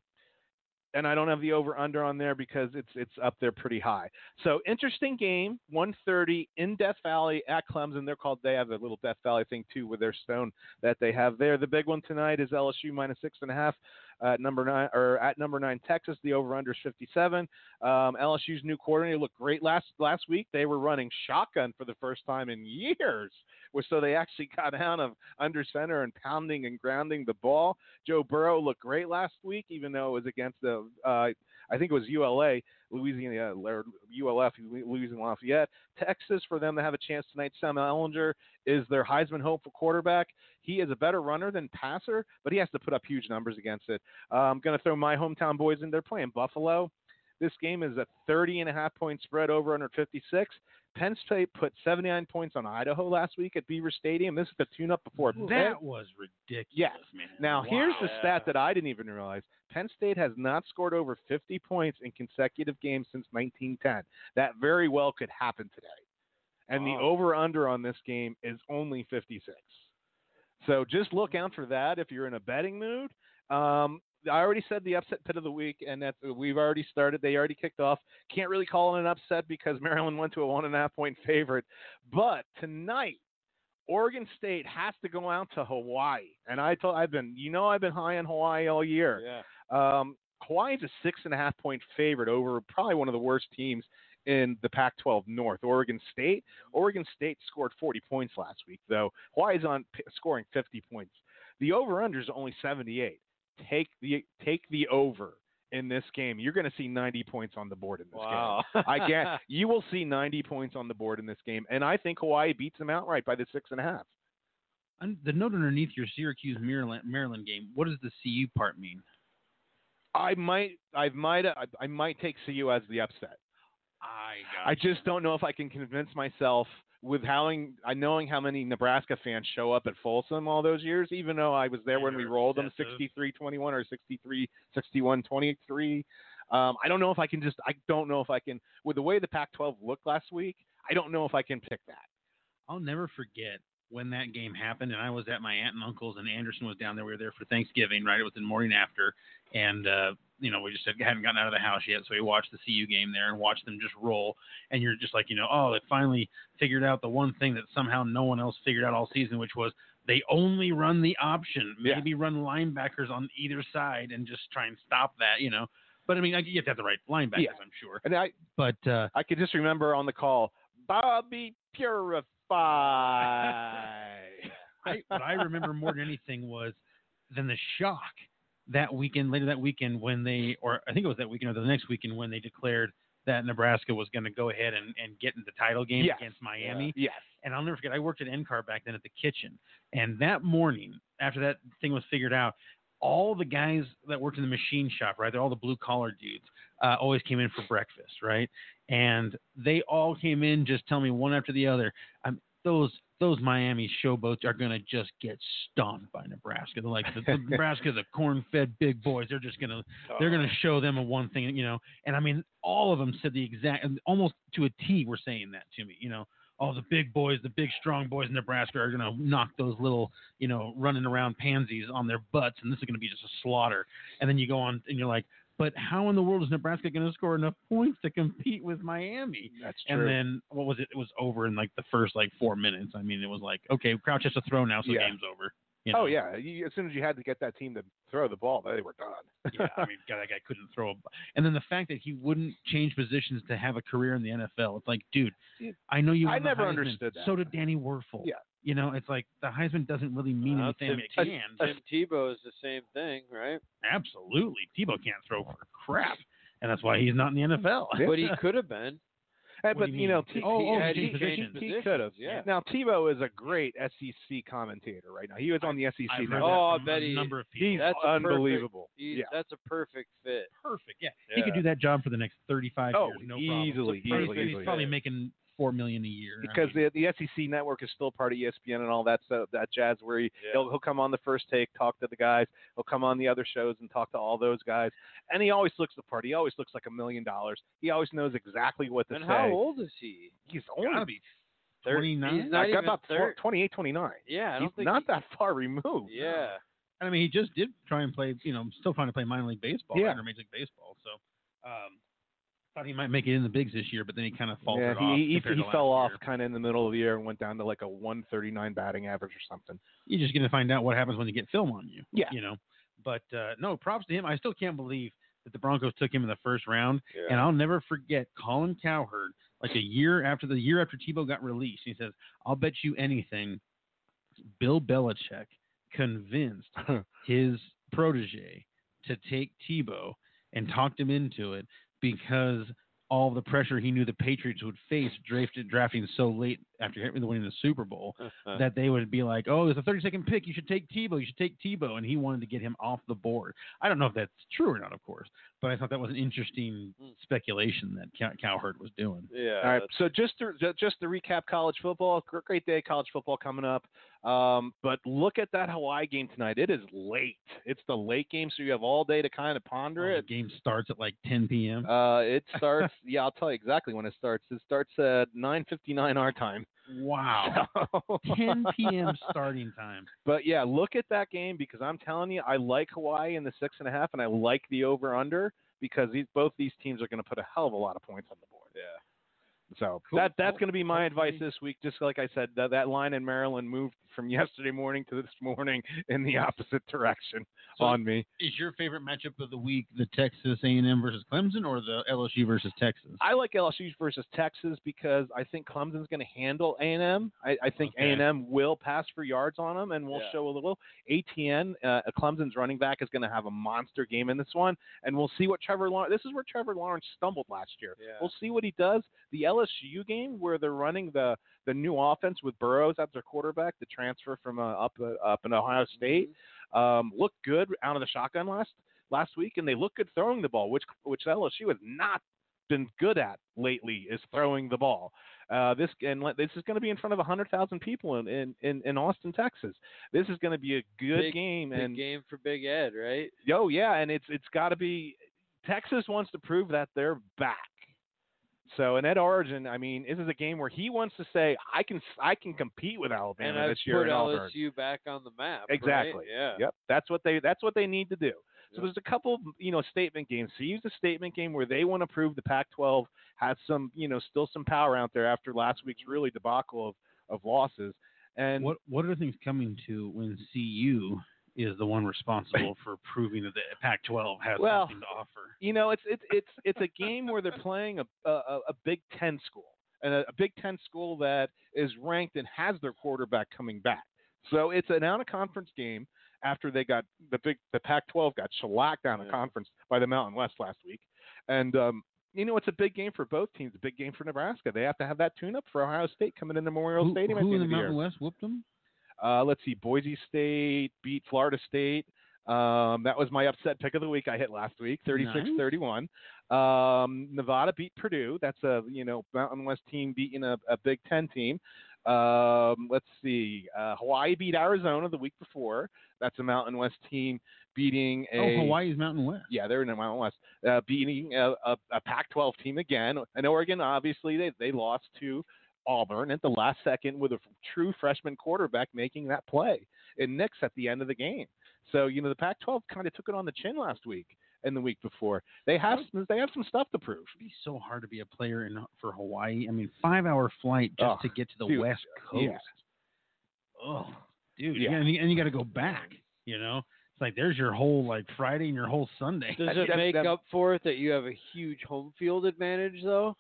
[SPEAKER 4] and I don't have the over under on there because it's it's up there pretty high. So interesting game, 130 in Death Valley at Clemson. They're called they have a little Death Valley thing too with their stone that they have there. The big one tonight is LSU minus six and a half at number nine or at number nine Texas. The over under is 57. Um, LSU's new coordinator looked great last last week. They were running shotgun for the first time in years, which so they actually <laughs> got out of under center and pounding and grounding the ball. Joe Burrow looked great last week, even though it was against the uh, I think it was ULA, Louisiana or ULF, Louisiana Lafayette. Texas for them to have a chance tonight. Sam Ellinger is their Heisman hopeful quarterback. He is a better runner than passer, but he has to put up huge numbers against it. Uh, I'm going to throw my hometown boys in. They're playing Buffalo. This game is a 30 and a half point spread over under 56. Penn State put 79 points on Idaho last week at Beaver Stadium. This is the tune up before Penn-
[SPEAKER 2] That was ridiculous,
[SPEAKER 4] Yes.
[SPEAKER 2] man.
[SPEAKER 4] now, here's the
[SPEAKER 2] Wow.
[SPEAKER 4] stat that I didn't even realize. Penn State has not scored over 50 points in consecutive games since 1910. That very well could happen today. And
[SPEAKER 2] Wow.
[SPEAKER 4] the over under on this game is only 56. So just look out for that if you're in a betting mood. Um, I already said the upset pit of the week, and that's we've already started. They already kicked off. Can't really call it an upset because <laughs> Maryland went to a one and a half point favorite. But tonight, Oregon State has to go out to Hawaii, and I told I've been you know I've been high on Hawaii all year.
[SPEAKER 3] Yeah.
[SPEAKER 4] Um, Hawaii's a six and a half point favorite over probably one of the worst teams in the Pac-12 North. Oregon State. Oregon State scored 40 points last week, though Hawaii's on p- scoring 50 points. The over/under is only 78. Take the take the over in this game. You're going to see 90 points on the board in this game.
[SPEAKER 3] Wow.
[SPEAKER 4] <laughs> I guess
[SPEAKER 3] <laughs>
[SPEAKER 4] you will see 90 points on the board in this game, and I think Hawaii beats them outright by the six and a half.
[SPEAKER 2] Un- the note underneath your Syracuse Maryland Maryland game. What does the CU part mean?
[SPEAKER 4] I might, I might, I, I might take CU as the upset.
[SPEAKER 2] I
[SPEAKER 4] I just don't know if I can convince myself with howing, I knowing how many Nebraska fans show up at Folsom all those years, even though I was there when we
[SPEAKER 2] They're
[SPEAKER 4] rolled them
[SPEAKER 2] obsessive.
[SPEAKER 4] 63 21 or 63 61 23. Um, I don't know if I can just, I don't know if I can, with the way the Pac 12 looked last week, I don't know if I can pick that.
[SPEAKER 2] I'll never forget when that game happened, and I was at my aunt and uncle's, and Anderson was down there. We were there for Thanksgiving, right? It was the morning after, and uh, you know we just had, hadn't gotten out of the house yet, so we watched the CU game there and watched them just roll. And you're just like, you know, oh, they finally figured out the one thing that somehow no one else figured out all season, which was they only run the option,
[SPEAKER 4] Yeah.
[SPEAKER 2] maybe run linebackers on either side, and just try and stop that, you know. But I mean, I- you have to have the right linebackers,
[SPEAKER 4] Yeah.
[SPEAKER 2] I'm sure.
[SPEAKER 4] And I,
[SPEAKER 2] But uh,
[SPEAKER 4] I could just remember on the call, Bobby <laughs> Purify.
[SPEAKER 2] I, what I remember more than anything was than the shock that weekend, later that weekend when they, or I think it was that weekend or the next weekend when they declared that Nebraska was going to go ahead and, and get in the title game
[SPEAKER 4] Yes.
[SPEAKER 2] against <laughs> Miami.
[SPEAKER 4] yes.
[SPEAKER 2] And I'll never forget, I worked at NCAR back then at the kitchen. And that morning, after that thing was figured out, all the guys that worked in the machine shop, right? They're all the blue collar dudes, uh, always came in for breakfast, right? And they all came in just tell me one after the other, um, those those Miami showboats are gonna just get stomped by Nebraska. They're like the, the Nebraska, the corn fed big boys. They're just gonna they're
[SPEAKER 4] Oh.
[SPEAKER 2] gonna show them a one thing, you know. And I mean, all of them said the exact, almost to a T, were saying that to me, you know. All the big boys, the big strong boys in Nebraska are gonna knock those little, you know, running around pansies on their butts, and this is gonna be just a slaughter. And then you go on, and you're like, but how in the world is Nebraska gonna score enough points to compete with Miami?
[SPEAKER 4] That's
[SPEAKER 2] And then what was it? It was over in like the first like four minutes. I mean, it was like, okay, Crouch has to throw now, so
[SPEAKER 4] Yeah.
[SPEAKER 2] game's over. you know?
[SPEAKER 4] oh yeah, you, as soon as you had to get that team to throw the ball, they were done.
[SPEAKER 2] yeah. I mean, God, that guy couldn't throw. A, bu- and then the fact that he wouldn't change positions to have a career in the NFL. It's like, dude,
[SPEAKER 4] Dude,
[SPEAKER 2] I know you.
[SPEAKER 4] I
[SPEAKER 2] won the
[SPEAKER 4] never
[SPEAKER 2] Heisman.
[SPEAKER 4] understood that.
[SPEAKER 2] So did Danny Werfel.
[SPEAKER 4] Yeah.
[SPEAKER 2] You know, it's like the Heisman doesn't really mean
[SPEAKER 3] Well,
[SPEAKER 2] anything. I mean,
[SPEAKER 3] Tim
[SPEAKER 2] it can.
[SPEAKER 3] Tim
[SPEAKER 4] <laughs>
[SPEAKER 3] Tebow is the same thing, right?
[SPEAKER 2] absolutely, Tebow can't throw for crap, and that's why he's not in the NFL.
[SPEAKER 4] <laughs> Yeah.
[SPEAKER 3] But he could have been.
[SPEAKER 4] Hey,
[SPEAKER 2] What
[SPEAKER 4] but
[SPEAKER 2] do you
[SPEAKER 4] you,
[SPEAKER 2] mean?
[SPEAKER 4] know,
[SPEAKER 2] Oh,
[SPEAKER 4] T-
[SPEAKER 2] oh,
[SPEAKER 4] he-
[SPEAKER 2] he
[SPEAKER 4] had-
[SPEAKER 2] changed
[SPEAKER 4] he,
[SPEAKER 2] positions.
[SPEAKER 4] he
[SPEAKER 3] positions,
[SPEAKER 4] could have.
[SPEAKER 3] yeah.
[SPEAKER 4] Now Tebow is a great SEC commentator right now. He was on the E SEC.
[SPEAKER 2] I've heard
[SPEAKER 4] network.
[SPEAKER 2] that
[SPEAKER 3] Oh, I
[SPEAKER 2] from
[SPEAKER 3] bet
[SPEAKER 2] a
[SPEAKER 3] he-
[SPEAKER 2] number of people.
[SPEAKER 4] he's
[SPEAKER 3] That's a perfect-
[SPEAKER 4] unbelievable.
[SPEAKER 3] He,
[SPEAKER 4] yeah.
[SPEAKER 3] That's a perfect fit.
[SPEAKER 2] perfect. Yeah.
[SPEAKER 3] Yeah.
[SPEAKER 2] He could do that job for the next 35
[SPEAKER 4] Oh,
[SPEAKER 2] years. No problem.
[SPEAKER 4] easily,
[SPEAKER 2] He's probably-
[SPEAKER 4] easily,
[SPEAKER 2] he's
[SPEAKER 4] easily.
[SPEAKER 2] probably making four million a year I
[SPEAKER 4] because
[SPEAKER 2] mean,
[SPEAKER 4] the, the SEC network is still part of E ESPN and all that so that jazz. Where he
[SPEAKER 3] Yeah.
[SPEAKER 4] he'll, he'll come on the first take, talk to the guys. He'll come on the other shows and talk to all those guys. And he always looks the part. He always looks like a million dollars. He always knows exactly what to
[SPEAKER 3] And
[SPEAKER 4] say.
[SPEAKER 3] how old is he?
[SPEAKER 4] He's
[SPEAKER 2] gotta
[SPEAKER 4] only
[SPEAKER 2] be
[SPEAKER 3] Thir-
[SPEAKER 2] 29?
[SPEAKER 3] He's
[SPEAKER 4] I
[SPEAKER 3] not
[SPEAKER 4] got
[SPEAKER 3] even
[SPEAKER 4] about
[SPEAKER 3] thir-
[SPEAKER 4] 28, 29.
[SPEAKER 3] Yeah, I
[SPEAKER 4] He's
[SPEAKER 3] don't think.
[SPEAKER 4] not
[SPEAKER 3] he-
[SPEAKER 4] that far removed.
[SPEAKER 3] Yeah.
[SPEAKER 2] And I mean, he just did try and play. You know, still trying to play minor league baseball
[SPEAKER 4] Yeah.
[SPEAKER 2] under major league baseball. So, um, thought he might make it in the bigs this year, but then he kind of
[SPEAKER 4] Yeah,
[SPEAKER 2] faltered
[SPEAKER 4] he,
[SPEAKER 2] off.
[SPEAKER 4] he, he
[SPEAKER 2] compared to last
[SPEAKER 4] fell off
[SPEAKER 2] year.
[SPEAKER 4] kind of in the middle of the year and went down to like a 139 batting average or something.
[SPEAKER 2] <laughs> You're just going to find out what happens when you get film on you.
[SPEAKER 4] Yeah.
[SPEAKER 2] You know, But uh, no, props to him. I still can't believe that the Broncos took him in the first round.
[SPEAKER 4] Yeah.
[SPEAKER 2] And I'll never forget Colin Cowherd, like a year after the year after Tebow got released. He says, I'll bet you anything. Bill Belichick convinced his protege to take Tebow and talked him into it because all the pressure he knew the Patriots would face drafted drafting so late after hitting the winning the Super Bowl
[SPEAKER 3] Uh.
[SPEAKER 2] that they would be like, "Oh, there's a 30 second pick. You should take Tebow. You should take Tebow." And he wanted to get him off the board. I don't know if that's true or not, of course, but I thought that was an interesting
[SPEAKER 3] Mm.
[SPEAKER 2] speculation that Cow- Cowherd was doing.
[SPEAKER 4] All
[SPEAKER 3] <laughs>
[SPEAKER 4] right.
[SPEAKER 3] yeah.
[SPEAKER 4] So just to ju- just to recap, college football. gr- Great day, of college football coming up. Um, but look at that Hawaii game tonight. It is late. It's the late game, so you have all day to kind of ponder
[SPEAKER 2] The
[SPEAKER 4] it.
[SPEAKER 2] game starts at like 10 <laughs> p.m.
[SPEAKER 4] Uh, it starts. yeah, I'll tell you exactly when it starts. It starts at 9:59
[SPEAKER 2] <laughs>
[SPEAKER 4] our time.
[SPEAKER 2] Um,
[SPEAKER 4] <laughs>
[SPEAKER 2] wow,
[SPEAKER 4] So-
[SPEAKER 2] 10 p.m. starting time.
[SPEAKER 4] But yeah, look at that game because I'm telling you, I like Hawaii in the six and a half, and I like the over under because these both these teams are going to put a hell of a lot of points on the board. Yeah. So
[SPEAKER 2] Cool.
[SPEAKER 4] that that's
[SPEAKER 2] Well,
[SPEAKER 4] going to be my advice
[SPEAKER 2] hopefully-
[SPEAKER 4] this week. Just like I said, that that line in Maryland moved from <laughs> yesterday morning to this morning in the opposite direction
[SPEAKER 2] So-
[SPEAKER 4] on me.
[SPEAKER 2] Is your favorite matchup of the week the Texas A&M versus Clemson or the LSU versus Texas?
[SPEAKER 4] I like LSU versus Texas because I think Clemson's going to handle A and M. I I think A
[SPEAKER 2] Okay.
[SPEAKER 4] and M will pass for yards on them and will
[SPEAKER 3] Yeah.
[SPEAKER 4] show a little. ATN, uh, Clemson's running back, is going to have a monster game in this one, and we'll see what Trevor Lawrence. This is where Trevor Lawrence stumbled last year.
[SPEAKER 3] Yeah.
[SPEAKER 4] We'll see what he does. The LSU game where they're running the the new offense with Burrows at their quarterback, the transfer from uh, up uh, up in Ohio State um, looked good out of the shotgun last last week, and they look good throwing the ball, which which LSU has not been good at lately is throwing the ball. Uh, this and let- this is going to be in front of hundred thousand people in, in in in Austin, Texas. This is going to be a good
[SPEAKER 3] Big-
[SPEAKER 4] game,
[SPEAKER 3] Big
[SPEAKER 4] and
[SPEAKER 3] game for Big Ed, right?
[SPEAKER 4] yo, yeah, and it's it's got to be. Texas wants to prove that they're back. So and Ed Origin, I mean, this is a game where he wants to say, I can I can compete with Alabama
[SPEAKER 3] and I've
[SPEAKER 4] this year
[SPEAKER 3] put
[SPEAKER 4] in Auburn.
[SPEAKER 3] LSU back on the map. right?
[SPEAKER 4] Exactly.
[SPEAKER 3] Yeah.
[SPEAKER 4] Yep. That's what they that's what they need to do. So
[SPEAKER 3] Yep.
[SPEAKER 4] there's a couple, you know, statement games. So use a statement game where they want to prove the Pac-12 has some, you know, still some power out there after last week's really debacle of of losses. And
[SPEAKER 2] what what are things coming to when CU is the one responsible for proving that the Pac-12 has
[SPEAKER 4] Well,
[SPEAKER 2] something to offer?
[SPEAKER 4] you know, it's it's it's it's a game where they're playing a a, a- a Big Ten school and a, a Big Ten school that is ranked and has their quarterback coming back. So it's an out of conference game after they got the big the Pac-12 got shellacked out of
[SPEAKER 3] Yeah.
[SPEAKER 4] conference by the Mountain West last week, and um, you know it's a big game for both teams. A big game for Nebraska. They have to have that tune-up for Ohio State coming into Memorial
[SPEAKER 2] Who,
[SPEAKER 4] Stadium at
[SPEAKER 2] who
[SPEAKER 4] the
[SPEAKER 2] in
[SPEAKER 4] end
[SPEAKER 2] the
[SPEAKER 4] of the year.
[SPEAKER 2] Mountain West whooped them?
[SPEAKER 4] Uh, let's see, Boise State beat Florida State. Um, that was my upset pick of the week. I hit last week, 36-31. Um, Nevada beat Purdue. That's a you know Mountain West team beating a, a Big Ten team. Um, let's see, uh, Hawaii beat Arizona the week before. That's a Mountain West team beating a
[SPEAKER 2] Oh, Hawaii's Mountain West.
[SPEAKER 4] yeah, they're in the Mountain West, uh, beating a, a, a Pac-12 team again. And Oregon, obviously, they they lost to Auburn at the last second with a f- true freshman quarterback making that play in Nix at the end of the game. So you know the Pac-12 kind of took it on the chin last week and the week before. They have some, they have some stuff to prove.
[SPEAKER 2] It'd be so hard to be a player in for Hawaii. I mean, five-hour flight just
[SPEAKER 4] Ugh,
[SPEAKER 2] to get to the
[SPEAKER 4] dude,
[SPEAKER 2] West Coast.
[SPEAKER 4] yeah.
[SPEAKER 2] Oh, dude,
[SPEAKER 4] Yeah.
[SPEAKER 2] yeah, and you, and you got to go back. You know, it's like there's your whole like Friday and your whole Sunday. <laughs>
[SPEAKER 3] Does
[SPEAKER 4] That-
[SPEAKER 3] it
[SPEAKER 4] that-
[SPEAKER 3] make
[SPEAKER 4] that-
[SPEAKER 3] up for it that you have a huge home field advantage, though?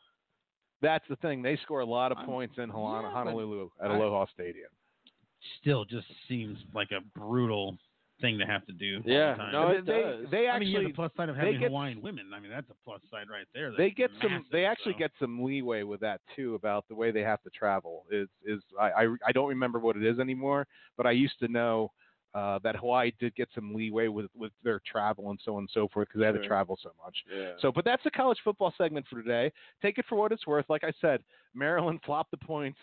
[SPEAKER 4] That's the thing. They score a lot of
[SPEAKER 2] I'm-
[SPEAKER 4] points in
[SPEAKER 2] Um,
[SPEAKER 4] Hon-
[SPEAKER 2] yeah, but
[SPEAKER 4] Honolulu at
[SPEAKER 2] I-
[SPEAKER 4] Aloha Stadium.
[SPEAKER 2] Still, just seems like a brutal thing to have to do. all the
[SPEAKER 3] Yeah,
[SPEAKER 2] time.
[SPEAKER 3] no,
[SPEAKER 4] they,
[SPEAKER 3] it
[SPEAKER 4] they,
[SPEAKER 3] does.
[SPEAKER 4] they
[SPEAKER 2] I mean,
[SPEAKER 4] actually
[SPEAKER 2] you have the plus side of
[SPEAKER 4] they
[SPEAKER 2] having
[SPEAKER 4] get-
[SPEAKER 2] Hawaiian women. I mean, that's a plus side right there.
[SPEAKER 4] they
[SPEAKER 2] that's
[SPEAKER 4] get some
[SPEAKER 2] massive,
[SPEAKER 4] they actually
[SPEAKER 2] so.
[SPEAKER 4] get some leeway with that too about the way they have to travel is is I, I i don't remember what it is anymore but i used to know uh that hawaii did get some leeway with with their travel and so on and so forth because they had to
[SPEAKER 3] Sure.
[SPEAKER 4] travel so much
[SPEAKER 3] Yeah.
[SPEAKER 4] so but that's the college football segment for today take it for what it's worth like i said maryland <laughs> flopped the points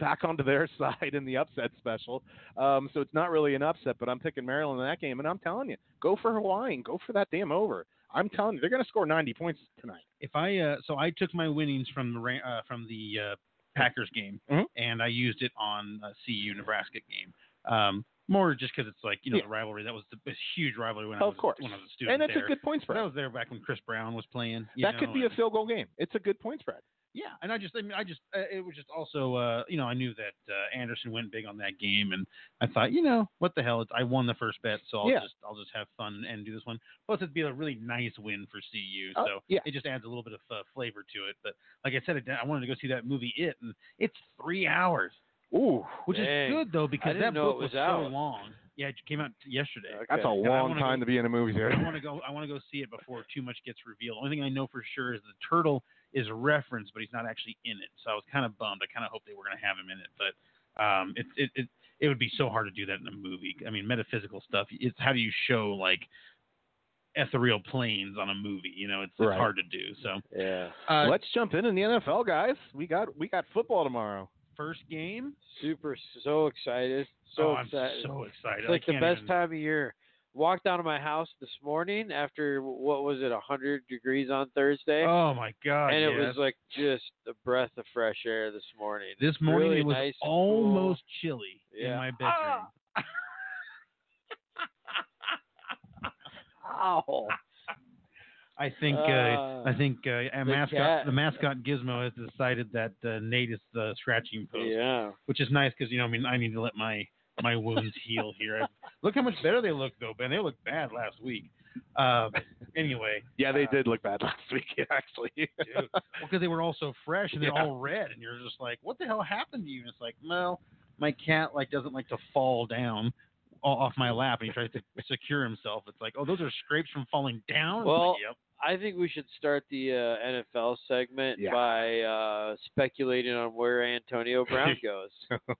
[SPEAKER 4] back onto their <laughs> side in the upset special um, so it's not really an upset but i'm picking maryland in that game and i'm telling you go for hawaii and go for that damn over i'm telling you they're going to score 90 points tonight
[SPEAKER 2] if I uh, so I took my winnings from the Ra- uh, from the uh, Packers game
[SPEAKER 4] Mhm.
[SPEAKER 2] and I used it on uh, CU Nebraska game. Um, more just because it's like you know
[SPEAKER 4] Yeah.
[SPEAKER 2] the rivalry that was the a huge rivalry when I
[SPEAKER 4] Of
[SPEAKER 2] was
[SPEAKER 4] course.
[SPEAKER 2] when I was a student
[SPEAKER 4] and it's
[SPEAKER 2] there.
[SPEAKER 4] a good point
[SPEAKER 2] But
[SPEAKER 4] spread.
[SPEAKER 2] that was there back when Chris Brown was playing. you
[SPEAKER 4] that
[SPEAKER 2] know,
[SPEAKER 4] could be a
[SPEAKER 2] and-
[SPEAKER 4] field goal game. It's a good point spread.
[SPEAKER 2] Yeah, and I just, I mean, I just, uh, it was just also, uh, you know, I knew that uh, Anderson went big on that game, and I thought, you know, what the hell? It's, I won the first bet, so I'll
[SPEAKER 4] Yeah.
[SPEAKER 2] just, I'll just have fun and do this one. Plus, it'd be a really nice win for CU,
[SPEAKER 4] Oh,
[SPEAKER 2] so
[SPEAKER 4] yeah.
[SPEAKER 2] it just adds a little bit of uh, flavor to it. But like I said, it, I wanted to go see that movie It, and it's three hours,
[SPEAKER 4] Ooh,
[SPEAKER 2] which
[SPEAKER 3] Dang.
[SPEAKER 2] is good though because
[SPEAKER 3] didn't
[SPEAKER 2] that
[SPEAKER 3] know
[SPEAKER 2] book
[SPEAKER 3] it was
[SPEAKER 2] so
[SPEAKER 3] out.
[SPEAKER 2] long. Yeah, it came out yesterday.
[SPEAKER 4] that's a
[SPEAKER 2] I
[SPEAKER 4] long
[SPEAKER 2] wanna
[SPEAKER 4] time
[SPEAKER 2] go-
[SPEAKER 4] to be in a movie
[SPEAKER 2] I
[SPEAKER 4] <laughs> theater.
[SPEAKER 2] want to go. I want to go see it before too much gets revealed. Only thing I know for sure is the turtle is referenced, but he's not actually in it. So I was kind of bummed. I kind of hoped they were going to have him in it, but um, it, it it it would be so hard to do that in a movie. I mean, metaphysical stuff. It's how do you show like ethereal planes on a movie? You know, it's, it's
[SPEAKER 4] Right.
[SPEAKER 2] hard to do. So
[SPEAKER 3] Yeah.
[SPEAKER 2] uh,
[SPEAKER 4] Let's jump in in the NFL, guys. We got we got football tomorrow.
[SPEAKER 2] first game.
[SPEAKER 3] Super, so excited. So
[SPEAKER 2] oh, I'm
[SPEAKER 3] excited.
[SPEAKER 2] so excited.
[SPEAKER 3] It's like
[SPEAKER 2] I
[SPEAKER 3] the
[SPEAKER 2] can't
[SPEAKER 3] best
[SPEAKER 2] even-
[SPEAKER 3] time of year. Walked out of my house this morning after what was it, 100 degrees on Thursday,
[SPEAKER 2] Oh my god!
[SPEAKER 3] and it
[SPEAKER 2] yeah.
[SPEAKER 3] was like just a breath of fresh air this morning.
[SPEAKER 2] this morning.
[SPEAKER 3] really
[SPEAKER 2] it was
[SPEAKER 3] nice and cool.
[SPEAKER 2] almost chilly in
[SPEAKER 3] Yeah.
[SPEAKER 2] my bedroom.
[SPEAKER 3] Ow.
[SPEAKER 2] I think uh,
[SPEAKER 3] Ah.
[SPEAKER 2] I think uh, our
[SPEAKER 3] The
[SPEAKER 2] mascot
[SPEAKER 3] cat.
[SPEAKER 2] the mascot Gizmo has decided that uh, Nate is the scratching post,
[SPEAKER 3] Yeah.
[SPEAKER 2] which is nice because you know I mean I need to let my my wounds heal
[SPEAKER 3] <laughs>
[SPEAKER 2] here. I- look how much better they look though, Ben. They looked bad last week. Uh, anyway,
[SPEAKER 4] Yeah, they
[SPEAKER 2] Uh,
[SPEAKER 4] did look bad <laughs> last week, actually.
[SPEAKER 2] dude, because they were all so fresh and they're
[SPEAKER 4] Yeah.
[SPEAKER 2] all red, and you're just like, what the hell happened to you? And it's like, well, my cat like doesn't like to fall down. o- Off my lap, and he tries to <laughs> secure himself. It's like, oh, those are scrapes from falling down. It's like,
[SPEAKER 3] Well,
[SPEAKER 2] yep.
[SPEAKER 3] I think we should start the uh, NFL segment
[SPEAKER 4] Yeah.
[SPEAKER 3] by uh, speculating on where Antonio Brown
[SPEAKER 2] <laughs>
[SPEAKER 3] goes.
[SPEAKER 2] Oh,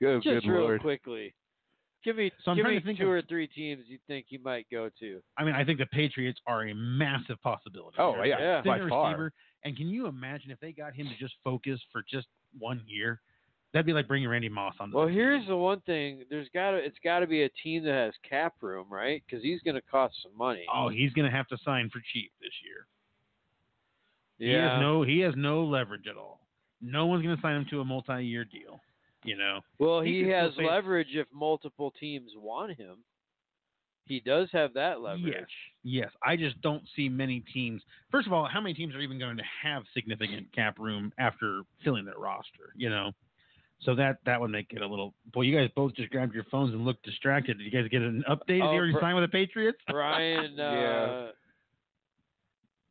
[SPEAKER 4] Good,
[SPEAKER 3] Just
[SPEAKER 4] good
[SPEAKER 3] real
[SPEAKER 4] lord.
[SPEAKER 3] quickly. Give me,
[SPEAKER 2] So I'm
[SPEAKER 3] give
[SPEAKER 2] trying
[SPEAKER 3] me
[SPEAKER 2] to think
[SPEAKER 3] two
[SPEAKER 2] of-
[SPEAKER 3] or three teams you think he might go to.
[SPEAKER 2] I mean, I think the Patriots are a massive possibility.
[SPEAKER 4] Oh,
[SPEAKER 2] They're a
[SPEAKER 4] yeah,
[SPEAKER 3] Yeah.
[SPEAKER 2] thin
[SPEAKER 4] by far.
[SPEAKER 2] receiver, And can you imagine if they got him to just focus for just one year? That'd be like bringing Randy Moss on.
[SPEAKER 3] Well, here's the one thing. There's got to it's got to be a team that has cap room, right? Because he's going to cost some money.
[SPEAKER 2] oh, he's going to have to sign for cheap this year. He
[SPEAKER 3] yeah.
[SPEAKER 2] has no. He has no leverage at all. No one's going to sign him to a multi-year deal. You know.
[SPEAKER 3] well,
[SPEAKER 2] he
[SPEAKER 3] he,
[SPEAKER 2] can still
[SPEAKER 3] has
[SPEAKER 2] face-
[SPEAKER 3] leverage if multiple teams want him. He does have that leverage.
[SPEAKER 2] Yes. <laughs> Yes, I just don't see many teams. First of all, how many teams are even going to have significant cap room after filling their roster? You know, so that that would make it a little. Boy, you guys both just grabbed your phones and looked distracted. Did you guys get an update?
[SPEAKER 3] Oh,
[SPEAKER 2] Did you already
[SPEAKER 3] Bri-
[SPEAKER 2] sign with the Patriots?
[SPEAKER 3] Brian. Uh,
[SPEAKER 4] Yeah.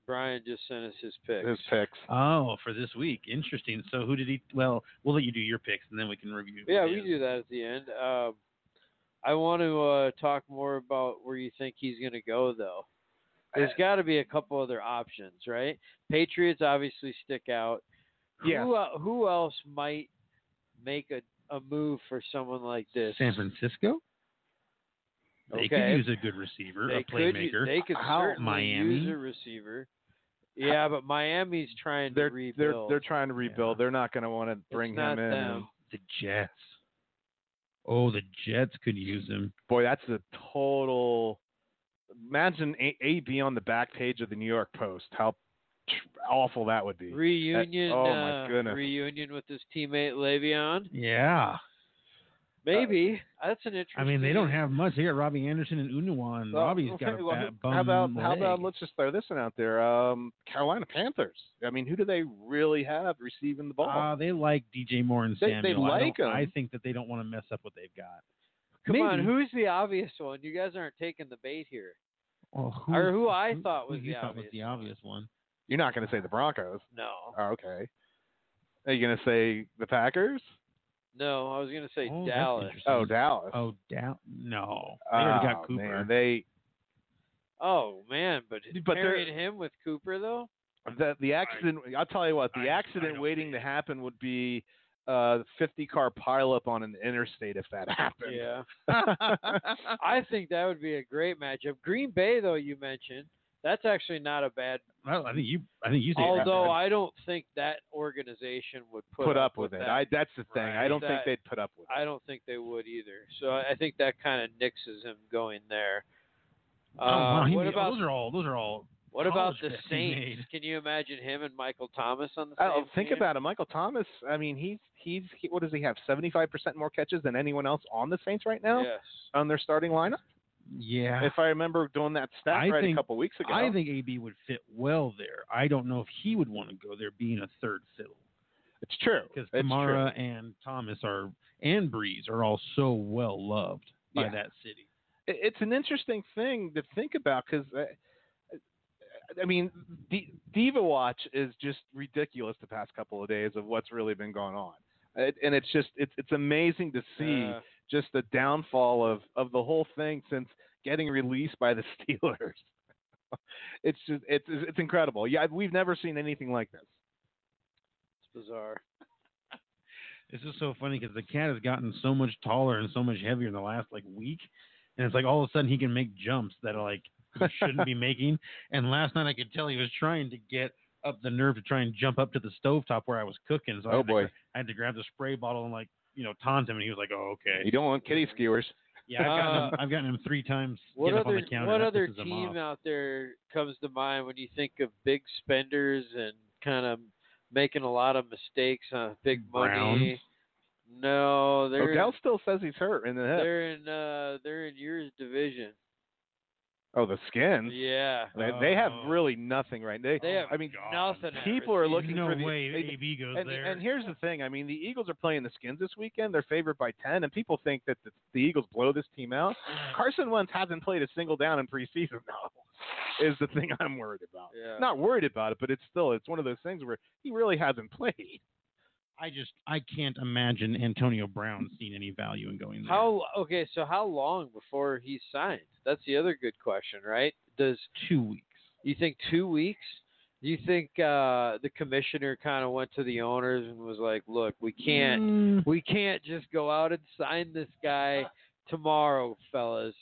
[SPEAKER 3] Brian just sent us his picks.
[SPEAKER 4] His picks.
[SPEAKER 2] Oh, for this week, interesting. So who did he? Well, we'll let you do your picks and then we can review.
[SPEAKER 3] Yeah,
[SPEAKER 2] his.
[SPEAKER 3] we do that at the end. Um, I want to uh, talk more about where you think he's going to go, though. There's got to be a couple other options, right? Patriots obviously stick out.
[SPEAKER 4] Yeah.
[SPEAKER 3] Who, el- who else might make a, a move for someone like this?
[SPEAKER 2] San Francisco. They
[SPEAKER 3] Okay.
[SPEAKER 2] could use a good receiver,
[SPEAKER 3] they
[SPEAKER 2] a
[SPEAKER 3] could, u-
[SPEAKER 2] playmaker.
[SPEAKER 3] they could
[SPEAKER 2] How-
[SPEAKER 3] certainly
[SPEAKER 2] Miami.
[SPEAKER 3] use a receiver. Yeah, but Miami's trying
[SPEAKER 4] They're
[SPEAKER 3] to
[SPEAKER 4] they're
[SPEAKER 3] rebuild.
[SPEAKER 4] they're trying to rebuild. They're not going to want to bring
[SPEAKER 3] not
[SPEAKER 4] him in.
[SPEAKER 3] them.
[SPEAKER 2] the Jets. Oh, the Jets could use him.
[SPEAKER 4] Boy, that's a total. Imagine A- AB on the back page of the New York Post. How tr- awful that would be.
[SPEAKER 3] reunion.
[SPEAKER 4] oh, my
[SPEAKER 3] uh,
[SPEAKER 4] goodness.
[SPEAKER 3] Reunion with his teammate Le'Veon.
[SPEAKER 2] Uh, Yeah.
[SPEAKER 3] Maybe that's an interesting.
[SPEAKER 2] I mean, they don't have much. They got Robbie Anderson and Unawan. and
[SPEAKER 4] Well,
[SPEAKER 2] Robbie's
[SPEAKER 4] okay,
[SPEAKER 2] got a
[SPEAKER 4] well,
[SPEAKER 2] bad
[SPEAKER 4] who-
[SPEAKER 2] bum
[SPEAKER 4] How about how
[SPEAKER 2] leg.
[SPEAKER 4] about let's just throw this one out there. Um, Carolina Panthers. I mean, who do they really have receiving the ball?
[SPEAKER 2] Ah, they like DJ Moore and
[SPEAKER 4] They-
[SPEAKER 2] Samuel.
[SPEAKER 4] they
[SPEAKER 2] I
[SPEAKER 4] like
[SPEAKER 2] don't-
[SPEAKER 4] 'em.
[SPEAKER 2] I think that they don't want to mess up what they've got.
[SPEAKER 3] Come
[SPEAKER 2] Maybe.
[SPEAKER 3] on, who's the obvious one? You guys aren't taking the bait here.
[SPEAKER 2] Well, who,
[SPEAKER 3] or who I thought was
[SPEAKER 2] who you
[SPEAKER 3] the
[SPEAKER 2] thought was
[SPEAKER 3] obvious
[SPEAKER 2] the
[SPEAKER 3] one.
[SPEAKER 2] obvious one?
[SPEAKER 4] You're not going to say the Broncos.
[SPEAKER 3] No,
[SPEAKER 4] Oh, okay. Are you going to say the Packers?
[SPEAKER 3] no, I was gonna say
[SPEAKER 2] Oh, that's
[SPEAKER 3] Dallas.
[SPEAKER 2] interesting.
[SPEAKER 4] Oh, Dallas.
[SPEAKER 2] Oh, Dow- No, they already
[SPEAKER 4] Oh,
[SPEAKER 2] got Cooper.
[SPEAKER 4] man, they
[SPEAKER 3] Oh man, but
[SPEAKER 4] But they're-
[SPEAKER 3] pairing him with Cooper though.
[SPEAKER 4] the the accident. I'll tell you what.
[SPEAKER 2] I
[SPEAKER 4] The
[SPEAKER 2] don't- I
[SPEAKER 4] accident
[SPEAKER 2] don't
[SPEAKER 4] waiting
[SPEAKER 2] see
[SPEAKER 4] to happen would be a 50 car pileup on an interstate if that <laughs> happened.
[SPEAKER 3] Yeah,
[SPEAKER 4] <laughs>
[SPEAKER 2] <laughs>
[SPEAKER 3] I think that would be a great matchup. Green Bay though, you mentioned that's actually not a bad.
[SPEAKER 2] Well, I think you. I think you. Think
[SPEAKER 3] Although I don't think that organization would put,
[SPEAKER 4] put, up, with, it.
[SPEAKER 3] that.
[SPEAKER 4] I, that's the thing. I
[SPEAKER 2] Right.
[SPEAKER 4] don't
[SPEAKER 3] That-
[SPEAKER 4] think they'd put up with it.
[SPEAKER 3] I don't think they would either. So I I think that kind of nixes him going there.
[SPEAKER 2] Oh, wow,
[SPEAKER 3] Uh,
[SPEAKER 2] he
[SPEAKER 3] what
[SPEAKER 2] made-
[SPEAKER 3] about
[SPEAKER 2] those are all. Those are all.
[SPEAKER 3] What about
[SPEAKER 2] college
[SPEAKER 3] the
[SPEAKER 2] picks he
[SPEAKER 3] Saints?
[SPEAKER 2] made.
[SPEAKER 3] Can you imagine him and Michael Thomas on the same
[SPEAKER 4] Oh, think
[SPEAKER 3] team?
[SPEAKER 4] about it, Michael Thomas. I mean, he's he's he, what does he have? Seventy five percent more catches than anyone else on the Saints right now
[SPEAKER 3] Yes.
[SPEAKER 4] on their starting lineup.
[SPEAKER 2] Yeah.
[SPEAKER 4] If I remember doing that stat
[SPEAKER 2] I
[SPEAKER 4] right
[SPEAKER 2] think-
[SPEAKER 4] a couple weeks ago.
[SPEAKER 2] I think AB would fit well there. I don't know if he would want to go there being a third fiddle
[SPEAKER 4] it's true.
[SPEAKER 2] because
[SPEAKER 4] It's true.
[SPEAKER 2] Kamara and Thomas are and Breeze are all so well loved by
[SPEAKER 4] Yeah.
[SPEAKER 2] that city.
[SPEAKER 4] it- it's an interesting thing to think about because I, I mean, D- Diva Watch is just ridiculous the past couple of days of what's really been going on, it, and it's just it's it's amazing to see
[SPEAKER 3] Uh,
[SPEAKER 4] just the downfall of of the whole thing since getting released by the <laughs> Steelers. it's just it's it's incredible. Yeah, we've never seen anything like this.
[SPEAKER 3] it's bizarre.
[SPEAKER 2] This is so funny because the cat has gotten so much taller and so much heavier in the last like week, and it's like all of a sudden he can make jumps that are like he shouldn't
[SPEAKER 4] <laughs>
[SPEAKER 2] be making. And last night I could tell he was trying to get up the nerve to try and jump up to the stovetop where I was cooking. So I,
[SPEAKER 4] Oh,
[SPEAKER 2] had to
[SPEAKER 4] boy.
[SPEAKER 2] gra- I had to grab the spray bottle and like you know taunt him, and he was like, "Oh okay."
[SPEAKER 4] You don't want kitty skewers.
[SPEAKER 2] Yeah, I've gotten,
[SPEAKER 3] Uh,
[SPEAKER 2] him, I've gotten him three times.
[SPEAKER 3] What
[SPEAKER 2] get up on
[SPEAKER 3] other
[SPEAKER 2] the counter.
[SPEAKER 3] what
[SPEAKER 2] That
[SPEAKER 3] other
[SPEAKER 2] pisses him off.
[SPEAKER 3] team out there comes to mind when you think of big spenders and kind of making a lot of mistakes on big money? No, they're
[SPEAKER 4] Odell still says he's hurt in the hip.
[SPEAKER 3] they're in uh, they're in yours division.
[SPEAKER 4] Oh, the skins.
[SPEAKER 3] Yeah,
[SPEAKER 4] They, they have
[SPEAKER 2] Oh.
[SPEAKER 4] really nothing right. They,
[SPEAKER 3] they have
[SPEAKER 4] I mean,
[SPEAKER 2] God.
[SPEAKER 3] nothing. at
[SPEAKER 4] people are
[SPEAKER 3] receiver.
[SPEAKER 4] looking
[SPEAKER 2] no
[SPEAKER 4] for the
[SPEAKER 2] way
[SPEAKER 4] and-
[SPEAKER 2] AB goes
[SPEAKER 4] and,
[SPEAKER 2] there.
[SPEAKER 4] and here's the thing. I mean, the Eagles are playing the Skins this weekend. They're favored by 10, and people think that the, the Eagles blow this
[SPEAKER 2] <laughs>
[SPEAKER 4] team out. Carson Wentz hasn't played a single down in preseason, <laughs> though, is the thing I'm worried about.
[SPEAKER 3] Yeah.
[SPEAKER 4] Not worried about it, but it's still it's one of those things where he really hasn't played.
[SPEAKER 2] I just I can't imagine Antonio Brown seeing any value in going there.
[SPEAKER 3] How okay? So how long before he's signed? That's the other good question, right? Does
[SPEAKER 2] two weeks?
[SPEAKER 3] you think two weeks? Do you think uh, the commissioner kind of went to the owners and was like, "Look, we can't,
[SPEAKER 2] Mm,
[SPEAKER 3] we can't just go out and sign this guy tomorrow, fellas.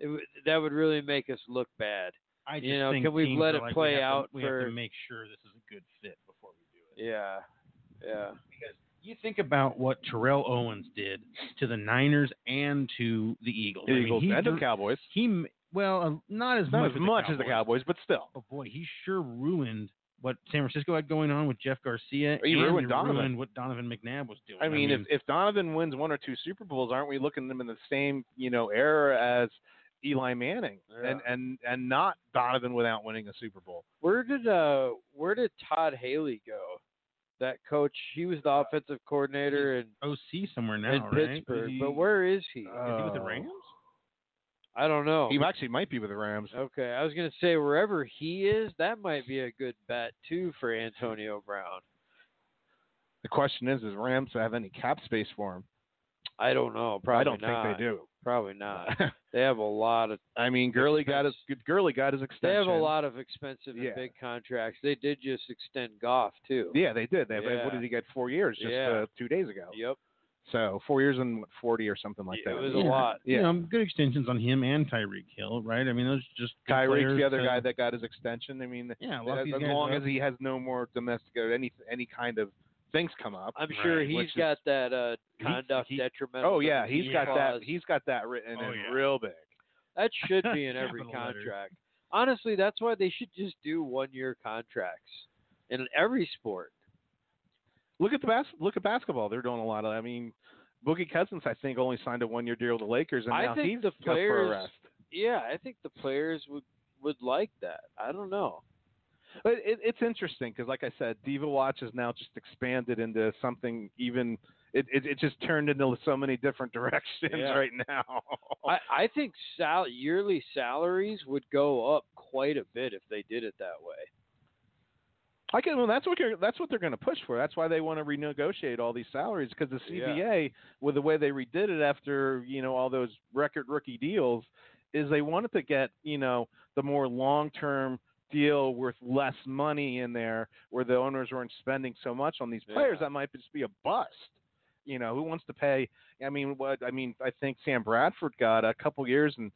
[SPEAKER 3] It, w- that would really make us look bad."
[SPEAKER 2] I just
[SPEAKER 3] you know,
[SPEAKER 2] think
[SPEAKER 3] can we
[SPEAKER 2] teams
[SPEAKER 3] let
[SPEAKER 2] are
[SPEAKER 3] it
[SPEAKER 2] like,
[SPEAKER 3] play
[SPEAKER 2] we have
[SPEAKER 3] out
[SPEAKER 2] To, we have
[SPEAKER 3] for-
[SPEAKER 2] to make sure this is a good fit before we do it.
[SPEAKER 3] Yeah, yeah.
[SPEAKER 2] Because you think about what Terrell Owens did to the Niners and to the Eagles. I mean,
[SPEAKER 4] Eagles
[SPEAKER 2] he
[SPEAKER 4] and the
[SPEAKER 2] dr-
[SPEAKER 4] Cowboys.
[SPEAKER 2] He m- well, uh, not as
[SPEAKER 4] Not
[SPEAKER 2] much
[SPEAKER 4] as much as the
[SPEAKER 2] Cowboys.
[SPEAKER 4] Cowboys, but still.
[SPEAKER 2] but Oh, boy, he sure ruined what San Francisco had going on with Jeff Garcia.
[SPEAKER 4] He
[SPEAKER 2] and
[SPEAKER 4] ruined Donovan.
[SPEAKER 2] ruined what Donovan McNabb was doing.
[SPEAKER 4] I mean,
[SPEAKER 2] I
[SPEAKER 4] if, if Donovan wins one or two Super Bowls, aren't we looking at them in the same you know era as Eli Manning and
[SPEAKER 3] Yeah.
[SPEAKER 4] and and not Donovan without winning a Super Bowl?
[SPEAKER 3] Where did uh, where did Todd Haley go? That coach, he was the offensive coordinator in,
[SPEAKER 2] OC somewhere now,
[SPEAKER 3] in
[SPEAKER 2] right?
[SPEAKER 3] Pittsburgh,
[SPEAKER 4] He- Uh,
[SPEAKER 3] but where is he?
[SPEAKER 2] Is he with the Rams?
[SPEAKER 3] I don't know.
[SPEAKER 4] He actually might be with the Rams.
[SPEAKER 3] Okay, I was gonna say wherever he is, that might be a good bet too for Antonio Brown.
[SPEAKER 4] The question is, does Rams have any cap space for him?
[SPEAKER 3] I don't know. Probably
[SPEAKER 4] I don't
[SPEAKER 3] not.
[SPEAKER 4] think they do.
[SPEAKER 3] Probably
[SPEAKER 4] <laughs>
[SPEAKER 3] not. They have a lot of
[SPEAKER 4] I mean, Gurley got his Gurley got his extension.
[SPEAKER 3] they have a lot of expensive
[SPEAKER 4] Yeah.
[SPEAKER 3] and big contracts. They did just extend Goff too.
[SPEAKER 4] Yeah, they did. They have,
[SPEAKER 3] Yeah.
[SPEAKER 4] what did he get? Four years, just
[SPEAKER 3] Yeah.
[SPEAKER 4] uh, two days ago.
[SPEAKER 3] Yep.
[SPEAKER 4] So four years and what, forty or something like
[SPEAKER 3] Yeah,
[SPEAKER 4] that.
[SPEAKER 3] it was a lot.
[SPEAKER 2] You
[SPEAKER 4] Yeah.
[SPEAKER 2] know, good extensions on him and Tyreek Hill, right? I mean, those are just good
[SPEAKER 4] Tyreek's
[SPEAKER 2] players uh,
[SPEAKER 4] the other
[SPEAKER 2] to-
[SPEAKER 4] guy that got his extension. I mean,
[SPEAKER 2] Yeah, a lot of
[SPEAKER 4] as,
[SPEAKER 2] these
[SPEAKER 4] as
[SPEAKER 2] guys
[SPEAKER 4] long
[SPEAKER 2] are-
[SPEAKER 4] as he has no more domestic or any any kind of things come up.
[SPEAKER 3] I'm sure
[SPEAKER 2] Right,
[SPEAKER 3] he's
[SPEAKER 4] which is-
[SPEAKER 3] got that uh,
[SPEAKER 2] He-
[SPEAKER 3] conduct
[SPEAKER 2] he-
[SPEAKER 3] detrimental.
[SPEAKER 4] Oh yeah,
[SPEAKER 3] he's
[SPEAKER 4] he's got
[SPEAKER 3] clause.
[SPEAKER 4] that. He's got that written
[SPEAKER 2] Oh,
[SPEAKER 4] in
[SPEAKER 2] yeah.
[SPEAKER 4] real big.
[SPEAKER 3] That should be
[SPEAKER 4] <laughs>
[SPEAKER 3] in every
[SPEAKER 2] Capital letters.
[SPEAKER 3] contract. Honestly, that's why they should just do one-year contracts in every sport.
[SPEAKER 4] Look at the bas- look at basketball. They're doing a lot of. I mean, Boogie Cousins, I think, only signed a one year deal with the Lakers, and
[SPEAKER 3] I
[SPEAKER 4] now
[SPEAKER 3] think
[SPEAKER 4] he's
[SPEAKER 3] the
[SPEAKER 4] up for
[SPEAKER 3] players-
[SPEAKER 4] arrest.
[SPEAKER 3] Yeah, I think the players would would like that. I don't know.
[SPEAKER 4] But it, it's interesting because, like I said, Diva Watch has now just expanded into something even. It, it, it just turned into so many different <laughs> directions
[SPEAKER 3] Yeah.
[SPEAKER 4] right now. <laughs>
[SPEAKER 3] I, I think sal- yearly salaries would go up quite a bit if they did it that way.
[SPEAKER 4] I can. Well, that's what they're, that's what they're going to push for. That's why they want to renegotiate all these salaries because the
[SPEAKER 3] Yeah.
[SPEAKER 4] CBA, with the way they redid it after you know all those record rookie deals, is they wanted to get you know the more long term deal worth less money in there, where the owners weren't spending so much on these players.
[SPEAKER 3] Yeah.
[SPEAKER 4] That might just be a bust. You know, who wants to pay? I mean, what? I mean, I think Sam Bradford got a couple years and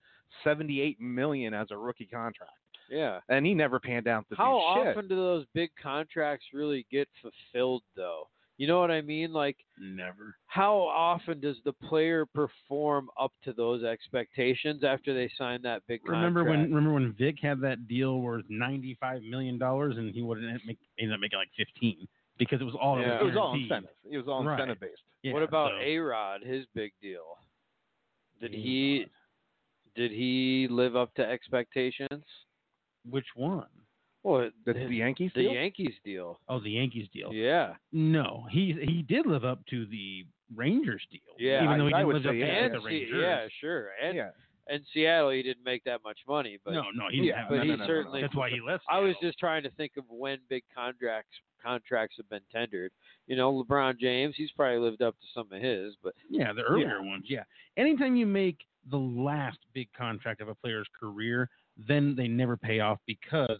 [SPEAKER 4] seventy eight million as a rookie contract,
[SPEAKER 3] Yeah.
[SPEAKER 4] and he never panned out to do
[SPEAKER 3] How
[SPEAKER 4] shit.
[SPEAKER 3] often do those big contracts really get fulfilled, though? You know what I mean? Like,
[SPEAKER 2] never.
[SPEAKER 3] how often does the player perform up to those expectations after they sign that big contract?
[SPEAKER 2] Remember when remember when Vic had that deal worth ninety five million dollars and he wouldn't make, ended up making like fifteen because it was all that
[SPEAKER 3] Yeah.
[SPEAKER 4] It was all
[SPEAKER 2] guaranteed.
[SPEAKER 4] incentive. It was all
[SPEAKER 2] Right.
[SPEAKER 4] incentive based.
[SPEAKER 2] Yeah,
[SPEAKER 3] what about
[SPEAKER 2] so-
[SPEAKER 3] A Rod? His big deal. Did
[SPEAKER 2] A-Rod.
[SPEAKER 3] he did he live up to expectations?
[SPEAKER 2] Which one?
[SPEAKER 3] Well,
[SPEAKER 4] The,
[SPEAKER 3] his-
[SPEAKER 4] the Yankees.
[SPEAKER 3] the
[SPEAKER 4] deal?
[SPEAKER 3] Yankees deal.
[SPEAKER 2] Oh, the Yankees deal.
[SPEAKER 3] Yeah,
[SPEAKER 2] No, he he did live up to the Rangers deal.
[SPEAKER 3] Yeah,
[SPEAKER 2] even though he
[SPEAKER 4] I- I
[SPEAKER 2] didn't
[SPEAKER 4] would
[SPEAKER 2] live up
[SPEAKER 4] say
[SPEAKER 2] to
[SPEAKER 4] yeah.
[SPEAKER 3] and
[SPEAKER 2] the
[SPEAKER 3] Se-
[SPEAKER 2] Rangers.
[SPEAKER 3] yeah, sure, and
[SPEAKER 4] yeah.
[SPEAKER 3] and Seattle, he didn't make that much money, but
[SPEAKER 2] no, no, he didn't
[SPEAKER 4] Yeah,
[SPEAKER 2] have
[SPEAKER 3] but
[SPEAKER 2] no,
[SPEAKER 3] he
[SPEAKER 2] no, no, no,
[SPEAKER 3] certainly-
[SPEAKER 2] That's why he left.
[SPEAKER 3] I was
[SPEAKER 2] Seattle.
[SPEAKER 3] just trying to think of when big contracts contracts have been tendered. You know, LeBron James, he's probably lived up to some of his, but
[SPEAKER 2] yeah, the earlier ones. Yeah, anytime you make the last big contract of a player's career, then they never pay off because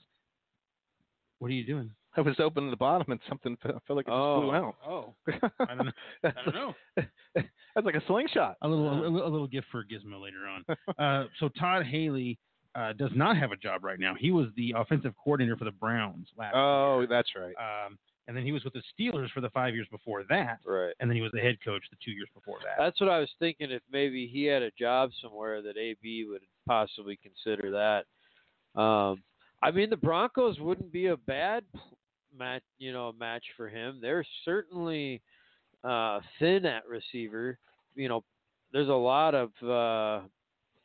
[SPEAKER 2] what are you doing?
[SPEAKER 4] I was open at the bottom and something fe- felt like it just flew <laughs> out.
[SPEAKER 3] oh,
[SPEAKER 2] I don't know.
[SPEAKER 4] That's,
[SPEAKER 2] I don't know.
[SPEAKER 4] that's like a slingshot.
[SPEAKER 2] A little, a little, a little gift for Gizmo later on. Uh, so Todd Haley uh, does not have a job right now. He was the offensive coordinator for the Browns last.
[SPEAKER 4] Oh, that's right.
[SPEAKER 2] Um, and then he was with the Steelers for the five years before that,
[SPEAKER 3] right.
[SPEAKER 2] and then he was the head coach the two years before that.
[SPEAKER 3] That's what I was thinking. If maybe he had a job somewhere that AB would possibly consider that. Um, I mean, the Broncos wouldn't be a bad p- match, you know, match for him. They're certainly uh, thin at receiver. You know, there's a lot of uh,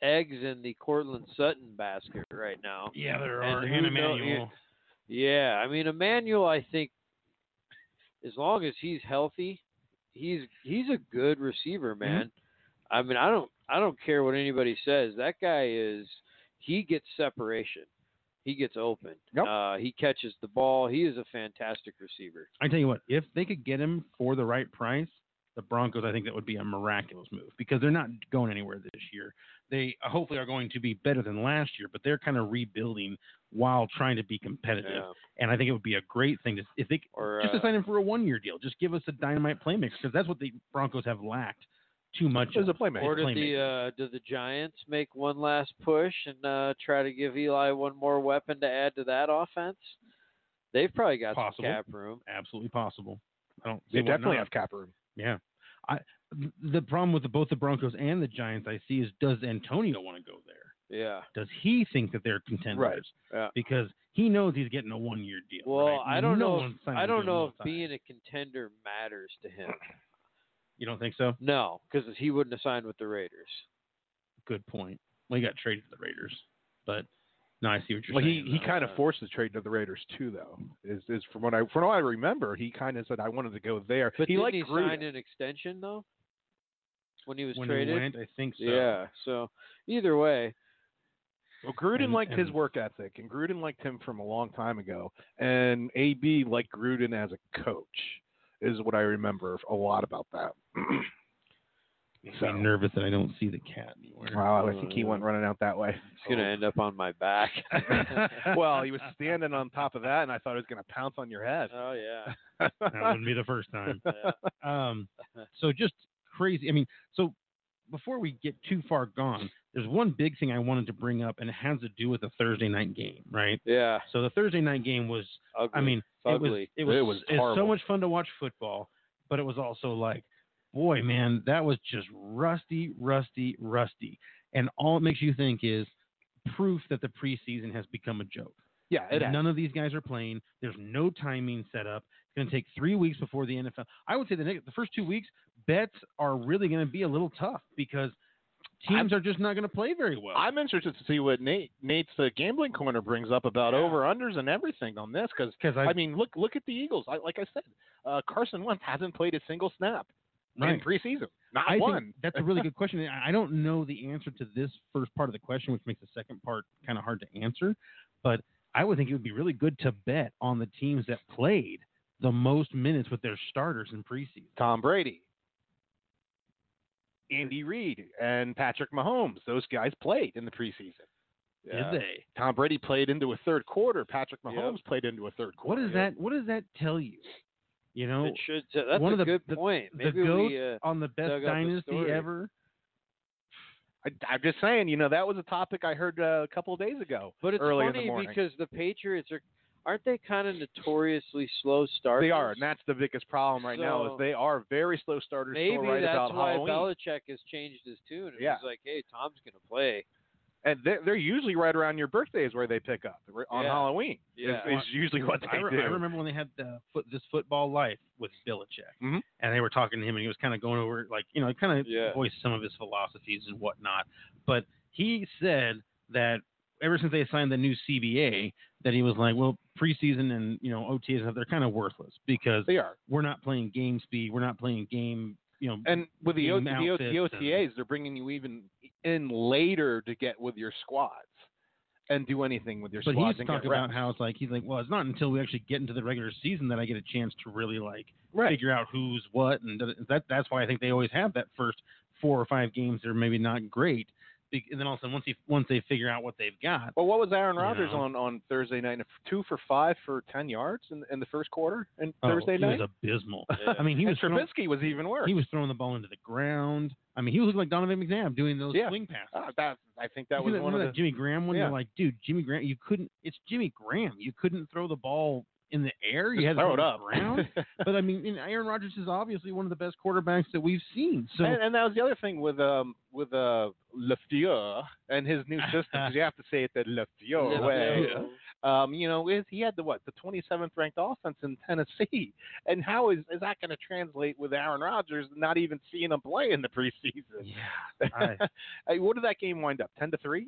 [SPEAKER 3] eggs in the Cortland Sutton basket right now.
[SPEAKER 2] yeah, there
[SPEAKER 3] And
[SPEAKER 2] are
[SPEAKER 3] who
[SPEAKER 2] and
[SPEAKER 3] know-
[SPEAKER 2] Emmanuel.
[SPEAKER 3] Yeah, I mean Emmanuel. I think as long as he's healthy, he's he's a good receiver,
[SPEAKER 2] Mm-hmm.
[SPEAKER 3] man. I mean, I don't I don't care what anybody says. That guy is he gets separation, he gets open,
[SPEAKER 4] Yep.
[SPEAKER 3] uh, he catches the ball. He is a fantastic receiver.
[SPEAKER 2] I tell you what, if they could get him for the right price, the Broncos, I think that would be a miraculous move because they're not going anywhere this year. They uh, hopefully are going to be better than last year, but they're kind of rebuilding while trying to be competitive.
[SPEAKER 3] Yeah.
[SPEAKER 2] And I think it would be a great thing to if they
[SPEAKER 3] Or
[SPEAKER 2] just to
[SPEAKER 3] uh,
[SPEAKER 2] sign him for a one-year deal. Just give us a dynamite playmaker because that's what the Broncos have lacked too much.
[SPEAKER 4] There's a
[SPEAKER 2] of.
[SPEAKER 4] playmaker.
[SPEAKER 3] or did the
[SPEAKER 2] playmaker.
[SPEAKER 3] uh, did the Giants make one last push and uh, try to give Eli one more weapon to add to that offense? They've probably got
[SPEAKER 2] Possible.
[SPEAKER 3] some cap room.
[SPEAKER 2] Absolutely possible. I don't.
[SPEAKER 4] They
[SPEAKER 2] see why
[SPEAKER 4] definitely
[SPEAKER 2] not.
[SPEAKER 4] have cap room.
[SPEAKER 2] Yeah. I the problem with the, both the Broncos and the Giants I see is does Antonio want to go there?
[SPEAKER 3] Yeah.
[SPEAKER 2] Does he think that they're contenders?
[SPEAKER 4] Right.
[SPEAKER 3] Yeah.
[SPEAKER 2] Because he knows he's getting a one year deal.
[SPEAKER 3] Well,
[SPEAKER 2] right?
[SPEAKER 3] I don't
[SPEAKER 2] No
[SPEAKER 3] know. If,
[SPEAKER 2] one's signing
[SPEAKER 3] I
[SPEAKER 2] a
[SPEAKER 3] don't
[SPEAKER 2] deal
[SPEAKER 3] know
[SPEAKER 2] one
[SPEAKER 3] if
[SPEAKER 2] time.
[SPEAKER 3] being a contender matters to him.
[SPEAKER 2] You don't think so?
[SPEAKER 3] No, because he wouldn't have signed with the Raiders.
[SPEAKER 2] Good point. Well, he got traded to the Raiders, but no, I see what you're
[SPEAKER 4] Well, he
[SPEAKER 2] saying.
[SPEAKER 4] he
[SPEAKER 2] though.
[SPEAKER 4] kind of
[SPEAKER 3] uh,
[SPEAKER 4] forced the trade to the Raiders too, though. Is is from what I from what I remember, he kind of said I wanted to go there.
[SPEAKER 3] But
[SPEAKER 4] he
[SPEAKER 3] didn't
[SPEAKER 4] liked
[SPEAKER 3] he
[SPEAKER 4] Gruden.
[SPEAKER 3] sign an extension though? When he was
[SPEAKER 2] when
[SPEAKER 3] traded.
[SPEAKER 2] he went, I think so.
[SPEAKER 3] Yeah. So either way,
[SPEAKER 4] Well, Gruden
[SPEAKER 2] And-
[SPEAKER 4] liked his
[SPEAKER 2] and-
[SPEAKER 4] work ethic, and Gruden liked him from a long time ago. And AB liked Gruden as a coach, is what I remember a lot about that.
[SPEAKER 2] Makes
[SPEAKER 4] So-
[SPEAKER 2] me nervous that I don't see the cat anywhere.
[SPEAKER 4] wow, I think he went running out <laughs> that way.
[SPEAKER 3] he's
[SPEAKER 2] Oh.
[SPEAKER 3] gonna end up on my
[SPEAKER 2] <laughs>
[SPEAKER 3] back.
[SPEAKER 4] well, he was standing on top of that, and I thought he was going to pounce on your head.
[SPEAKER 3] oh yeah.
[SPEAKER 2] <laughs>
[SPEAKER 4] <laughs>
[SPEAKER 2] that wouldn't be the first time.
[SPEAKER 3] yeah.
[SPEAKER 2] Um, so just crazy. I mean, so before we get too far gone, there's one big thing I wanted to bring up, and it has to do with the Thursday night game, right?
[SPEAKER 3] <laughs> Yeah.
[SPEAKER 2] So the Thursday night game was,
[SPEAKER 3] Ugly.
[SPEAKER 2] I mean,
[SPEAKER 3] It's ugly.
[SPEAKER 2] it was
[SPEAKER 4] It was
[SPEAKER 2] it's so
[SPEAKER 4] horrible.
[SPEAKER 2] much fun to watch football, but it was also like, boy, man, that was just rusty, rusty, rusty, and all it makes you think is proof that the preseason has become a joke.
[SPEAKER 4] yeah, it
[SPEAKER 2] None of these guys are playing. There's no timing set up. It's going to take three weeks before the NFL. I would say the next, the first two weeks bets are really going to be a little tough because teams are just not going to play very well.
[SPEAKER 4] I'm interested to see what Nate Nate's uh, gambling corner brings up about over unders and everything on this because
[SPEAKER 2] because I,
[SPEAKER 4] I mean look look at the Eagles. I, like I said, uh, Carson Wentz hasn't played a single snap in
[SPEAKER 2] Right.
[SPEAKER 4] preseason. Not
[SPEAKER 2] I
[SPEAKER 4] one.
[SPEAKER 2] think that's a
[SPEAKER 4] <laughs>
[SPEAKER 2] really good question. and I I don't know the answer to this first part of the question, which makes the second part kind of hard to answer. But I would think it would be really good to bet on the teams that played the most minutes with their starters in preseason.
[SPEAKER 4] Tom Brady, Andy Reid, and Patrick Mahomes. Those guys played in the preseason.
[SPEAKER 3] yeah.
[SPEAKER 2] Did they?
[SPEAKER 4] Tom Brady played into a third quarter. Patrick
[SPEAKER 3] Yep.
[SPEAKER 4] Mahomes played into a third
[SPEAKER 2] What
[SPEAKER 4] quarter.
[SPEAKER 2] does that? What does that tell you? You know,
[SPEAKER 3] It should. That's
[SPEAKER 2] one
[SPEAKER 3] a
[SPEAKER 2] of the-
[SPEAKER 3] good
[SPEAKER 2] the-
[SPEAKER 3] point.
[SPEAKER 2] the
[SPEAKER 3] Maybe
[SPEAKER 2] goats
[SPEAKER 3] we. Uh,
[SPEAKER 2] on the best
[SPEAKER 3] dug up a
[SPEAKER 2] dynasty
[SPEAKER 3] story.
[SPEAKER 2] ever.
[SPEAKER 4] I, I'm just saying, you know, that was a topic I heard uh, a couple of days ago.
[SPEAKER 3] but it's
[SPEAKER 4] early in the
[SPEAKER 3] funny
[SPEAKER 4] morning.
[SPEAKER 3] because the Patriots are. Aren't they kind of notoriously slow starters?
[SPEAKER 4] They are, and that's the biggest problem right now is
[SPEAKER 3] So-
[SPEAKER 4] they are very slow starters. till
[SPEAKER 3] Maybe
[SPEAKER 4] right
[SPEAKER 3] that's
[SPEAKER 4] about
[SPEAKER 3] why
[SPEAKER 4] Halloween.
[SPEAKER 3] Belichick has changed his tune. It
[SPEAKER 4] Yeah.
[SPEAKER 3] was like, hey, Tom's going to play.
[SPEAKER 4] and they're, they're usually right around your birthdays where they pick up right on
[SPEAKER 3] Yeah.
[SPEAKER 4] Halloween.
[SPEAKER 3] Yeah.
[SPEAKER 4] is, is usually what they
[SPEAKER 2] I, re-
[SPEAKER 4] do.
[SPEAKER 2] I remember when they had the foot, this football life with Belichick,
[SPEAKER 4] Mhm.
[SPEAKER 2] and they were talking to him, and he was kind of going over, like you know, kind of
[SPEAKER 3] Yeah.
[SPEAKER 2] voiced some of his philosophies and whatnot. But He said that ever since they signed the new CBA, that he was like, well, preseason and you know OTAs and stuff, they're kind of worthless because
[SPEAKER 4] They are.
[SPEAKER 2] we're not playing game speed, we're not playing game, you know,
[SPEAKER 4] And with the, o-
[SPEAKER 2] Team
[SPEAKER 4] the, o-
[SPEAKER 2] outfits
[SPEAKER 4] the
[SPEAKER 2] and-
[SPEAKER 4] OTAs, they're bringing you even in later to get with your squads and do anything with your
[SPEAKER 2] but
[SPEAKER 4] squads
[SPEAKER 2] he's
[SPEAKER 4] and
[SPEAKER 2] talking
[SPEAKER 4] get reps.
[SPEAKER 2] about how it's like he's like, well, it's not until we actually get into the regular season that I get a chance to really like
[SPEAKER 4] right.
[SPEAKER 2] figure out who's what, and that- that that's why I think they always have that first four or five games that are maybe not great, be- and then all of a sudden once you, once they figure out what they've got,
[SPEAKER 4] Well, what was Aaron Rodgers
[SPEAKER 2] know.
[SPEAKER 4] on on Thursday night? Two for five for ten yards in, in the first quarter and
[SPEAKER 2] oh,
[SPEAKER 4] Thursday
[SPEAKER 2] he
[SPEAKER 4] night.
[SPEAKER 2] was abysmal.
[SPEAKER 4] <laughs>
[SPEAKER 3] Yeah.
[SPEAKER 2] I mean, he was
[SPEAKER 4] and
[SPEAKER 2] throwing,
[SPEAKER 4] Trubisky was even worse.
[SPEAKER 2] he was throwing the ball into the ground. I mean, he looked like Donovan McNabb doing those
[SPEAKER 4] Yeah.
[SPEAKER 2] swing passes.
[SPEAKER 4] Ah, that, I think that
[SPEAKER 2] You
[SPEAKER 4] was
[SPEAKER 2] see
[SPEAKER 4] one
[SPEAKER 2] remember
[SPEAKER 4] of
[SPEAKER 2] that Jimmy Graham one.
[SPEAKER 4] Yeah.
[SPEAKER 2] You're like, dude, Jimmy Graham, you couldn't. It's Jimmy Graham. You couldn't throw the ball in the air.
[SPEAKER 4] the
[SPEAKER 2] you had to
[SPEAKER 4] throw it
[SPEAKER 2] throw
[SPEAKER 4] up.
[SPEAKER 2] the ground.
[SPEAKER 4] <laughs>
[SPEAKER 2] but I mean, and Aaron Rodgers is obviously one of the best quarterbacks that we've seen. So
[SPEAKER 4] <laughs> and, and that was the other thing with um with uh Lafleur and his new system. 'cause you have to say it
[SPEAKER 2] <laughs>
[SPEAKER 4] the Lafleur way.
[SPEAKER 3] No.
[SPEAKER 4] Um, you know, is he had the what the 27th ranked offense in Tennessee, and how is is that going to translate with Aaron Rodgers not even seeing him play in the preseason?
[SPEAKER 2] yeah, I-
[SPEAKER 4] Hey, what did that game wind up? 10 to three?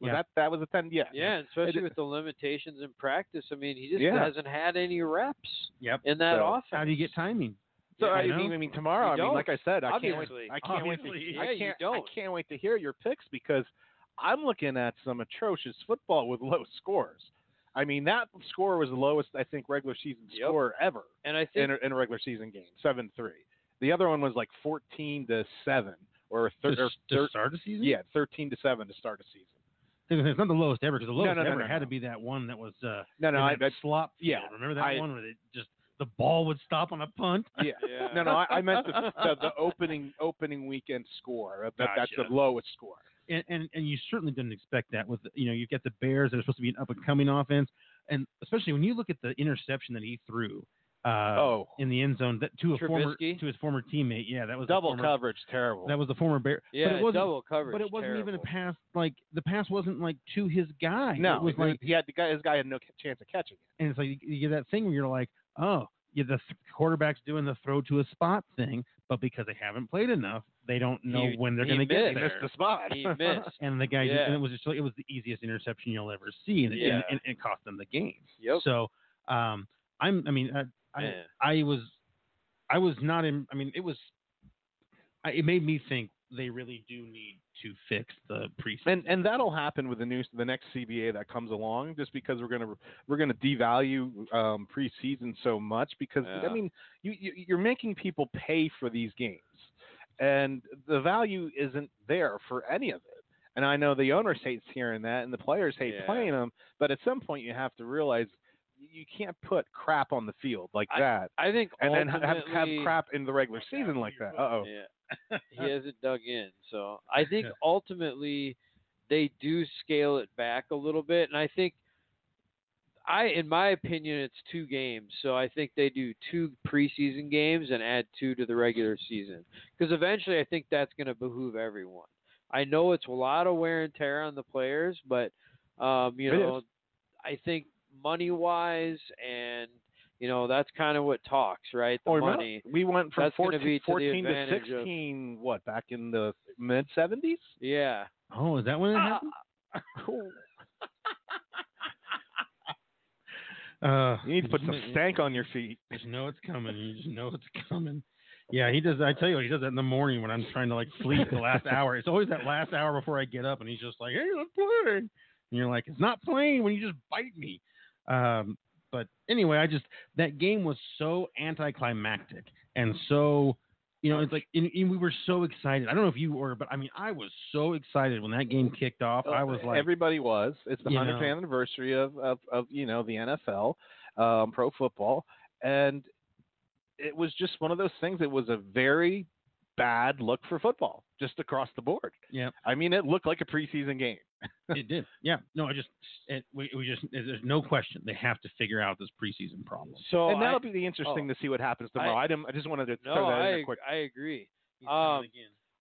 [SPEAKER 4] Was
[SPEAKER 2] Yeah.
[SPEAKER 4] that that was a 10? Yeah.
[SPEAKER 3] Yeah, and especially
[SPEAKER 4] It-
[SPEAKER 3] with the limitations in practice. I mean, he just
[SPEAKER 4] Yeah.
[SPEAKER 3] hasn't had any reps
[SPEAKER 2] yep.
[SPEAKER 3] in that
[SPEAKER 4] So,
[SPEAKER 3] offense.
[SPEAKER 2] How do you get timing?
[SPEAKER 4] So
[SPEAKER 2] Yeah,
[SPEAKER 4] I,
[SPEAKER 2] I know.
[SPEAKER 4] mean, I mean, tomorrow.
[SPEAKER 3] You
[SPEAKER 4] I mean,
[SPEAKER 3] don't,
[SPEAKER 4] like I said, I
[SPEAKER 3] obviously.
[SPEAKER 4] can't wait. I can't wait.
[SPEAKER 2] Obviously.
[SPEAKER 4] To,
[SPEAKER 3] Yeah,
[SPEAKER 4] I
[SPEAKER 3] you
[SPEAKER 4] can't.
[SPEAKER 3] don't.
[SPEAKER 4] I can't wait to hear your picks because I'm looking at some atrocious football with <laughs> low scores. I mean, that score was the lowest I think regular season
[SPEAKER 3] Yep.
[SPEAKER 4] score ever
[SPEAKER 3] And I
[SPEAKER 4] in
[SPEAKER 3] think
[SPEAKER 4] a, in a regular season game, seven three. The other one was like 14 to seven or
[SPEAKER 2] To,
[SPEAKER 4] thir- or
[SPEAKER 2] s- to
[SPEAKER 4] thir-
[SPEAKER 2] start a season?
[SPEAKER 4] yeah, 13 to seven to start a season.
[SPEAKER 2] It's not the lowest ever because the
[SPEAKER 4] No,
[SPEAKER 2] lowest
[SPEAKER 4] no, no,
[SPEAKER 2] ever
[SPEAKER 4] no,
[SPEAKER 2] had
[SPEAKER 4] no.
[SPEAKER 2] to be that one that was uh,
[SPEAKER 4] No, no,
[SPEAKER 2] in
[SPEAKER 4] I,
[SPEAKER 2] that slop.
[SPEAKER 4] yeah,
[SPEAKER 2] field. Remember that
[SPEAKER 4] I-
[SPEAKER 2] one where it just the ball would stop on a punt?
[SPEAKER 4] I- <laughs> yeah.
[SPEAKER 3] <laughs> yeah.
[SPEAKER 4] No, no, I, I meant
[SPEAKER 3] <laughs>
[SPEAKER 4] the, the, the opening opening weekend score. uh, That, That's
[SPEAKER 2] Gotcha.
[SPEAKER 4] the lowest score.
[SPEAKER 2] and, and and you certainly didn't expect that with you know you've got the Bears that are supposed to be an up and coming offense, and especially when you look at the interception that he threw uh,
[SPEAKER 4] oh,
[SPEAKER 2] in the end zone that, to a former
[SPEAKER 3] Trubisky?
[SPEAKER 2] to his former teammate. Yeah, that was the
[SPEAKER 4] double
[SPEAKER 2] former-
[SPEAKER 4] coverage, terrible.
[SPEAKER 2] That was the former Bear.
[SPEAKER 3] yeah,
[SPEAKER 2] but it wasn't,
[SPEAKER 3] double coverage.
[SPEAKER 2] But it wasn't even a
[SPEAKER 3] terrible.
[SPEAKER 2] pass. Like the pass wasn't like to his guy.
[SPEAKER 4] No,
[SPEAKER 2] it was like
[SPEAKER 4] he had the guy. His guy had no c- chance of catching it.
[SPEAKER 2] and it's like you, you get that thing where you're like, oh, yeah, the th- quarterback's doing the throw to a spot thing, but because they haven't played enough, they don't know
[SPEAKER 3] He-
[SPEAKER 2] when they're
[SPEAKER 3] he
[SPEAKER 2] going to
[SPEAKER 3] missed.
[SPEAKER 2] get
[SPEAKER 4] He
[SPEAKER 2] there.
[SPEAKER 4] missed the spot.
[SPEAKER 3] He missed.
[SPEAKER 2] and the guy just-
[SPEAKER 3] Yeah.
[SPEAKER 2] and it was just like it was the easiest interception you'll ever see, and,
[SPEAKER 3] Yeah.
[SPEAKER 2] and, and it cost them the game.
[SPEAKER 3] Yep.
[SPEAKER 2] So, um, I'm, I mean, I, I,
[SPEAKER 3] Man.
[SPEAKER 2] I was, I was not in. I mean, it was, I, it made me think they really do need to fix the preseason.
[SPEAKER 4] <laughs> and and that'll happen with the new the next CBA that comes along, just because we're gonna we're gonna devalue um, preseason so much because
[SPEAKER 3] Yeah.
[SPEAKER 4] I mean you, you you're making people pay for these games, and the value isn't there for any of it. And I know the owners hate hearing that, and the players hate
[SPEAKER 3] Yeah.
[SPEAKER 4] playing them, but at some point you have to realize you can't put crap on the field like that.
[SPEAKER 3] I think
[SPEAKER 4] and then have, have
[SPEAKER 3] ultimately-
[SPEAKER 4] crap in the regular season like that. Uh oh.
[SPEAKER 3] Yeah.
[SPEAKER 4] <laughs>
[SPEAKER 3] he hasn't dug in. So I think ultimately they do scale it back a little bit. And I think I in my opinion it's two games. So I think they do two preseason games and add two to the regular season. Because eventually I think that's gonna behoove everyone. I know it's a lot of wear and tear on the players, but um, you
[SPEAKER 4] It
[SPEAKER 3] know,
[SPEAKER 4] is.
[SPEAKER 3] I think money wise and you know, that's kind of what talks, right? The
[SPEAKER 4] Or
[SPEAKER 3] money.
[SPEAKER 4] not. We went from
[SPEAKER 3] That's gonna
[SPEAKER 4] 14,
[SPEAKER 3] be to the
[SPEAKER 4] 14 to
[SPEAKER 3] advantage of-
[SPEAKER 4] 16, what, back in the mid 70s?
[SPEAKER 3] Yeah.
[SPEAKER 2] oh, is that when it
[SPEAKER 4] Ah.
[SPEAKER 2] happened? Uh,
[SPEAKER 4] You need to put <laughs>
[SPEAKER 2] just
[SPEAKER 4] some
[SPEAKER 2] kn-
[SPEAKER 4] stank on your feet.
[SPEAKER 2] you Just know it's coming. You just know it's coming. Yeah, he does. I tell you, what, he does that in the morning when I'm trying to like sleep the last hour. It's always that last hour before I get up, and he's just like, "Hey, let's play." And you're like, "It's not playing when you just bite me." Um, but anyway, I just that game was so anticlimactic and so, you know, it's like and, and we were so excited. I don't know if you were, but I mean, I was so excited when that game kicked off. I was like,
[SPEAKER 4] Oh, everybody was. It's the
[SPEAKER 2] You
[SPEAKER 4] 100th
[SPEAKER 2] know.
[SPEAKER 4] anniversary of, of, of you know the NFL, um, pro football, and it was just one of those things. It was a very bad look for football, just across the board.
[SPEAKER 2] Yep.
[SPEAKER 4] I mean, it looked like a preseason game.
[SPEAKER 2] it did. Yeah. No, I just it, we, we just there's no question they have to figure out this preseason problem.
[SPEAKER 3] So
[SPEAKER 4] and
[SPEAKER 3] I- Oh.
[SPEAKER 4] that'll be the interesting to see what happens tomorrow. I, didn't, I just wanted to
[SPEAKER 3] No,
[SPEAKER 4] throw that
[SPEAKER 3] I,
[SPEAKER 4] in there
[SPEAKER 3] ag-
[SPEAKER 4] quick.
[SPEAKER 3] I agree. Um,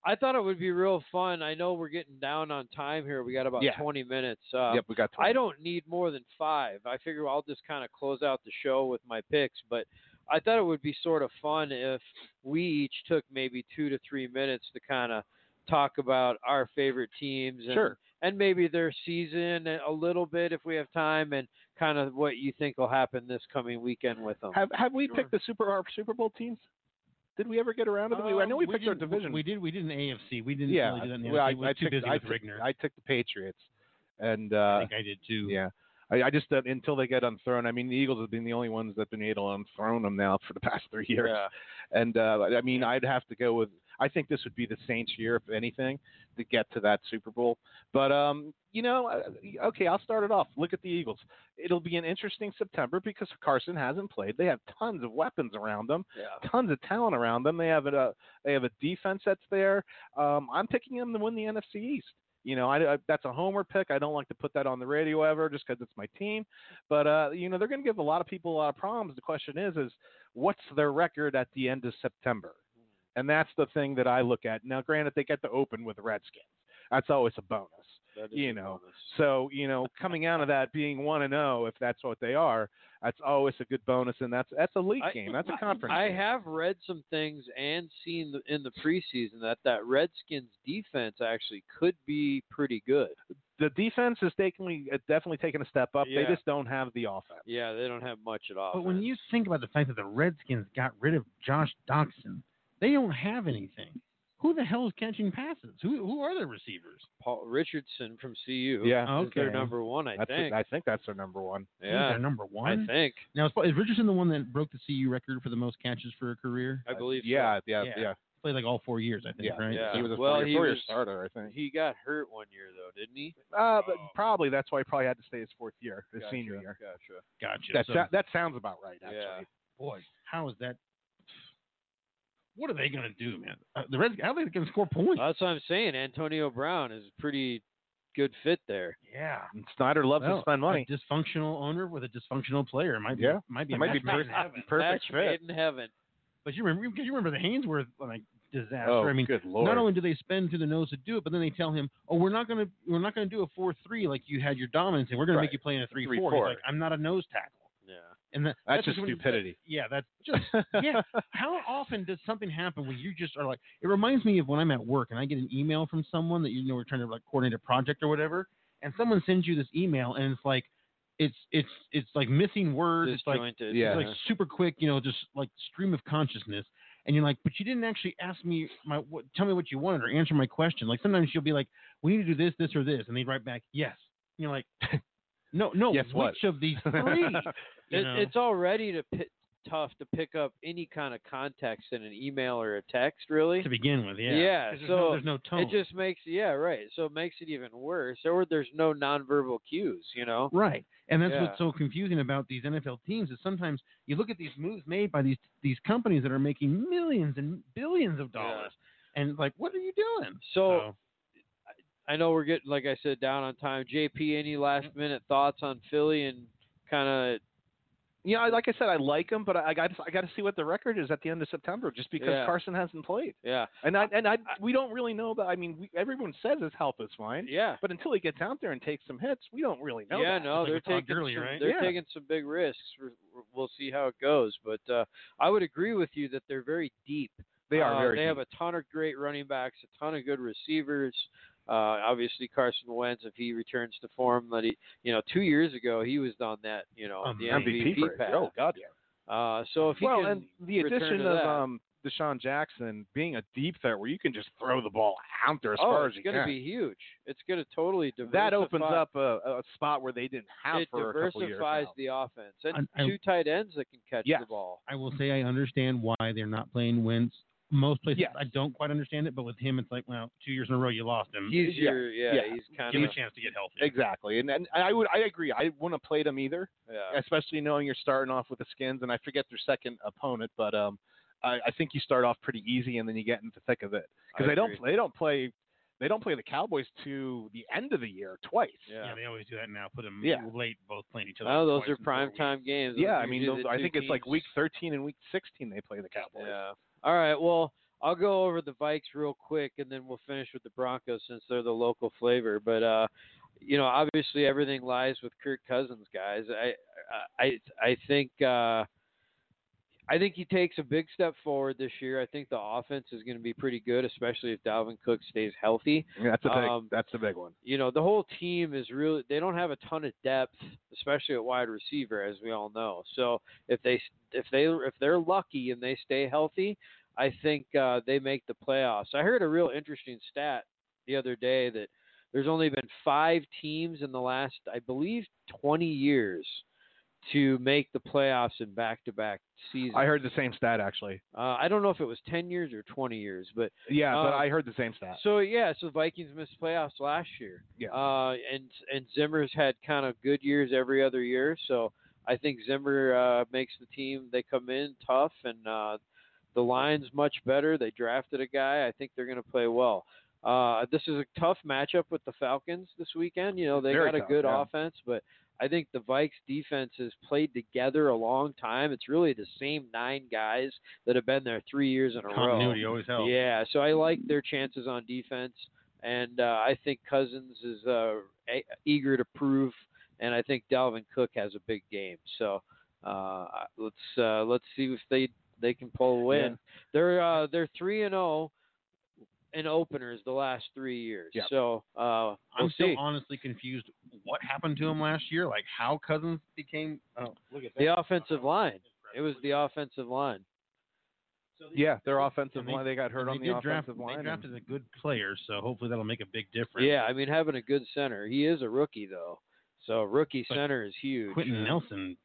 [SPEAKER 3] I thought it would be real fun. I know we're getting down on time here. We got about
[SPEAKER 4] Yeah.
[SPEAKER 3] 20 minutes. Uh,
[SPEAKER 4] yep, we got.
[SPEAKER 3] I
[SPEAKER 4] 20.
[SPEAKER 3] don't need more than five. I figure I'll just kind of close out the show with my picks, but I thought it would be sort of fun if we each took maybe two to three minutes to kind of talk about our favorite teams and
[SPEAKER 4] Sure.
[SPEAKER 3] and maybe their season a little bit if we have time, and kind of what you think will happen this coming weekend with them.
[SPEAKER 4] Have Have we
[SPEAKER 3] Sure.
[SPEAKER 4] picked the Super our Super Bowl teams? Did we ever get around to them? I know we, picked our
[SPEAKER 2] didn't-
[SPEAKER 4] division.
[SPEAKER 2] Uh, We did. We did an AFC. We didn't
[SPEAKER 4] yeah,
[SPEAKER 2] really do that in the
[SPEAKER 4] well,
[SPEAKER 2] NFC.
[SPEAKER 4] I,
[SPEAKER 2] we were
[SPEAKER 4] I
[SPEAKER 2] too
[SPEAKER 4] took,
[SPEAKER 2] busy
[SPEAKER 4] I
[SPEAKER 2] with
[SPEAKER 4] took-
[SPEAKER 2] Rigner.
[SPEAKER 4] I took the Patriots, and
[SPEAKER 2] I
[SPEAKER 4] uh,
[SPEAKER 2] think I did too.
[SPEAKER 4] yeah, I, I just uh, until they get unthrown. I mean, the Eagles have been the only ones that've been able to unthrown them now for the past three years. And uh, I mean, I'd have to go with. I think this would be the Saints' year, if anything, to get to that Super Bowl. But um, you know, uh, okay, I'll start it off. Look at the Eagles. It'll be an interesting September because Carson hasn't played. They have tons of weapons around them,
[SPEAKER 3] yeah.
[SPEAKER 4] tons of talent around them. They have a they have a defense that's there. Um, I'm picking them to win the NFC East. You know, I, I, that's a homer pick. I don't like to put that on the radio ever, just because it's my team. But uh, you know, they're going to give a lot of people a lot of problems. The question is, is what's their record at the end of September? And that's the thing that I look at. Now, granted, they get to open with the Redskins. That's always a bonus.
[SPEAKER 3] That is
[SPEAKER 4] you
[SPEAKER 3] a
[SPEAKER 4] know,
[SPEAKER 3] bonus.
[SPEAKER 4] So,
[SPEAKER 3] <laughs>
[SPEAKER 4] you know, coming out of that being one and zero, if that's what they are, that's always a good bonus, and that's that's a league
[SPEAKER 3] I-
[SPEAKER 4] game. That's a conference.
[SPEAKER 3] I
[SPEAKER 4] game.
[SPEAKER 3] have read some things and seen the, in the preseason that that Redskins defense actually could be pretty good.
[SPEAKER 4] the defense is taking uh, definitely taking a step up.
[SPEAKER 3] Yeah.
[SPEAKER 4] They just don't have the offense.
[SPEAKER 3] Yeah, they don't have much at all.
[SPEAKER 2] But when you think about the fact that the Redskins got rid of Josh Doxson, they don't have anything. Who the hell is catching passes? Who who are their receivers?
[SPEAKER 3] Paul Richardson from CU,
[SPEAKER 4] Yeah,
[SPEAKER 3] is their
[SPEAKER 2] Okay.
[SPEAKER 3] number one, I
[SPEAKER 4] that's
[SPEAKER 3] think.
[SPEAKER 4] I think that's their number one.
[SPEAKER 2] Who's
[SPEAKER 3] yeah,
[SPEAKER 2] their number
[SPEAKER 3] I
[SPEAKER 2] one.
[SPEAKER 3] think.
[SPEAKER 2] Now is, is Richardson the one that broke the CU record for the most catches for a career?
[SPEAKER 3] I believe. so.
[SPEAKER 4] Uh, Yeah,
[SPEAKER 2] Yeah.
[SPEAKER 4] yeah, yeah, yeah.
[SPEAKER 2] Played like all four years, I think. right?
[SPEAKER 3] yeah.
[SPEAKER 4] He was a
[SPEAKER 3] Well,
[SPEAKER 4] four-year,
[SPEAKER 3] he
[SPEAKER 4] four-year
[SPEAKER 3] was-
[SPEAKER 4] starter, I think.
[SPEAKER 3] He got hurt one year though, didn't he?
[SPEAKER 4] Uh, but
[SPEAKER 2] Oh.
[SPEAKER 4] probably that's why he probably had to stay his fourth year, his
[SPEAKER 3] Gotcha,
[SPEAKER 4] senior year.
[SPEAKER 3] Gotcha.
[SPEAKER 2] Gotcha.
[SPEAKER 4] That
[SPEAKER 2] so,
[SPEAKER 4] sou- that sounds about right. Actually.
[SPEAKER 3] Yeah.
[SPEAKER 2] boy, how is that? What are they gonna do, man? Uh, the Redskins, how are they gonna score
[SPEAKER 4] Uh,
[SPEAKER 2] points?
[SPEAKER 3] That's what I'm saying. Antonio Brown is a pretty good fit there.
[SPEAKER 2] yeah.
[SPEAKER 4] And Snyder loves
[SPEAKER 2] Well,
[SPEAKER 4] to spend money.
[SPEAKER 2] A dysfunctional owner with a dysfunctional player might be
[SPEAKER 4] Yeah.
[SPEAKER 2] might be
[SPEAKER 4] It
[SPEAKER 2] a
[SPEAKER 4] might be
[SPEAKER 2] match made in
[SPEAKER 4] perfect,
[SPEAKER 2] heaven.
[SPEAKER 4] perfect
[SPEAKER 3] Match
[SPEAKER 4] fit.
[SPEAKER 3] made in heaven.
[SPEAKER 2] But you remember because you remember the Hainsworth like disaster.
[SPEAKER 4] Oh,
[SPEAKER 2] I mean,
[SPEAKER 4] good lord!
[SPEAKER 2] not only do they spend through the nose to do it, but then they tell him, "Oh, we're not gonna we're not gonna do a four three like you had your dominance, and we're gonna make
[SPEAKER 4] Right.
[SPEAKER 2] you play in a three,
[SPEAKER 4] Three,
[SPEAKER 2] four.
[SPEAKER 4] four.
[SPEAKER 2] He's like, "I'm not a nose tackle."
[SPEAKER 3] Yeah.
[SPEAKER 2] And that,
[SPEAKER 4] that's, just
[SPEAKER 2] when-
[SPEAKER 4] stupidity.
[SPEAKER 2] yeah,
[SPEAKER 4] <laughs>
[SPEAKER 2] that's just yeah. How often does something happen when you just are like? It reminds me of when I'm at work and I get an email from someone that you know we're trying to like coordinate a project or whatever, and someone sends you this email and it's like, it's it's it's like missing words. It's like
[SPEAKER 3] Disjointed.
[SPEAKER 4] yeah.
[SPEAKER 2] it's like super quick, you know, just like stream of consciousness. And you're like, but you didn't actually ask me my what, tell me what you wanted or answer my question. Like sometimes she'll be like, we need to do this, this, or this, and they write back, yes. And you're like, <laughs> no, no,
[SPEAKER 4] Yes,
[SPEAKER 2] which
[SPEAKER 4] what?
[SPEAKER 2] of
[SPEAKER 4] <laughs>
[SPEAKER 2] these three? You
[SPEAKER 3] It,
[SPEAKER 2] know?
[SPEAKER 3] It's already to pi tough to pick up any kind of context in an email or a text, really.
[SPEAKER 2] to begin with, yeah.
[SPEAKER 3] Yeah,
[SPEAKER 2] 'Cause there's
[SPEAKER 3] so
[SPEAKER 2] no, there's no tone.
[SPEAKER 3] It just makes yeah, right. So it makes it even worse. Or there's no nonverbal cues, you know.
[SPEAKER 2] Right. And that's
[SPEAKER 3] Yeah.
[SPEAKER 2] what's so confusing about these NFL teams is sometimes you look at these moves made by these these companies that are making millions and billions of dollars. And it's like, what are you doing?
[SPEAKER 3] So I know we're getting, like I said, down on time. JP, any last minute thoughts on Philly and kind of
[SPEAKER 4] You know, I- like I said, I like him, but I got I got to see what the record is at the end of September, just because
[SPEAKER 3] Yeah.
[SPEAKER 4] Carson hasn't played,
[SPEAKER 3] yeah,
[SPEAKER 4] and I and I, we don't really know about. I mean, we, everyone says his health is fine,
[SPEAKER 3] yeah,
[SPEAKER 4] but until he gets out there and takes some hits, we don't really know.
[SPEAKER 3] yeah.
[SPEAKER 4] that.
[SPEAKER 3] No,
[SPEAKER 2] Like we
[SPEAKER 3] they're
[SPEAKER 2] talked
[SPEAKER 3] taking
[SPEAKER 2] earlier,
[SPEAKER 3] some,
[SPEAKER 2] right?
[SPEAKER 3] they're
[SPEAKER 4] Yeah.
[SPEAKER 3] taking some big risks. We're- we're- We'll see how it goes, but uh, I would agree with you that they're very deep.
[SPEAKER 4] they are
[SPEAKER 3] Uh,
[SPEAKER 4] very.
[SPEAKER 3] They
[SPEAKER 4] deep.
[SPEAKER 3] have a ton of great running backs, a ton of good receivers. Uh, obviously, Carson Wentz, if he returns to form, that he, you know, two years ago he was on that, you know, the
[SPEAKER 4] MVP,
[SPEAKER 3] MVP,
[SPEAKER 4] for it.
[SPEAKER 3] path.
[SPEAKER 4] Oh God, yeah.
[SPEAKER 3] Uh, so if he
[SPEAKER 4] well,
[SPEAKER 3] can,
[SPEAKER 4] and the
[SPEAKER 3] return
[SPEAKER 4] addition
[SPEAKER 3] to
[SPEAKER 4] of
[SPEAKER 3] that.
[SPEAKER 4] um, Deshaun Jackson being a deep threat where you can just throw the ball out there as
[SPEAKER 3] oh,
[SPEAKER 4] far as
[SPEAKER 3] it's
[SPEAKER 4] you
[SPEAKER 3] going to
[SPEAKER 4] can.
[SPEAKER 3] be huge. It's going to totally diversify.
[SPEAKER 4] that opens up a, a spot where they didn't have
[SPEAKER 3] It
[SPEAKER 4] for a couple years.
[SPEAKER 3] diversifies
[SPEAKER 4] now.
[SPEAKER 3] the offense and
[SPEAKER 2] I- I-
[SPEAKER 3] two tight ends that can catch
[SPEAKER 4] Yes.
[SPEAKER 3] the ball.
[SPEAKER 2] I will say I understand why they're not playing Wentz. Most places
[SPEAKER 4] Yes.
[SPEAKER 2] I don't quite understand it, but with him it's like, well, two years in a row you lost him.
[SPEAKER 3] He's
[SPEAKER 4] Yeah,
[SPEAKER 3] your yeah.
[SPEAKER 4] yeah.
[SPEAKER 3] He's kind
[SPEAKER 2] Give him
[SPEAKER 3] of
[SPEAKER 2] a chance to get healthy.
[SPEAKER 4] Exactly, and and I would I agree. I wouldn't have played him either,
[SPEAKER 3] yeah.
[SPEAKER 4] especially knowing you're starting off with the Skins, and I forget their second opponent, but um, I, I think you start off pretty easy, and then you get into the thick of it because they don't
[SPEAKER 3] agree.
[SPEAKER 4] they don't play they don't play the Cowboys to the end of the year twice.
[SPEAKER 3] Yeah.
[SPEAKER 2] Yeah, they always do that now. Put them
[SPEAKER 4] Yeah.
[SPEAKER 2] late, both playing each other.
[SPEAKER 3] Oh, those
[SPEAKER 2] twice
[SPEAKER 3] are
[SPEAKER 2] in four
[SPEAKER 3] prime
[SPEAKER 2] weeks.
[SPEAKER 3] time games. Those
[SPEAKER 4] Yeah,
[SPEAKER 3] are
[SPEAKER 4] I mean,
[SPEAKER 3] usually
[SPEAKER 4] those,
[SPEAKER 3] the
[SPEAKER 4] I
[SPEAKER 3] two
[SPEAKER 4] think it's like
[SPEAKER 3] teams-
[SPEAKER 4] week 13 and week 16 they play the Cowboys.
[SPEAKER 3] Yeah. All right. Well, I'll go over the Vikes real quick, and then we'll finish with the Broncos since they're the local flavor. But uh, you know, obviously everything lies with Kirk Cousins, guys. I I I, I think uh, I think he takes a big step forward this year. I think the offense is going to be pretty good, especially if Dalvin Cook stays healthy.
[SPEAKER 4] Yeah, that's a big.
[SPEAKER 3] Um,
[SPEAKER 4] that's a big one.
[SPEAKER 3] You know, the whole team is really they don't have a ton of depth, especially at wide receiver as we all know. So, if they if they if they're lucky and they stay healthy, I think uh, they make the playoffs. I heard a real interesting stat the other day that there's only been 5 teams in the last I believe 20 years to make the playoffs in back-to-back seasons.
[SPEAKER 4] I heard the same stat actually.
[SPEAKER 3] uh, I don't know if it was 10 years or 20 years, but
[SPEAKER 4] Yeah, but
[SPEAKER 3] Uh,
[SPEAKER 4] I heard the same stat.
[SPEAKER 3] so yeah, so the Vikings missed playoffs last year.
[SPEAKER 4] Yeah.
[SPEAKER 3] Uh, and and Zimmer's had kind of good years every other year, so I think Zimmer uh, makes the team. They come in tough, and uh, the line's much better. They drafted a guy. I think they're going to play well. Uh, this is a tough matchup with the Falcons this weekend. You know they
[SPEAKER 4] Very
[SPEAKER 3] got a
[SPEAKER 4] tough,
[SPEAKER 3] good
[SPEAKER 4] yeah.
[SPEAKER 3] offense, but I think the Vikes defense has played together a long time. It's really the same nine guys that have been there three years in a row.
[SPEAKER 2] Continuity always helps.
[SPEAKER 3] Yeah, so I
[SPEAKER 2] Mm.
[SPEAKER 3] like their chances on defense, and uh, I think Cousins is uh, a- eager to prove, and I think Dalvin Cook has a big game. So uh, let's uh, let's see if they they can pull a win.
[SPEAKER 4] Yeah.
[SPEAKER 3] They're uh, they're three and zero in openers the last three years.
[SPEAKER 4] Yeah.
[SPEAKER 3] So uh,
[SPEAKER 2] I'm
[SPEAKER 3] we'll
[SPEAKER 2] still
[SPEAKER 3] see.
[SPEAKER 2] honestly confused. What happened to him last year? Like how Cousins became? Oh, look at that.
[SPEAKER 3] The offensive line. It was the offensive line.
[SPEAKER 4] yeah, their offensive
[SPEAKER 2] and they-
[SPEAKER 4] line. They got hurt
[SPEAKER 2] they
[SPEAKER 4] on the
[SPEAKER 2] did
[SPEAKER 4] offensive
[SPEAKER 2] draft,
[SPEAKER 4] line.
[SPEAKER 2] They
[SPEAKER 4] and-
[SPEAKER 2] drafted a good player, so hopefully that'll make a big difference.
[SPEAKER 3] Yeah, I mean having a good center. He is a rookie though, so rookie
[SPEAKER 2] But
[SPEAKER 3] center is huge.
[SPEAKER 2] Quentin Nelson,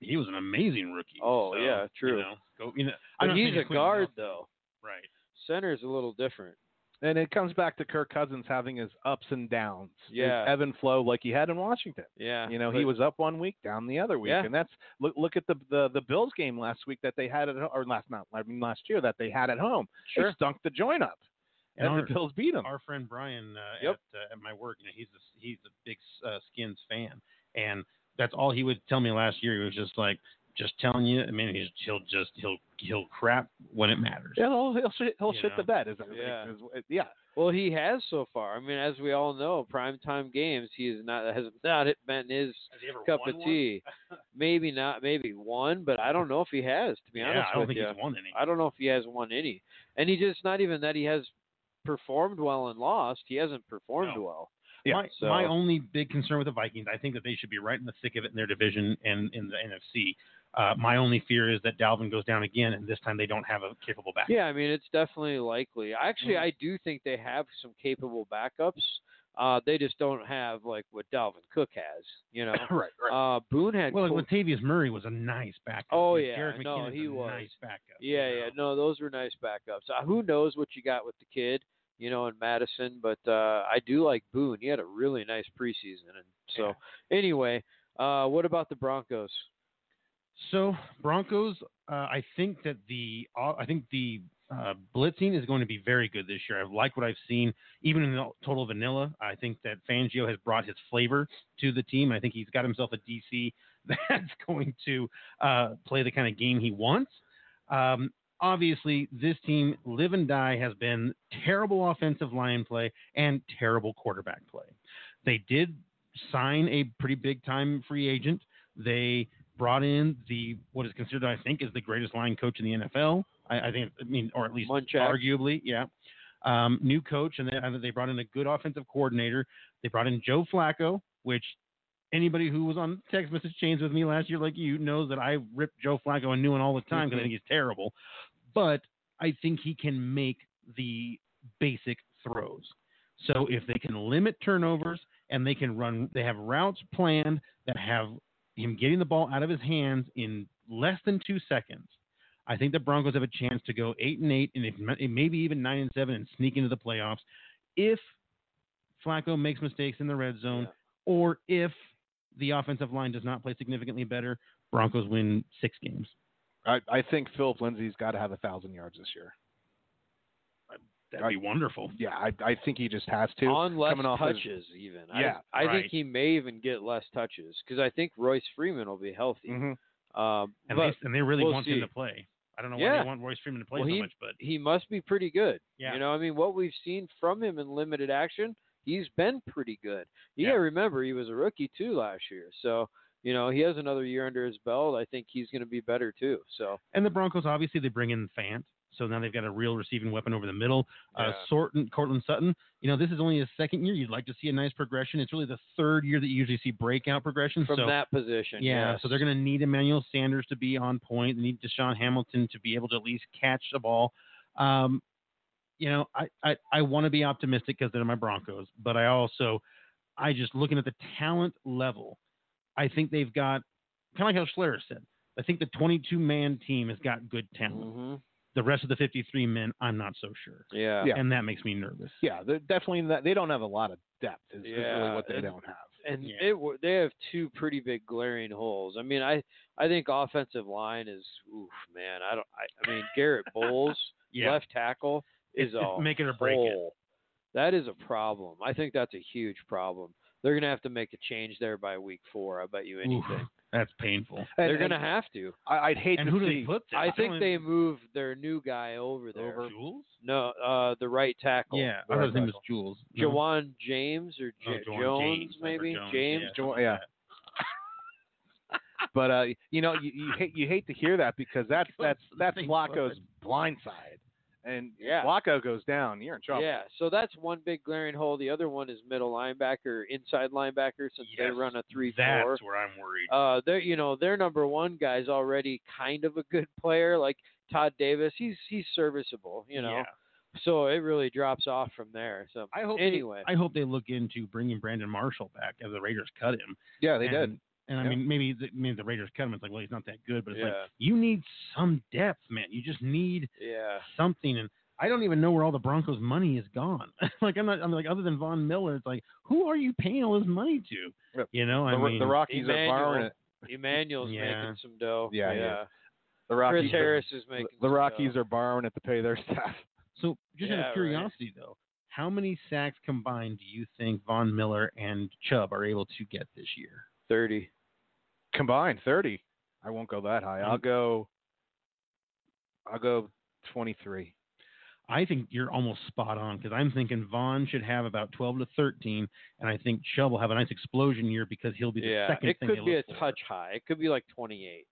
[SPEAKER 2] he was an amazing rookie.
[SPEAKER 3] Oh,
[SPEAKER 2] so,
[SPEAKER 3] yeah, true.
[SPEAKER 2] You know, go, you know, I'm
[SPEAKER 3] But
[SPEAKER 2] not
[SPEAKER 3] he's
[SPEAKER 2] saying
[SPEAKER 3] a
[SPEAKER 2] Quentin
[SPEAKER 3] guard
[SPEAKER 2] Nelson-
[SPEAKER 3] though.
[SPEAKER 2] right?
[SPEAKER 3] Center's a little different.
[SPEAKER 4] And it comes back to Kirk Cousins having his ups and downs, his
[SPEAKER 3] Yeah.
[SPEAKER 4] ebb and flow like he had in Washington.
[SPEAKER 3] Yeah.
[SPEAKER 4] You know, he
[SPEAKER 3] but-
[SPEAKER 4] was up one week, down the other week,
[SPEAKER 3] Yeah.
[SPEAKER 4] and that's look look at the, the the Bills game last week that they had at ho- or last not I mean last year that they had at home. They
[SPEAKER 3] Sure.
[SPEAKER 4] stunk the joint up,
[SPEAKER 2] And
[SPEAKER 4] and,
[SPEAKER 2] our,
[SPEAKER 4] the Bills beat them.
[SPEAKER 2] our friend Brian uh,
[SPEAKER 3] Yep.
[SPEAKER 2] at, uh, at my work, you know, he's a, he's a big uh, Skins fan, and that's all he would tell me last year. He was just like, just telling you. I mean, he's, he'll just he'll he'll crap when it matters.
[SPEAKER 4] yeah, he'll he'll, shit- he'll
[SPEAKER 2] You
[SPEAKER 4] shit the
[SPEAKER 2] know.
[SPEAKER 4] bed. Is that
[SPEAKER 3] Yeah.
[SPEAKER 4] is- yeah.
[SPEAKER 3] Well, he has so far. I mean, as we all know, primetime games, he is not has not it been his
[SPEAKER 2] Has he ever
[SPEAKER 3] cup
[SPEAKER 2] won
[SPEAKER 3] of
[SPEAKER 2] one?
[SPEAKER 3] tea. maybe not, maybe one, but I don't know if he has. To be
[SPEAKER 2] Yeah,
[SPEAKER 3] honest
[SPEAKER 2] I don't
[SPEAKER 3] with
[SPEAKER 2] think
[SPEAKER 3] you,
[SPEAKER 2] he's won any.
[SPEAKER 3] I don't know if he has won any. And he just not even that he has performed well and lost. He hasn't performed
[SPEAKER 2] No.
[SPEAKER 3] well.
[SPEAKER 4] Yeah,
[SPEAKER 2] my,
[SPEAKER 3] so-
[SPEAKER 2] my only big concern with the Vikings, I think that they should be right in the thick of it in their division and in the NFC. Uh, my only fear is that Dalvin goes down again, and this time they don't have a capable back.
[SPEAKER 3] Yeah, I mean, it's definitely likely. Actually,
[SPEAKER 2] Mm-hmm.
[SPEAKER 3] I do think they have some capable backups. Uh, they just don't have like what Dalvin Cook has. You know,
[SPEAKER 2] <coughs> right, right.
[SPEAKER 3] uh, Boone had
[SPEAKER 2] well, like
[SPEAKER 3] Cole-
[SPEAKER 2] Latavius Murray was a nice backup.
[SPEAKER 3] Oh,
[SPEAKER 2] and
[SPEAKER 3] yeah,
[SPEAKER 2] Jarek
[SPEAKER 3] no,
[SPEAKER 2] McKinnon's
[SPEAKER 3] he
[SPEAKER 2] a
[SPEAKER 3] was.
[SPEAKER 2] nice backup.
[SPEAKER 3] Yeah,
[SPEAKER 2] you know.
[SPEAKER 3] yeah. No, those were nice backups. Uh, who knows what you got with the kid, you know, in Madison, but uh, I do like Boone. He had a really nice preseason. And so, anyway, uh, what about the Broncos?
[SPEAKER 2] So Broncos, uh, I think that the uh, I think the uh, blitzing is going to be very good this year. I've liked what I've seen, even in the total vanilla. I think that Fangio has brought his flavor to the team. I think he's got himself a DC <laughs> that's going to uh, play the kind of game he wants. Um, obviously, this team live and die has been terrible offensive line play and terrible quarterback play. They did sign a pretty big time free agent. They brought in the what is considered, I think, is the greatest line coach in the NFL. I, I think, I mean, or at least
[SPEAKER 3] Munchak.
[SPEAKER 2] arguably, yeah. Um, new coach, and then they brought in a good offensive coordinator. They brought in Joe Flacco, which anybody who was on text message chains with me last year, like you, knows that I ripped Joe Flacco and knew him all the time because I think he's terrible. But I think he can make the basic throws. So if they can limit turnovers and they can run, they have routes planned that have him getting the ball out of his hands in less than two seconds. I think the Broncos have a chance to go eight and eight, and if, maybe even nine and seven, and sneak into the playoffs if Flacco makes mistakes in the red zone,
[SPEAKER 3] Yeah.
[SPEAKER 2] or if the offensive line does not play significantly better. Broncos win six games.
[SPEAKER 4] I, I think Philip Lindsay's got to have a thousand yards this year.
[SPEAKER 2] That'd be wonderful.
[SPEAKER 4] Yeah, I, I think he just has to.
[SPEAKER 3] On less
[SPEAKER 4] coming off his-
[SPEAKER 3] touches, even.
[SPEAKER 4] Yeah,
[SPEAKER 3] I, I
[SPEAKER 2] right.
[SPEAKER 3] think he may even get less touches because I think Royce Freeman will be healthy.
[SPEAKER 4] Mhm.
[SPEAKER 3] Um,
[SPEAKER 2] And
[SPEAKER 3] but
[SPEAKER 2] they and they really
[SPEAKER 3] we'll
[SPEAKER 2] want
[SPEAKER 3] see.
[SPEAKER 2] him to play. I don't know why
[SPEAKER 3] Yeah.
[SPEAKER 2] they want Royce Freeman to play
[SPEAKER 3] Well,
[SPEAKER 2] so
[SPEAKER 3] he-
[SPEAKER 2] much, but
[SPEAKER 3] he must be pretty good.
[SPEAKER 2] yeah,
[SPEAKER 3] You know, I mean, what we've seen from him in limited action, he's been pretty good. You
[SPEAKER 2] Yeah.
[SPEAKER 3] gotta remember he was a rookie too last year, so you know, he has another year under his belt. I think he's going to be better too. So
[SPEAKER 2] And the Broncos, obviously, they bring in Fant. So now they've got a real receiving weapon over the middle. Uh,
[SPEAKER 4] Yeah.
[SPEAKER 2] Sorton, Cortland Sutton. You know, this is only his second year. You'd like to see a nice progression. It's really the third year that you usually see breakout progression.
[SPEAKER 3] from
[SPEAKER 2] so,
[SPEAKER 3] that position,
[SPEAKER 2] yeah,
[SPEAKER 3] yes.
[SPEAKER 2] so they're going to need Emmanuel Sanders to be on point. They need Deshaun Hamilton to be able to at least catch the ball. Um, you know, I, I, I want to be optimistic because they're my Broncos, but I also, I just looking at the talent level, I think they've got, kind of like how Schlerer said, I think the 22 man team has got good talent.
[SPEAKER 3] Mhm.
[SPEAKER 2] The rest of the 53 men, I'm not so sure.
[SPEAKER 3] yeah,
[SPEAKER 4] Yeah.
[SPEAKER 2] And that makes me nervous.
[SPEAKER 4] Yeah, they're definitely not, they don't have a lot of depth. Is, is really
[SPEAKER 3] Yeah,
[SPEAKER 4] what they
[SPEAKER 3] and-
[SPEAKER 4] don't have.
[SPEAKER 3] and
[SPEAKER 2] Yeah.
[SPEAKER 3] it wa- they have two pretty big glaring holes. I mean, I I think offensive line is oof, man. I don't. I, I mean,
[SPEAKER 2] <laughs>
[SPEAKER 3] Garrett Bowles,
[SPEAKER 2] Yeah.
[SPEAKER 3] left tackle, is
[SPEAKER 2] It's- it's
[SPEAKER 3] a
[SPEAKER 2] make it or break it.
[SPEAKER 3] hole. That is a problem. I think that's a huge problem. They're gonna have to make a change there by week four. I bet you anything.
[SPEAKER 2] Oof, that's painful.
[SPEAKER 3] They're
[SPEAKER 4] And- and
[SPEAKER 3] gonna have to.
[SPEAKER 4] I, I'd hate
[SPEAKER 2] And
[SPEAKER 4] to
[SPEAKER 2] who do
[SPEAKER 4] see.
[SPEAKER 2] they put there?
[SPEAKER 3] I think
[SPEAKER 2] don't
[SPEAKER 3] they
[SPEAKER 2] even-
[SPEAKER 3] move their new guy over there.
[SPEAKER 2] over Jules?
[SPEAKER 3] No, uh, the right tackle.
[SPEAKER 2] Yeah,
[SPEAKER 4] The
[SPEAKER 2] I thought
[SPEAKER 4] right
[SPEAKER 2] his name was
[SPEAKER 4] tackle.
[SPEAKER 2] Jules. No.
[SPEAKER 3] Jawan James or
[SPEAKER 2] Oh,
[SPEAKER 3] J-
[SPEAKER 2] Jawan
[SPEAKER 3] Jones,
[SPEAKER 2] James, Robert
[SPEAKER 3] maybe
[SPEAKER 2] Jones,
[SPEAKER 3] James.
[SPEAKER 2] yeah.
[SPEAKER 4] Join- yeah. <laughs> But uh, you know, you, you hate you hate to hear that because that's
[SPEAKER 2] Because
[SPEAKER 4] that's that's
[SPEAKER 2] they
[SPEAKER 4] Flacco's blind side, and
[SPEAKER 3] Yeah.
[SPEAKER 4] Flacco goes down, you're in trouble.
[SPEAKER 3] Yeah, so that's one big glaring hole. The other one is middle linebacker, inside linebacker, since
[SPEAKER 2] Yes,
[SPEAKER 3] they run a
[SPEAKER 2] That's
[SPEAKER 3] three-four.
[SPEAKER 2] where I'm worried.
[SPEAKER 3] Uh, they're you know their number one guy's already kind of a good <laughs> player, like Todd Davis. He's he's serviceable, you know.
[SPEAKER 2] Yeah.
[SPEAKER 3] So it really drops off from there. So
[SPEAKER 2] I hope.
[SPEAKER 3] anyway,
[SPEAKER 2] they, I hope they look into bringing Brandon Marshall back as the Raiders cut him.
[SPEAKER 4] yeah, they
[SPEAKER 2] and,
[SPEAKER 4] did.
[SPEAKER 2] And I
[SPEAKER 4] Yeah.
[SPEAKER 2] mean, maybe the, maybe the Raiders cut him. It's like, well, he's not that good, but it's like
[SPEAKER 3] Yeah.
[SPEAKER 2] you need some depth, man. You just need
[SPEAKER 3] yeah,
[SPEAKER 2] something. And I don't even know where all the Broncos' money is gone. <laughs> like I'm not. I'm like other than Von Miller, it's like who are you paying all this money to?
[SPEAKER 4] Yep.
[SPEAKER 2] You know,
[SPEAKER 4] The,
[SPEAKER 2] I
[SPEAKER 4] Ro-
[SPEAKER 2] mean,
[SPEAKER 4] the Rockies
[SPEAKER 3] Emmanuel-
[SPEAKER 4] are borrowing it.
[SPEAKER 3] Emmanuel's
[SPEAKER 2] Yeah.
[SPEAKER 3] making some dough.
[SPEAKER 4] Yeah, he is.
[SPEAKER 3] yeah.
[SPEAKER 4] The
[SPEAKER 3] Chris
[SPEAKER 4] Rockies, are,
[SPEAKER 3] Harris is making
[SPEAKER 4] the
[SPEAKER 3] some
[SPEAKER 4] Rockies
[SPEAKER 3] dough.
[SPEAKER 4] are borrowing it to pay their <laughs> staff.
[SPEAKER 2] So just
[SPEAKER 3] Yeah,
[SPEAKER 2] out
[SPEAKER 3] right.
[SPEAKER 2] of curiosity, though, how many sacks combined do you think Von Miller and Chubb are able to get this year?
[SPEAKER 3] thirty.
[SPEAKER 4] combined 30 i won't go that high i'll
[SPEAKER 2] Mm.
[SPEAKER 4] go i'll go 23
[SPEAKER 2] I think you're almost spot on because I'm thinking Vaughn should have about 12 to 13, and I think Chubb will have a nice explosion year because he'll be the
[SPEAKER 3] yeah,
[SPEAKER 2] second
[SPEAKER 3] it
[SPEAKER 2] thing
[SPEAKER 3] could
[SPEAKER 2] they
[SPEAKER 3] be a
[SPEAKER 2] look for.
[SPEAKER 3] touch high. It could be like twenty-eight.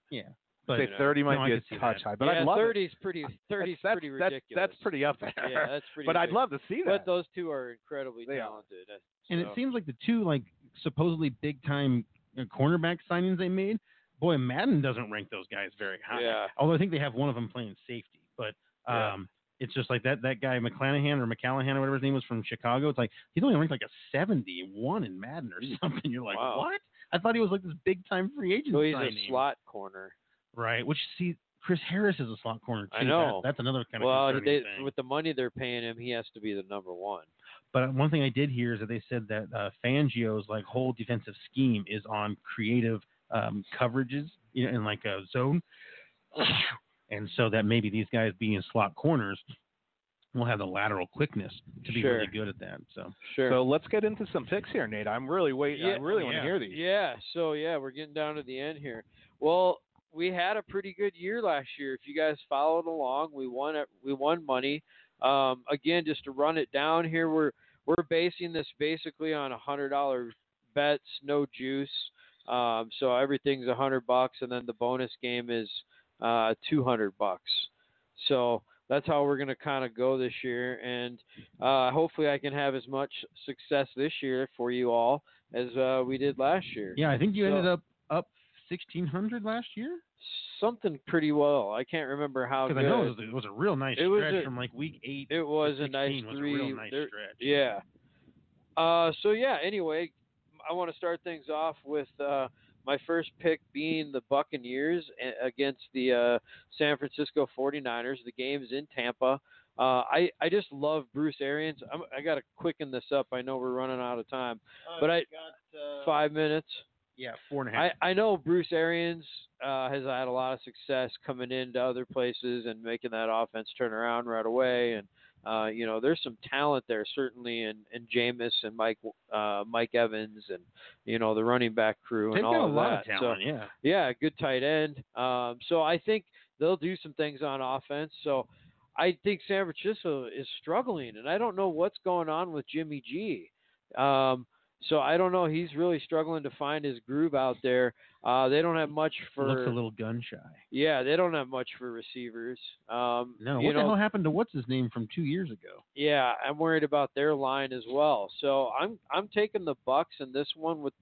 [SPEAKER 2] But uh,
[SPEAKER 4] say
[SPEAKER 3] you know,
[SPEAKER 4] 30 might
[SPEAKER 2] no, I
[SPEAKER 4] be
[SPEAKER 2] could see
[SPEAKER 4] a touch
[SPEAKER 2] that.
[SPEAKER 4] high but
[SPEAKER 3] yeah,
[SPEAKER 4] i'd love it.
[SPEAKER 3] 30 is pretty.
[SPEAKER 4] That's-
[SPEAKER 3] 30 is
[SPEAKER 4] that's,
[SPEAKER 3] pretty
[SPEAKER 4] that's,
[SPEAKER 3] ridiculous.
[SPEAKER 4] that's pretty up there
[SPEAKER 3] Yeah, that's pretty.
[SPEAKER 4] <laughs> but i'd
[SPEAKER 3] ridiculous.
[SPEAKER 4] love to <laughs> see
[SPEAKER 3] But
[SPEAKER 4] that
[SPEAKER 3] those two are incredibly
[SPEAKER 4] They are.
[SPEAKER 3] talented. uh,
[SPEAKER 2] and it
[SPEAKER 3] so-
[SPEAKER 2] seems like the two like supposedly big time uh, cornerback signings they made. Boy, Madden doesn't rank those guys very high.
[SPEAKER 3] Yeah.
[SPEAKER 2] Although I think they have one of them playing safety, but um,
[SPEAKER 3] Yeah.
[SPEAKER 2] it's just like that that guy McClanahan or McCallahan or whatever his name was from Chicago. It's like he's only ranked like a 71 in Madden or something. <laughs> You're like,
[SPEAKER 3] Wow.
[SPEAKER 2] what? I thought he was like this big time free agent.
[SPEAKER 3] So he's
[SPEAKER 2] signing.
[SPEAKER 3] a slot corner.
[SPEAKER 2] Right. Which see, Chris Harris is a slot corner too.
[SPEAKER 3] I know.
[SPEAKER 2] That, that's another kind of
[SPEAKER 3] Well,
[SPEAKER 2] concerning
[SPEAKER 3] they,
[SPEAKER 2] thing.
[SPEAKER 3] with the money they're paying him, he has to be the number one.
[SPEAKER 2] but one thing I did hear is that they said that uh, Fangio's like whole defensive scheme is on creative um, coverages, you know, in like a zone, <coughs> and so that maybe these guys being slot corners will have the lateral quickness to be really
[SPEAKER 3] Sure.
[SPEAKER 2] good at that. So
[SPEAKER 3] Sure.
[SPEAKER 4] so let's get into some picks here nate i'm really waiting
[SPEAKER 3] Yeah,
[SPEAKER 4] i really want to
[SPEAKER 2] yeah.
[SPEAKER 4] hear these
[SPEAKER 3] yeah. So yeah, we're getting down to the end here. Well, we had a pretty good year last year. If you guys followed along, we won. It, we won money. Um, again, just to run it down here, we're we're basing this basically on a hundred dollar bets, no juice. Um, so everything's a hundred bucks, and then the bonus game is uh, two hundred bucks. So that's how we're gonna kind of go this year, and uh, hopefully I can have as much success this year for you all as uh, we did last year.
[SPEAKER 2] yeah, I think you
[SPEAKER 3] So-
[SPEAKER 2] ended up up 1600 last year
[SPEAKER 3] Something pretty well. I can't remember how
[SPEAKER 2] because
[SPEAKER 3] good
[SPEAKER 2] I know it was, a- it was a real nice
[SPEAKER 3] It was
[SPEAKER 2] stretch
[SPEAKER 3] a-
[SPEAKER 2] from like week eight.
[SPEAKER 3] it was a nice
[SPEAKER 2] was
[SPEAKER 3] three.
[SPEAKER 2] a real nice
[SPEAKER 3] there-
[SPEAKER 2] stretch.
[SPEAKER 3] Yeah. Uh, so yeah. Anyway, I want to start things off with uh, my first pick being the Buccaneers a- against the uh, San Francisco 49ers. The game's in Tampa. Uh, I I just love Bruce Arians. I'm, I got to quicken this up. I know we're running out of time, but
[SPEAKER 2] Oh,
[SPEAKER 3] I
[SPEAKER 2] uh,
[SPEAKER 3] five minutes.
[SPEAKER 2] yeah, four and a half.
[SPEAKER 3] I, I know Bruce Arians uh, has had a lot of success coming into other places and making that offense turn around right away. And uh, you know, there's some talent there certainly, in in Jameis and Mike uh, Mike Evans and you know the running back crew
[SPEAKER 2] They've
[SPEAKER 3] and all
[SPEAKER 2] got a
[SPEAKER 3] of
[SPEAKER 2] lot
[SPEAKER 3] that.
[SPEAKER 2] of talent. yeah.
[SPEAKER 3] So, yeah, good tight end. Um, so I think they'll do some things on offense. So I think San Francisco is struggling, and I don't know what's going on with Jimmy G. Um, So I don't know. He's really struggling to find his groove out there. Uh, they don't have much for
[SPEAKER 2] Looks a little gun shy.
[SPEAKER 3] yeah. They don't have much for receivers. Um,
[SPEAKER 2] No,
[SPEAKER 3] you
[SPEAKER 2] what the
[SPEAKER 3] know,
[SPEAKER 2] hell happened to what's his name from two years ago?
[SPEAKER 3] yeah, I'm worried about their line as well. So I'm I'm taking the Bucks in this one with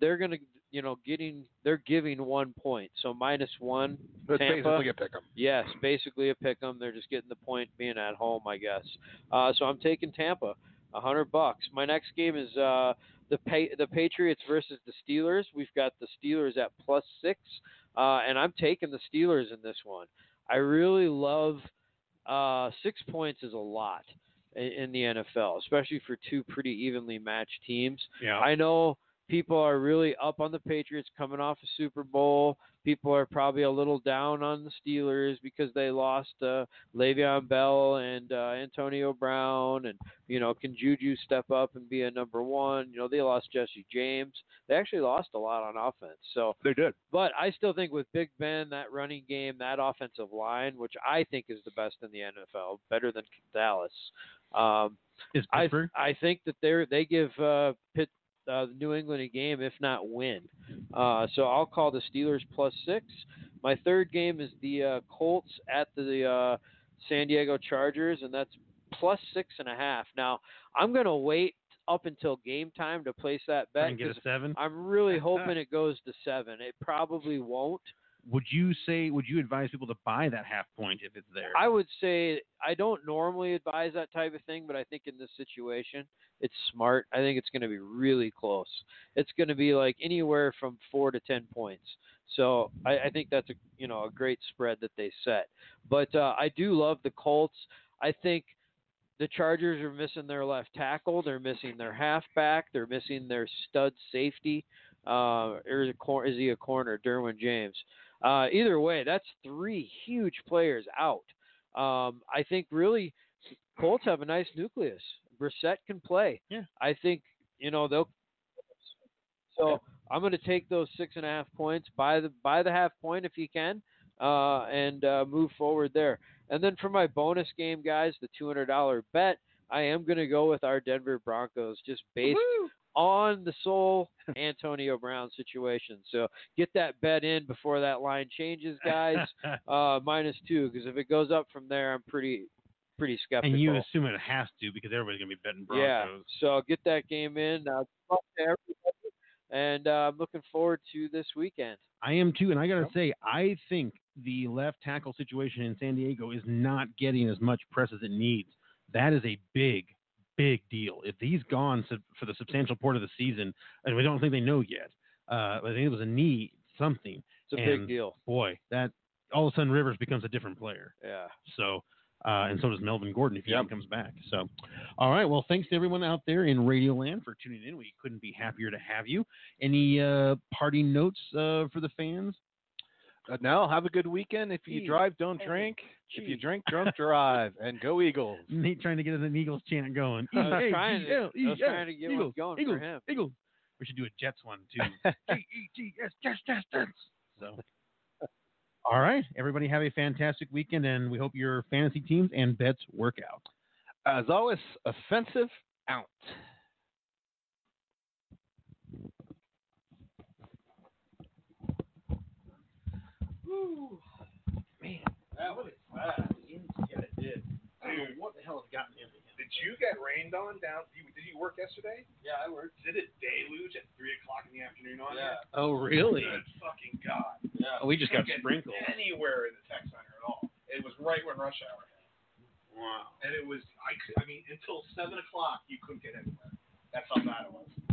[SPEAKER 3] they're gonna you know getting they're giving one point. So minus one.
[SPEAKER 4] That's
[SPEAKER 3] Tampa?
[SPEAKER 4] basically a pick 'em.
[SPEAKER 3] Yes, basically a pick 'em. They're just getting the point being at home, I guess. Uh, so I'm taking Tampa, a hundred bucks. My next game is uh, the pa- the Patriots versus the Steelers. We've got the Steelers at plus six, uh, and I'm taking the Steelers in this one. I really love uh, six points is a lot in, in the NFL, especially for two pretty evenly matched teams.
[SPEAKER 2] Yeah.
[SPEAKER 3] I know people are really up on the Patriots coming off a Super Bowl. People are probably a little down on the Steelers because they lost uh, Le'Veon Bell and uh, Antonio Brown, and you know, can Juju step up and be a number one? You know, they lost Jesse James. They actually lost a lot on offense. So,
[SPEAKER 4] They did.
[SPEAKER 3] but I still think with Big Ben, that running game, that offensive line, which I think is the best in the NFL, better than Dallas. Um,
[SPEAKER 2] Is
[SPEAKER 3] I
[SPEAKER 2] Pittsburgh?
[SPEAKER 3] I think that they they give uh, Pitt, uh, New England a game, if not win. Uh, so I'll call the Steelers plus six. My third game is the uh, Colts at the uh, San Diego Chargers, and that's plus six and a half. Now I'm gonna wait up until game time to place that
[SPEAKER 2] Try
[SPEAKER 3] bet.
[SPEAKER 2] and get a
[SPEAKER 3] 'cause
[SPEAKER 2] seven. <laughs>
[SPEAKER 3] I'm really hoping it goes to seven. It probably won't.
[SPEAKER 2] Would you say? Would you advise people to buy that half point if it's there?
[SPEAKER 3] I would say I don't normally advise that type of thing, but I think in this situation, it's smart. I think it's going to be really close. It's going to be like anywhere from four to ten points. So I, I think that's a you know a great spread that they set. But uh, I do love the Colts. I think the Chargers are missing their left tackle. They're missing their halfback. They're missing their stud safety. Uh, or is, it cor- is he a corner? Derwin James. Uh, either way, that's three huge players out. Um, I think really Colts have a nice nucleus. Brissett can play.
[SPEAKER 2] Yeah.
[SPEAKER 3] I think you know they'll. So I'm going to take those six and a half points. Buy the buy the half point if you can, uh, and uh, move forward there. And then for my bonus game, guys, the two hundred dollar bet, I am going to go with our Denver Broncos, just based on the sole Antonio Brown situation. So get that bet in before that line changes,
[SPEAKER 2] <laughs>
[SPEAKER 3] guys. uh, minus two, because if it goes up from there, I'm pretty pretty skeptical.
[SPEAKER 2] and you assume it has to because everybody's gonna be betting Broncos.
[SPEAKER 3] Yeah, so get that game in. Uh, fuck to everybody. and uh, I'm looking forward to this weekend.
[SPEAKER 2] I am too, and I gotta say, I think the left tackle situation in San Diego is not getting as much press as it needs. That is a big, big deal. If he's gone sub- for the substantial part of the season, and we don't think they know yet, uh, but I think it was a knee something.
[SPEAKER 3] It's a
[SPEAKER 2] And-
[SPEAKER 3] big deal.
[SPEAKER 2] Boy, that all of a sudden Rivers becomes a different player.
[SPEAKER 3] Yeah.
[SPEAKER 2] So, uh, and so does Melvin Gordon if he
[SPEAKER 4] Yep.
[SPEAKER 2] even comes back. So, all right. Well, thanks to everyone out there in Radio Land for tuning in. We couldn't be happier to have you. Any uh, party notes uh, for the fans? <laughs>
[SPEAKER 4] Uh, now have a good weekend. If you
[SPEAKER 2] Gee,
[SPEAKER 4] drive, don't
[SPEAKER 2] hey,
[SPEAKER 4] drink. If you
[SPEAKER 2] gee.
[SPEAKER 4] drink,
[SPEAKER 3] <laughs>
[SPEAKER 4] don't drive. And go Eagles.
[SPEAKER 2] Nate trying to get an Eagles chant going.
[SPEAKER 3] I was
[SPEAKER 2] E A
[SPEAKER 3] trying
[SPEAKER 2] G
[SPEAKER 3] to-
[SPEAKER 2] L E
[SPEAKER 3] I was
[SPEAKER 2] S,
[SPEAKER 3] trying to get one
[SPEAKER 2] Eagles,
[SPEAKER 3] going for
[SPEAKER 2] Eagles,
[SPEAKER 3] him.
[SPEAKER 2] Eagles. We should do a Jets one
[SPEAKER 3] <laughs>
[SPEAKER 2] too. G E G S, Jets, Jets, Jets. So, all right, everybody have a fantastic weekend, and we hope your fantasy teams and bets work out.
[SPEAKER 4] As always, offensive out.
[SPEAKER 5] Did you get rained on down? you- Did you work yesterday? Yeah, I worked. Did it deluge at three o'clock in the afternoon on
[SPEAKER 3] Yeah.
[SPEAKER 2] Oh, really?
[SPEAKER 5] you? Good fucking god!
[SPEAKER 2] We just got
[SPEAKER 5] Couldn't get
[SPEAKER 2] sprinkled.
[SPEAKER 5] anywhere in the tech center at all. It was right when rush hour. Hit. Wow. And it was I. cou- I mean, until seven o'clock, you couldn't get anywhere. That's how bad it was.